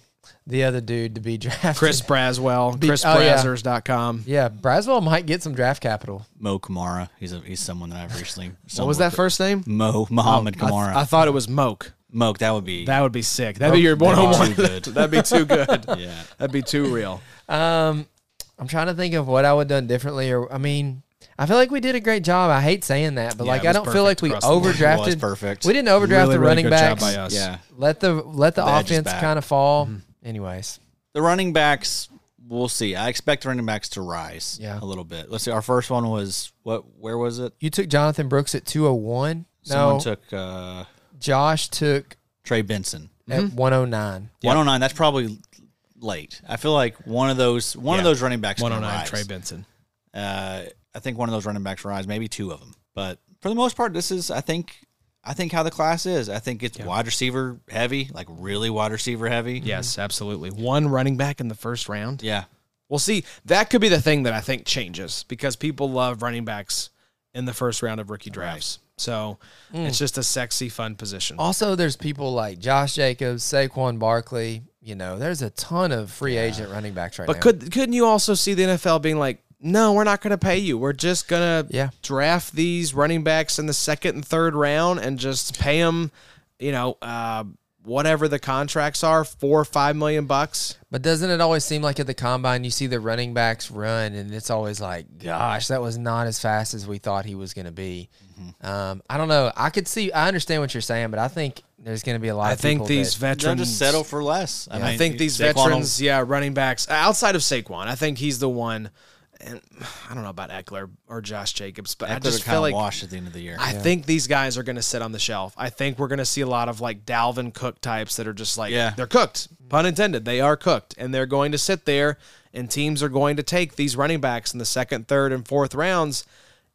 C: the other dude to be drafted.
A: Chris Braswell,
C: oh, yeah.
A: chrisbrazzers.com.
C: Yeah, Braswell might get some draft capital.
B: Mo Kamara. He's a, he's someone that I've recently.
A: What was that first name?
B: Mo Muhammad Kamara.
A: Oh, I thought it was Moke.
B: Moke. That would be.
A: That would be sick. That'd be your one on
B: that'd
A: one.
B: be too good.
A: That'd be too good.
B: yeah.
A: That'd be too real.
C: Um, I'm trying to think of what I would have done differently. Or I mean, I feel like we did a great job. I hate saying that, but
A: Yeah,
C: like
A: it
C: I
A: was
C: don't feel like
A: perfect
C: we
A: across the board.
C: overdrafted.
B: Was perfect.
C: We didn't overdraft
A: Really,
C: the
A: really
C: running
A: good job
C: backs.
A: by us.
B: Yeah.
C: Let the let the,
B: The edges
C: offense
B: back.
C: kind of fall.
A: Mm-hmm.
C: Anyways,
B: the running backs we'll see i expect running backs to rise
C: Yeah.
B: a little bit let's see our first one was what where was it
C: you took Jonathan Brooks at 201.
B: someone
C: no,
B: took uh
C: Josh took
B: trey benson
A: Mm-hmm.
C: at 109.
B: 109 that's probably late i feel like one of those one of
A: Yeah.
B: those running backs
A: 109
B: 109
A: Trey
B: rise.
A: Benson.
B: uh i think one of those running backs rise maybe two of them but for the most part this is i think I think how the class is. I think it's wide receiver heavy, like really wide receiver heavy.
A: Yes, absolutely. One running back in the first round.
B: Yeah.
A: We'll see. That could be the thing that I think changes because people love running backs in the first round of rookie drafts. So it's just a sexy, fun position.
C: Also, there's people like Josh Jacobs, Saquon Barkley. You know, there's a ton of free agent running backs right
A: But
C: now.
A: could couldn't you also see the NFL being like, no, we're not going to pay you. We're just going to
C: Yeah.
A: draft these running backs in the second and third round and just pay them, you know, uh, whatever the contracts are, four or five million bucks.
C: But doesn't it always seem like at the combine you see the running backs run, and it's always like, gosh, that was not as fast as we thought he was going to be.
A: Mm-hmm.
C: Um, I don't know. I could see. I understand what you're saying, but I think there's going to be a lot.
A: I
C: of
A: think
C: people
A: these
C: that-
B: They'll
A: veterans
B: just settle for less.
A: I think these
B: Saquon will-
A: veterans, yeah, running backs outside of Saquon, I think he's the one. And I don't know about Eckler or Josh Jacobs, but I
B: Eckler
A: just
B: kind
A: feel
B: of
A: like
B: washed at the end of the year.
A: I think these guys are going to sit on the shelf. I think we're going to see a lot of like Dalvin Cook types that are just like
B: Yeah.
A: they're cooked, pun intended. They are cooked, and they're going to sit there, and teams are going to take these running backs in the second, third, and fourth rounds,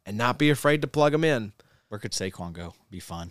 A: and not be afraid to plug them in.
B: Where could Saquon go? Be fun.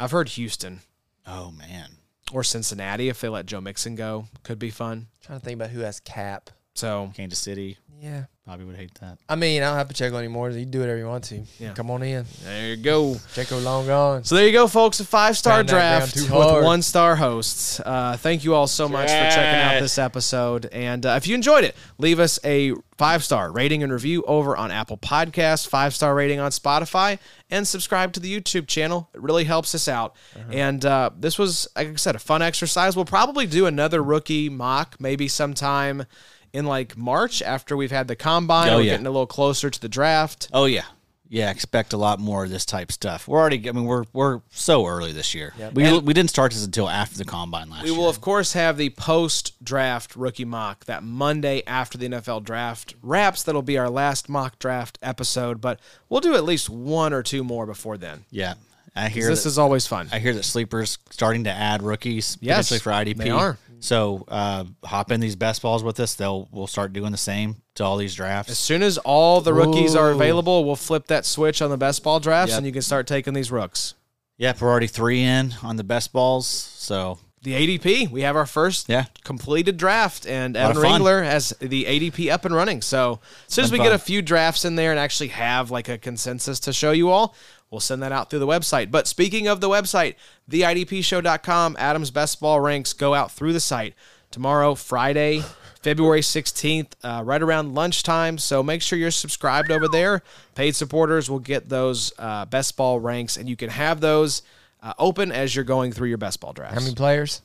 A: I've heard Houston
B: Oh man.
A: or Cincinnati if they let Joe Mixon go could be fun.
C: trying to think about who has cap.
A: So
B: Kansas City.
C: Yeah.
B: Bobby would hate that.
C: I mean, I don't have Pacheco anymore. You do whatever you want to.
A: Yeah.
C: Come on in.
A: there you go.
C: Pacheco long gone.
A: So there you go, folks. A five star
C: Round that round
A: draft
C: too
A: with
C: hard.
A: one star hosts. Uh, thank you all so much for checking out this episode. And uh, if you enjoyed it, leave us a five star rating and review over on Apple Podcasts, five star rating on Spotify, and subscribe to the YouTube channel. It really helps us out. And uh, this was, like I said, a fun exercise. We'll probably do another rookie mock maybe sometime in like March after we've had the combine.
B: Oh,
A: We're
B: yeah.
A: getting a little closer to the draft.
B: Oh yeah. Yeah, expect a lot more of this type stuff. We're already I mean we're we're so early this year. We we didn't start this until after the combine last
A: We
B: year.
A: will, of course, have the post draft rookie mock that Monday after the NFL draft wraps. That'll be our last mock draft episode, but we'll do at least one or two more before then.
B: Yeah. I hear
A: This
B: that-
A: is always fun.
B: I hear that sleepers starting to add rookies
A: Yes,
B: potentially for IDP.
A: they are.
B: So uh, hop in these best balls with us. They'll we'll start doing the same to all these
A: As
B: drafts.
A: soon as all the rookies are
C: Ooh.
A: available, we'll flip that switch on the best ball drafts
B: Yep.
A: and you can start taking these rooks.
B: Yep, we're already three in on the best balls. So
A: The ADP, we have our first
B: Yeah.
A: completed draft, and
B: lot
A: Evan
B: of fun.
A: Ringler has the ADP up and running. So as soon as we
B: Been
A: get a
B: fun.
A: few drafts in there and actually have like a consensus to show you all, we'll send that out through the website. But speaking of the website, theidpshow.com, Adam's best ball ranks go out through the site tomorrow, Friday, February 16th, uh, right around lunchtime. So make sure you're subscribed over there. Paid supporters will get those uh, best ball ranks, and you can have those uh, open as you're going through your best ball drafts.
C: How many players?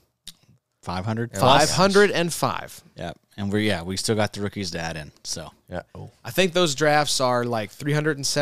B: five hundred.
A: Five hundred and five.
B: Yep. And we're yeah, we still got the rookies to add in. So
C: Yeah. Oh.
A: I think those drafts are like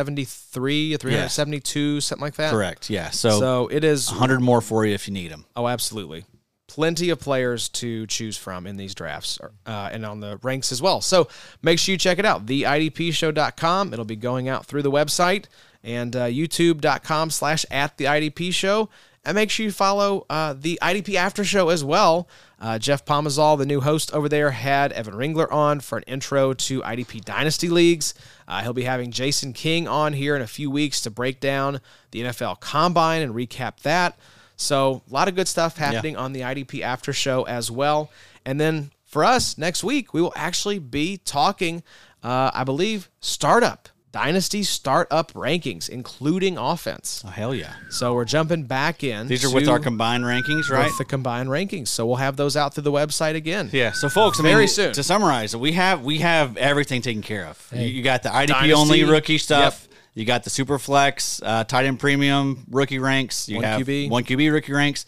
A: 373 or 372, something like that.
B: correct. Yeah. So,
A: So it is.
B: hundred more for you if you need them.
A: Oh, absolutely. Plenty of players to choose from in these drafts uh, and on the ranks as well. So make sure you check it out. TheIDPShow.com. It'll be going out through the website and uh, YouTube.com slash at the IDP show. And make sure you follow uh, the IDP After Show as well. Uh, Jeff Pomazal, the new host over there, had Evan Ringler on for an intro to IDP Dynasty Leagues. Uh, he'll be having Jason King on here in a few weeks to break down the NFL Combine and recap that. So a lot of good stuff happening on the IDP After Show as well. And then for us next week, we will actually be talking, uh, I believe, startup dynasty startup rankings, including offense.
B: Oh hell yeah.
A: So we're jumping back in.
B: These are with our
A: to-
B: combined
A: with
B: rankings, right?
A: the combined rankings. So we'll have those out through the website again.
B: Yeah. So, folks, I
A: Very
B: mean,
A: soon.
B: To summarize, we have we have everything taken care of. You, you got the IDP
A: Dynasty.
B: only rookie stuff. You got the super flex, uh, tight end premium rookie ranks. You
A: One
B: have
A: QB.
B: one QB rookie ranks,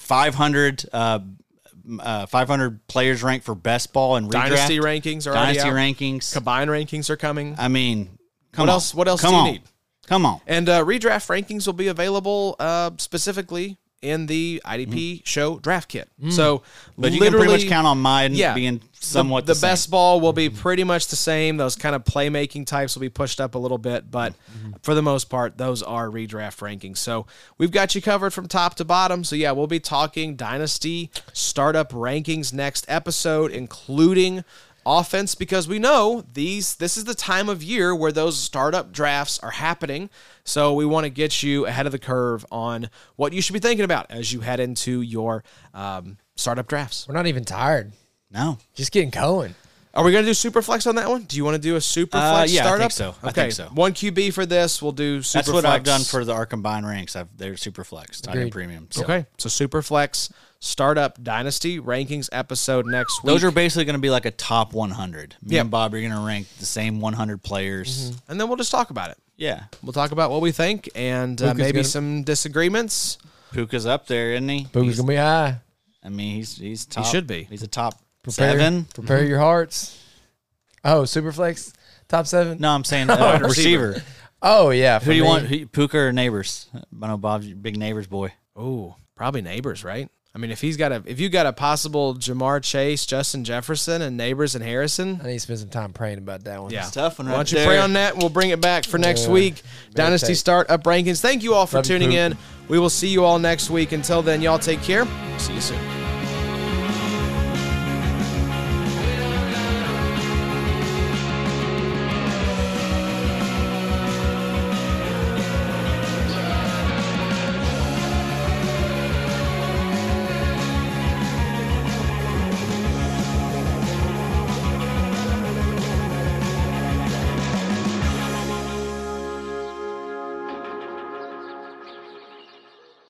B: five hundred. Uh, uh, 500 players ranked for best ball and redraft.
A: Dynasty rankings are already
B: dynasty Uh,
A: out.
B: rankings.
A: Combined rankings are coming.
B: I mean, come
A: What
B: on.
A: else- what else
B: Come
A: do you
B: on.
A: need?
B: Come on.
A: And uh, redraft rankings will be available uh, specifically in the IDP show draft kit. So
B: Mm-hmm. Mm. But you can
A: literally
B: pretty much count on mine
A: yeah,
B: being
A: the-
B: somewhat
A: the,
B: the,
A: best ball will be pretty much the same. Those kind of playmaking types will be pushed up a little bit, but for the most part, those are redraft rankings. So we've got you covered from top to bottom. So yeah, we'll be talking dynasty startup rankings next episode, including offense because we know these this is the time of year where those startup drafts are happening. So we want to get you ahead of the curve on what you should be thinking about as you head into your um, startup drafts.
C: We're not even tired.
B: No.
C: Just getting going.
A: Are we going to do super flex on that one? Do you want to do a super
B: Uh,
A: flex
B: yeah, I
A: startup?
B: think so. I
A: Okay.
B: think so.
A: One QB for this. We'll do super
B: That's what
A: flex.
B: I've done for the, our combined ranks. I've, they're super flexed. I do
C: Agreed.
B: premium. So.
A: Okay. So super flex startup dynasty rankings episode next week.
B: Those are basically going to be like a top 100. Me and Bob are going to rank the same 100 players.
A: and then we'll just talk about it.
B: Yeah.
A: We'll talk about what we think and uh,
C: Luca's
A: maybe
C: gonna-
A: some disagreements.
B: Puka's up there, isn't he?
C: Booger's gonna be high.
B: I mean, he's he's top.
A: should be.
B: He's a top
C: Prepare,
B: seven. Mm-hmm.
C: Prepare your hearts. Oh, Superflex, top seven.
B: No, I'm saying uh, receiver.
C: Oh yeah.
B: Who do you want? Who, Puka or neighbors? I know Bob's your big neighbors boy.
A: Oh, probably neighbors, right? I mean, if he's got a, if you got a possible Jamar Chase, Justin Jefferson, and neighbors and Harrison,
C: I need to spend some time praying about that one.
A: yeah,
B: tough one
A: Why
B: right
A: don't you
B: there.
A: pray on that? We'll bring it back for next week. Dynasty
C: take.
A: Startup Rankings. Thank you all for
C: Love you,
A: tuning
C: Poop.
A: in. We will see you all next week. Until then, y'all take care. See you soon.